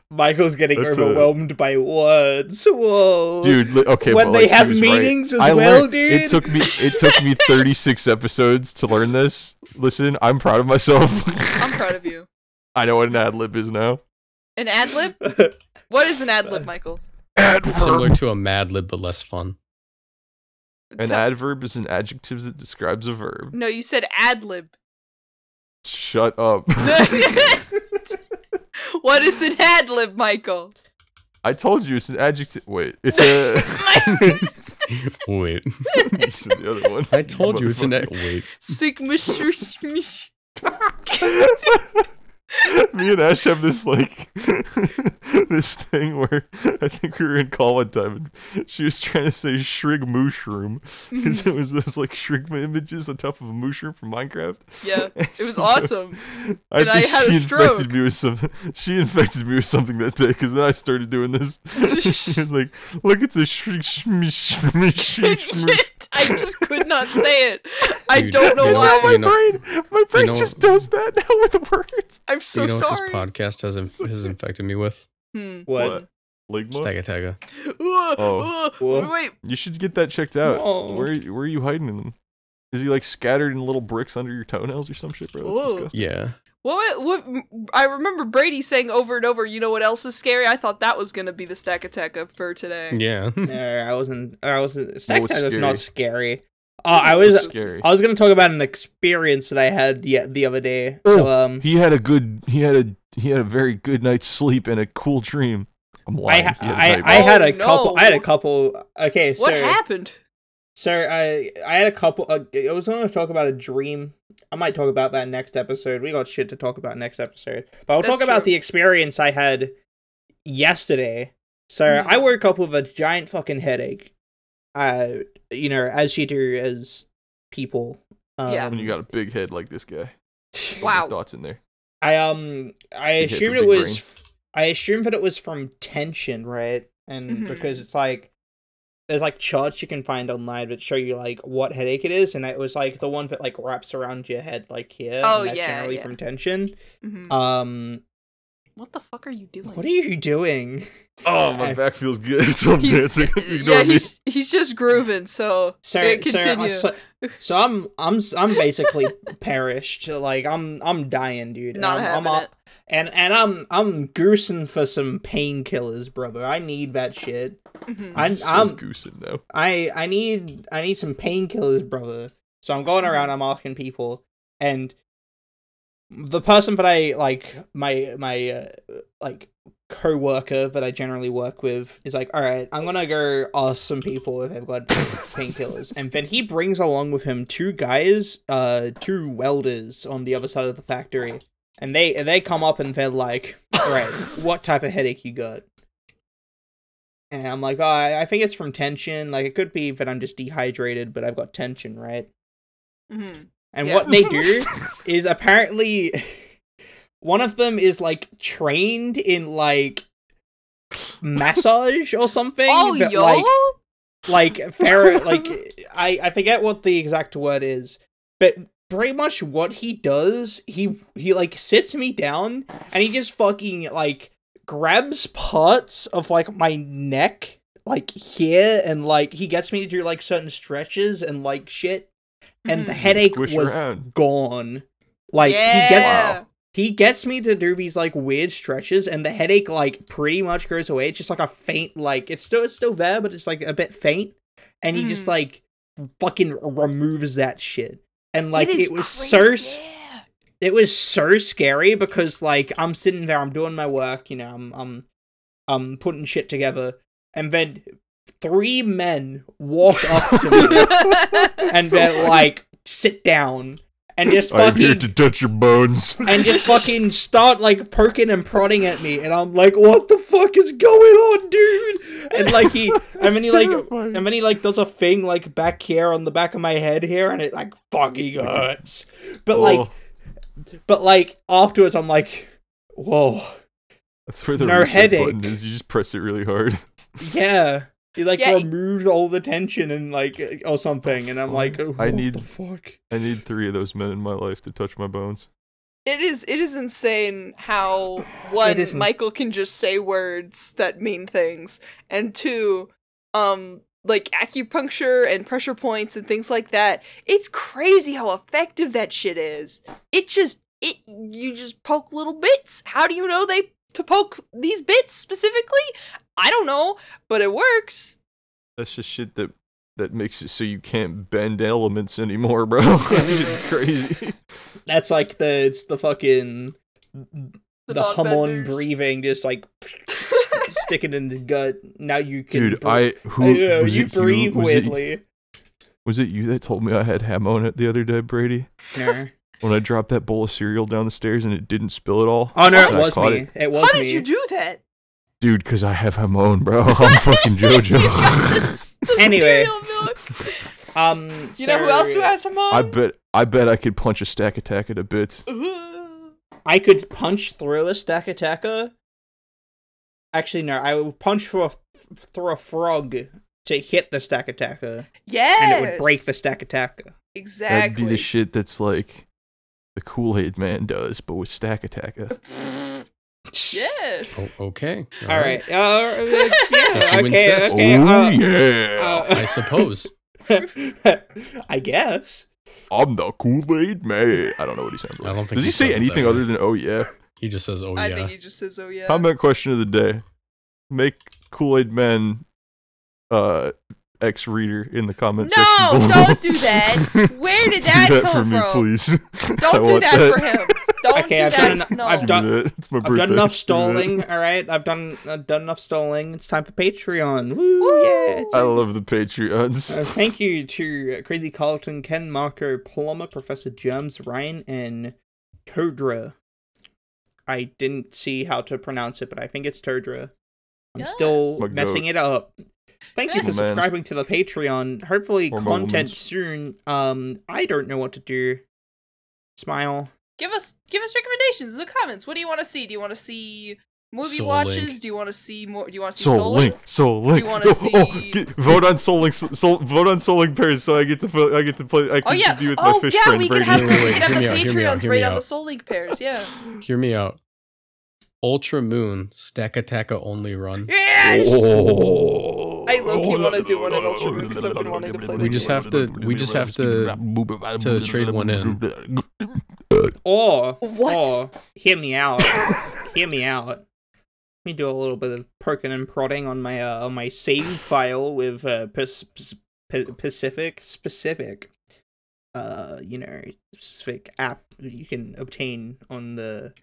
[SPEAKER 2] Michael's getting
[SPEAKER 4] That's a-
[SPEAKER 2] overwhelmed by words. Whoa,
[SPEAKER 4] dude, li- okay.
[SPEAKER 2] When
[SPEAKER 4] but,
[SPEAKER 2] they
[SPEAKER 4] like, he
[SPEAKER 2] have
[SPEAKER 4] was right.
[SPEAKER 2] meetings as
[SPEAKER 4] I
[SPEAKER 2] well,
[SPEAKER 4] learned-
[SPEAKER 2] dude.
[SPEAKER 4] It took me it took me 36 episodes to learn this. Listen, I'm proud of myself.
[SPEAKER 3] I'm proud of you.
[SPEAKER 4] I know what an ad lib is now.
[SPEAKER 3] An ad lib? What is an ad lib, Michael?
[SPEAKER 1] It's similar to a Mad Lib, but less fun.
[SPEAKER 4] An
[SPEAKER 3] Tell-
[SPEAKER 4] adverb is an adjective that describes a verb.
[SPEAKER 3] No, you said ad lib.
[SPEAKER 4] Shut up.
[SPEAKER 3] what is an ad lib, Michael?
[SPEAKER 4] I told you it's an adjective. Wait, it's a.
[SPEAKER 1] Wait,
[SPEAKER 4] it's the other one.
[SPEAKER 1] I told you it's an ad. Wait,
[SPEAKER 3] Sigma Shurshmish.
[SPEAKER 4] Motherfucker. Me and Ash have this like this thing where I think we were in call one time and she was trying to say shrig mushroom because it was those like shrigma images on top of a mushroom from Minecraft.
[SPEAKER 3] Yeah, it
[SPEAKER 4] And
[SPEAKER 3] was
[SPEAKER 4] she goes-
[SPEAKER 3] awesome.
[SPEAKER 4] I
[SPEAKER 3] And I
[SPEAKER 4] think
[SPEAKER 3] had a
[SPEAKER 4] she
[SPEAKER 3] stroke.
[SPEAKER 4] infected me with some. She infected me with something that day because then I started doing this. she was like, "Look, it's a shrig shmi shmi shmi shmi."
[SPEAKER 3] I just could not say it. I
[SPEAKER 1] Dude,
[SPEAKER 3] don't know
[SPEAKER 1] you know-
[SPEAKER 3] why.
[SPEAKER 1] you know-
[SPEAKER 4] Oh, brain, my brain
[SPEAKER 1] know-
[SPEAKER 4] just does that now with words.
[SPEAKER 3] I'm
[SPEAKER 1] do
[SPEAKER 3] so
[SPEAKER 1] you know what
[SPEAKER 3] sorry.
[SPEAKER 1] this podcast has, inf- has infected me with?
[SPEAKER 3] Hmm.
[SPEAKER 2] what?
[SPEAKER 4] Ligma,
[SPEAKER 1] Stagatega.
[SPEAKER 3] Oh.
[SPEAKER 2] Whoa.
[SPEAKER 3] Wait,
[SPEAKER 4] you should get that checked out.
[SPEAKER 2] No.
[SPEAKER 4] Where where are you hiding them? Is he like scattered in little bricks under your toenails or some shit, bro? That's
[SPEAKER 3] Whoa.
[SPEAKER 4] disgusting.
[SPEAKER 1] Yeah.
[SPEAKER 3] what, what? I remember Brady saying over and over, you know what else is scary? I thought that was going to be the stack attack of for today.
[SPEAKER 1] Yeah.
[SPEAKER 2] No, I wasn't. I wasn't. Stack
[SPEAKER 4] it's
[SPEAKER 2] time is
[SPEAKER 4] scary.
[SPEAKER 2] not scary. Uh, I was.
[SPEAKER 4] scary.
[SPEAKER 2] I was gonna talk about an experience that I had the, the other day. So, um,
[SPEAKER 4] He had a good. He had a. He had a very good night's sleep and a cool dream. I'm
[SPEAKER 2] I,
[SPEAKER 4] lying.
[SPEAKER 2] ha-
[SPEAKER 4] He had a
[SPEAKER 2] I,
[SPEAKER 4] nightmare.
[SPEAKER 2] I had
[SPEAKER 3] Oh,
[SPEAKER 2] a couple.
[SPEAKER 3] no.
[SPEAKER 2] I had a couple. Okay,
[SPEAKER 3] What
[SPEAKER 2] so
[SPEAKER 3] happened?
[SPEAKER 2] Sir, I I had a couple. Uh, I was going to talk about a dream. I might talk about that next episode. We got shit to talk about next episode, but I'll
[SPEAKER 3] That's
[SPEAKER 2] talk about
[SPEAKER 3] true.
[SPEAKER 2] the experience I had yesterday. So
[SPEAKER 3] Mhm.
[SPEAKER 2] I woke up with a giant fucking headache. Uh, you know, as you do as people. Um,
[SPEAKER 3] Yeah.
[SPEAKER 4] When you got a big head like this guy.
[SPEAKER 3] Wow.
[SPEAKER 4] Thoughts in there.
[SPEAKER 2] I um I
[SPEAKER 4] You hit the
[SPEAKER 2] assumed it
[SPEAKER 4] big
[SPEAKER 2] was
[SPEAKER 4] brain.
[SPEAKER 2] I assumed that it was from tension, right? And
[SPEAKER 3] Mhm.
[SPEAKER 2] because it's like there's like charts you can find online that show you like what headache it is, and it was like the one that like wraps around your head like here.
[SPEAKER 3] Oh,
[SPEAKER 2] and that's
[SPEAKER 3] yeah,
[SPEAKER 2] generally
[SPEAKER 3] yeah.
[SPEAKER 2] from tension.
[SPEAKER 3] Mhm.
[SPEAKER 2] Um,
[SPEAKER 3] what the fuck are you doing?
[SPEAKER 2] what are you doing?
[SPEAKER 4] Oh, my
[SPEAKER 2] I-
[SPEAKER 4] back feels good. So I'm
[SPEAKER 3] He's,
[SPEAKER 4] dancing. Ignore
[SPEAKER 3] yeah,
[SPEAKER 4] me.
[SPEAKER 3] he's, he's just grooving, so
[SPEAKER 2] Sir,
[SPEAKER 3] Yeah,
[SPEAKER 2] sir, I-
[SPEAKER 3] continue.
[SPEAKER 2] so, so I'm I'm I'm basically perished. Like I'm I'm dying, dude. and
[SPEAKER 3] not
[SPEAKER 2] I'm,
[SPEAKER 3] having
[SPEAKER 2] I'm,
[SPEAKER 3] it.
[SPEAKER 2] And and I'm I'm goosing for some painkillers, brother. I need that shit.
[SPEAKER 3] Mhm.
[SPEAKER 2] I,
[SPEAKER 4] Just
[SPEAKER 2] I'm
[SPEAKER 4] says goose in now.
[SPEAKER 2] I I need I need some painkillers, brother. So I'm going around, I'm asking people, and the person that I like, my my uh, like co-worker that I generally work with is like, all right, I'm gonna go ask some people if they've got painkillers, and then he brings along with him two guys, uh, two welders on the other side of the factory, and they they come up and they're like, all right, what type of headache you got? And I'm like, oh, I I think it's from tension. Like, it could be that I'm just dehydrated, but I've got tension, right?
[SPEAKER 3] Mhm.
[SPEAKER 2] And
[SPEAKER 3] Yeah.
[SPEAKER 2] what they do is apparently one of them is like trained in like massage or something.
[SPEAKER 3] Oh,
[SPEAKER 2] that,
[SPEAKER 3] yo!
[SPEAKER 2] like like Farah, like I I forget what the exact word is, but pretty much what he does, he he like sits me down and he just fucking like grabs parts of like my neck, like here, and like he gets me to do like certain stretches and like shit, and the
[SPEAKER 3] Mhm.
[SPEAKER 2] headache
[SPEAKER 4] Squish
[SPEAKER 2] was
[SPEAKER 4] around.
[SPEAKER 2] gone. Like he gets
[SPEAKER 3] yeah.
[SPEAKER 2] he gets me to do these like weird stretches, and the headache like pretty much goes away. It's just like a faint, like it's still it's still there, but it's like a bit faint. And he just
[SPEAKER 3] Mhm.
[SPEAKER 2] like fucking removes that shit. And like it,
[SPEAKER 3] is
[SPEAKER 2] was so
[SPEAKER 3] crazy,
[SPEAKER 2] s-
[SPEAKER 3] yeah.
[SPEAKER 2] it was so scary because like I'm sitting there, I'm doing my work, you know, I'm I'm I'm putting shit together, and then three men walk up to me and then like sit down and just
[SPEAKER 4] I'm here
[SPEAKER 2] fucking
[SPEAKER 4] to touch your bones.
[SPEAKER 2] and just fucking start like poking and prodding at me, and I'm like, "What the fuck is going on, dude?" And like he, and then he like,
[SPEAKER 4] terrifying.
[SPEAKER 2] and then he like does a thing like back here on the back of my head here, and it like fucking hurts. But like,
[SPEAKER 4] Oh,
[SPEAKER 2] but like afterwards, I'm like, "Whoa,
[SPEAKER 4] That's where the
[SPEAKER 2] Nar
[SPEAKER 4] reset
[SPEAKER 2] headache.
[SPEAKER 4] button is. You just press it really hard.
[SPEAKER 2] Yeah. He like
[SPEAKER 3] Yeah, it-
[SPEAKER 2] removed all the tension and like or something, and I'm like,
[SPEAKER 4] fuck?
[SPEAKER 2] oh,
[SPEAKER 4] I
[SPEAKER 2] what
[SPEAKER 4] need-
[SPEAKER 2] the fuck.
[SPEAKER 4] I need three of those men in my life to touch my bones.
[SPEAKER 3] It is it is insane how one
[SPEAKER 2] is ins-
[SPEAKER 3] Michael can just say words that mean things and two um like acupuncture and pressure points and things like that. It's crazy how effective that shit is. It just it you just poke little bits. How do you know they to poke these bits specifically? I don't know, but it works.
[SPEAKER 4] That's just shit that that makes it so you can't bend elements anymore, bro. That Shit's crazy.
[SPEAKER 2] That's like the it's the fucking the,
[SPEAKER 3] dog
[SPEAKER 2] hum on
[SPEAKER 3] benders.
[SPEAKER 2] breathing, just like stick it in the gut. Now you can
[SPEAKER 4] Dude,
[SPEAKER 2] bre-
[SPEAKER 4] I who
[SPEAKER 2] Yeah,
[SPEAKER 4] was
[SPEAKER 2] you
[SPEAKER 4] it
[SPEAKER 2] breathe
[SPEAKER 4] was it-
[SPEAKER 2] weirdly.
[SPEAKER 4] was it you that told me I had ham on it the other day, Brady?
[SPEAKER 2] Nah.
[SPEAKER 4] When I dropped that bowl of cereal down the stairs and it didn't spill at all?
[SPEAKER 2] Oh no,
[SPEAKER 4] What?
[SPEAKER 2] it was
[SPEAKER 4] I caught
[SPEAKER 2] me.
[SPEAKER 4] it.
[SPEAKER 2] It, was
[SPEAKER 3] how
[SPEAKER 2] me.
[SPEAKER 3] did you do that?
[SPEAKER 4] Dude, because I have hamon, bro. Oh, I'm fucking JoJo.
[SPEAKER 3] The
[SPEAKER 2] Anyway.
[SPEAKER 3] cereal milk.
[SPEAKER 2] um,
[SPEAKER 3] You know who else
[SPEAKER 2] so
[SPEAKER 3] who has a mom?
[SPEAKER 4] I bet I bet I could punch a stack attack at a bit.
[SPEAKER 2] I could punch through a stack attacker. Actually, no, I would punch through a f- through a frog to hit the stack attacker,
[SPEAKER 3] Yes.
[SPEAKER 2] and it would break the stack attacker.
[SPEAKER 4] That'd
[SPEAKER 3] Exactly.
[SPEAKER 4] be the shit that's like the Kool-Aid man does, but with stack attacker.
[SPEAKER 3] yes.
[SPEAKER 1] Oh, okay.
[SPEAKER 2] All right. Uh, uh, yeah.
[SPEAKER 1] you
[SPEAKER 2] Okay.
[SPEAKER 1] insist.
[SPEAKER 2] Okay.
[SPEAKER 4] oh
[SPEAKER 2] uh,
[SPEAKER 4] yeah.
[SPEAKER 1] I suppose.
[SPEAKER 2] uh, I guess.
[SPEAKER 4] I'm the Kool-Aid man. I don't know what he sounds like.
[SPEAKER 1] I don't think
[SPEAKER 4] Does he,
[SPEAKER 1] he
[SPEAKER 4] say
[SPEAKER 1] says it that
[SPEAKER 4] anything
[SPEAKER 1] way.
[SPEAKER 4] other than oh yeah?
[SPEAKER 1] He just says, "Oh
[SPEAKER 3] I
[SPEAKER 1] yeah."
[SPEAKER 3] think he just says, "Oh yeah."
[SPEAKER 4] Comment question of the day. Make Kool-Aid man uh ex reader in the comments
[SPEAKER 3] No,
[SPEAKER 4] section below.
[SPEAKER 3] don't do that. Where did that
[SPEAKER 4] do that
[SPEAKER 3] come
[SPEAKER 4] for me,
[SPEAKER 3] from?
[SPEAKER 4] please. I
[SPEAKER 3] Don't do
[SPEAKER 4] want
[SPEAKER 3] that, for him. Don't
[SPEAKER 2] Okay,
[SPEAKER 3] do
[SPEAKER 2] I've
[SPEAKER 3] that.
[SPEAKER 2] done-
[SPEAKER 3] no.
[SPEAKER 2] I've
[SPEAKER 4] Do
[SPEAKER 2] done-
[SPEAKER 4] that. It's my
[SPEAKER 2] I've
[SPEAKER 4] birthday.
[SPEAKER 2] done enough
[SPEAKER 4] Do that.
[SPEAKER 2] stalling. All right. I've done I've done enough stalling. It's time for Patreon. Woo!
[SPEAKER 3] Woo!
[SPEAKER 2] Yeah.
[SPEAKER 4] I love the Patreons.
[SPEAKER 2] Uh, thank you to Crazy Carlton, Ken Marco, Plumber, Professor Germs, Ryan, and Todra. I didn't see how to pronounce it, but I think it's Todra. I'm
[SPEAKER 3] Yes.
[SPEAKER 2] still
[SPEAKER 4] My
[SPEAKER 2] messing
[SPEAKER 4] goat.
[SPEAKER 2] it up. Thank you for
[SPEAKER 4] My man.
[SPEAKER 2] subscribing to the Patreon. Hopefully,
[SPEAKER 4] Or my
[SPEAKER 2] content
[SPEAKER 4] woman's.
[SPEAKER 2] soon. Um, I don't know what to do. Smile.
[SPEAKER 3] Give us give us recommendations in the comments. What do you want to see? Do you want to see movie
[SPEAKER 1] Soul
[SPEAKER 3] watches?
[SPEAKER 1] Link.
[SPEAKER 3] Do you want to see more? Do you want to see
[SPEAKER 4] Soul Link, Soul Link.
[SPEAKER 3] wanna
[SPEAKER 4] Oh,
[SPEAKER 3] see-
[SPEAKER 4] oh, get- vote on Soul Link, Soul, vote on Soul Link Paris, so I get to, fo- I get to play. I
[SPEAKER 3] Oh
[SPEAKER 4] can
[SPEAKER 3] yeah.
[SPEAKER 4] be with my
[SPEAKER 3] oh
[SPEAKER 4] fish
[SPEAKER 3] yeah.
[SPEAKER 4] friend
[SPEAKER 3] We can
[SPEAKER 4] Brady.
[SPEAKER 3] have
[SPEAKER 1] Wait,
[SPEAKER 3] we
[SPEAKER 1] wait, wait,
[SPEAKER 3] can have
[SPEAKER 1] hear
[SPEAKER 3] the
[SPEAKER 1] me out, hear me out,
[SPEAKER 3] Patreons
[SPEAKER 1] hear
[SPEAKER 3] rate
[SPEAKER 1] me
[SPEAKER 3] on the
[SPEAKER 1] out.
[SPEAKER 3] Soul Link pairs. Yeah.
[SPEAKER 1] Hear me out. Ultra Moon Stack Attacka only run.
[SPEAKER 3] Yes.
[SPEAKER 4] Oh.
[SPEAKER 3] I low-key wanna do one on Ultra Moon 'cause I've been wanting to play
[SPEAKER 1] We just have to- we just have to- to trade one in.
[SPEAKER 2] Or,
[SPEAKER 3] What?
[SPEAKER 1] Oh.
[SPEAKER 2] or, Oh, hear me out. hear me out. Let me do a little bit of poking and prodding on my uh, on my save file with uh, pers- pers- pa- Pacific specific, uh, you know, specific app that you can obtain on the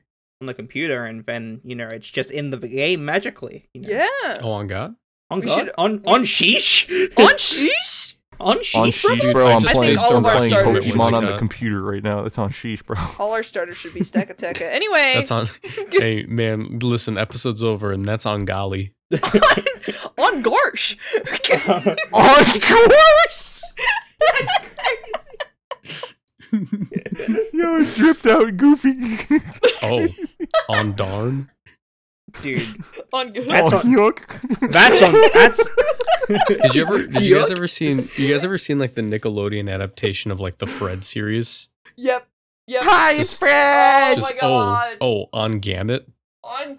[SPEAKER 2] on the computer, and then you know it's just in the game magically. You know?
[SPEAKER 3] Yeah.
[SPEAKER 1] Oh, on God.
[SPEAKER 2] On
[SPEAKER 3] We
[SPEAKER 2] God,
[SPEAKER 3] should-
[SPEAKER 2] on on sheesh,
[SPEAKER 1] Oh.
[SPEAKER 3] On sheesh.
[SPEAKER 2] on
[SPEAKER 4] On
[SPEAKER 2] sheesh. brother?
[SPEAKER 4] Sheesh,
[SPEAKER 1] Dude,
[SPEAKER 4] bro.
[SPEAKER 1] I
[SPEAKER 4] I'm
[SPEAKER 1] just
[SPEAKER 4] playing,
[SPEAKER 3] think all
[SPEAKER 4] I'm
[SPEAKER 3] of our
[SPEAKER 4] playing
[SPEAKER 3] starters
[SPEAKER 1] should
[SPEAKER 4] Pokemon
[SPEAKER 1] be
[SPEAKER 4] on the
[SPEAKER 1] that.
[SPEAKER 4] computer right now. That's on Sheesh, bro.
[SPEAKER 3] All our starters should be Stack Attack. Anyway.
[SPEAKER 1] That's on. hey man, listen. Episode's over, and that's on Golly.
[SPEAKER 3] on Gorsh.
[SPEAKER 4] on Oh, course! Yo, it dripped out Goofy.
[SPEAKER 1] Oh, on darn.
[SPEAKER 2] dude,
[SPEAKER 3] on
[SPEAKER 2] That's
[SPEAKER 4] oh,
[SPEAKER 2] on-
[SPEAKER 4] yuck.
[SPEAKER 2] that's on that's.
[SPEAKER 1] Did you ever? Did you guys
[SPEAKER 2] Yuck.
[SPEAKER 1] ever seen? You guys ever seen like the Nickelodeon adaptation of like the Fred series?
[SPEAKER 3] Yep. Yep.
[SPEAKER 4] Hi,
[SPEAKER 1] it's
[SPEAKER 3] Oh
[SPEAKER 4] Fred!
[SPEAKER 3] my
[SPEAKER 1] oh,
[SPEAKER 3] god.
[SPEAKER 1] oh, on Gambit.
[SPEAKER 3] On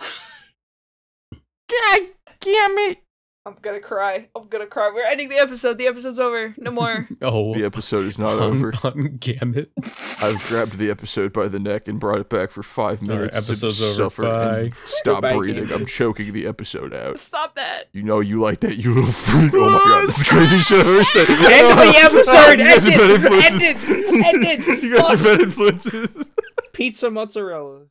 [SPEAKER 4] God damn it!
[SPEAKER 3] I'm gonna cry. I'm gonna cry. We're ending the episode. The episode's over. No more.
[SPEAKER 1] Oh,
[SPEAKER 4] The episode is not
[SPEAKER 1] on,
[SPEAKER 4] over.
[SPEAKER 1] on Gambit.
[SPEAKER 4] I've grabbed the episode by the neck and brought it back for five
[SPEAKER 1] All right,
[SPEAKER 4] minutes.
[SPEAKER 1] episode's
[SPEAKER 4] to
[SPEAKER 1] over.
[SPEAKER 4] Suffer and
[SPEAKER 1] Bye.
[SPEAKER 4] stop
[SPEAKER 2] Goodbye,
[SPEAKER 4] breathing. I'm
[SPEAKER 2] gamers.
[SPEAKER 4] choking the episode out.
[SPEAKER 3] Stop that.
[SPEAKER 4] You know you like that, you little freak. Oh my god, this is crazy shit I've ever said. End
[SPEAKER 2] the episode! End it!
[SPEAKER 4] you guys are bad influences.
[SPEAKER 2] End it! End it!
[SPEAKER 4] you guys are
[SPEAKER 2] Fuck.
[SPEAKER 4] bad influences.
[SPEAKER 2] Pizza mozzarella.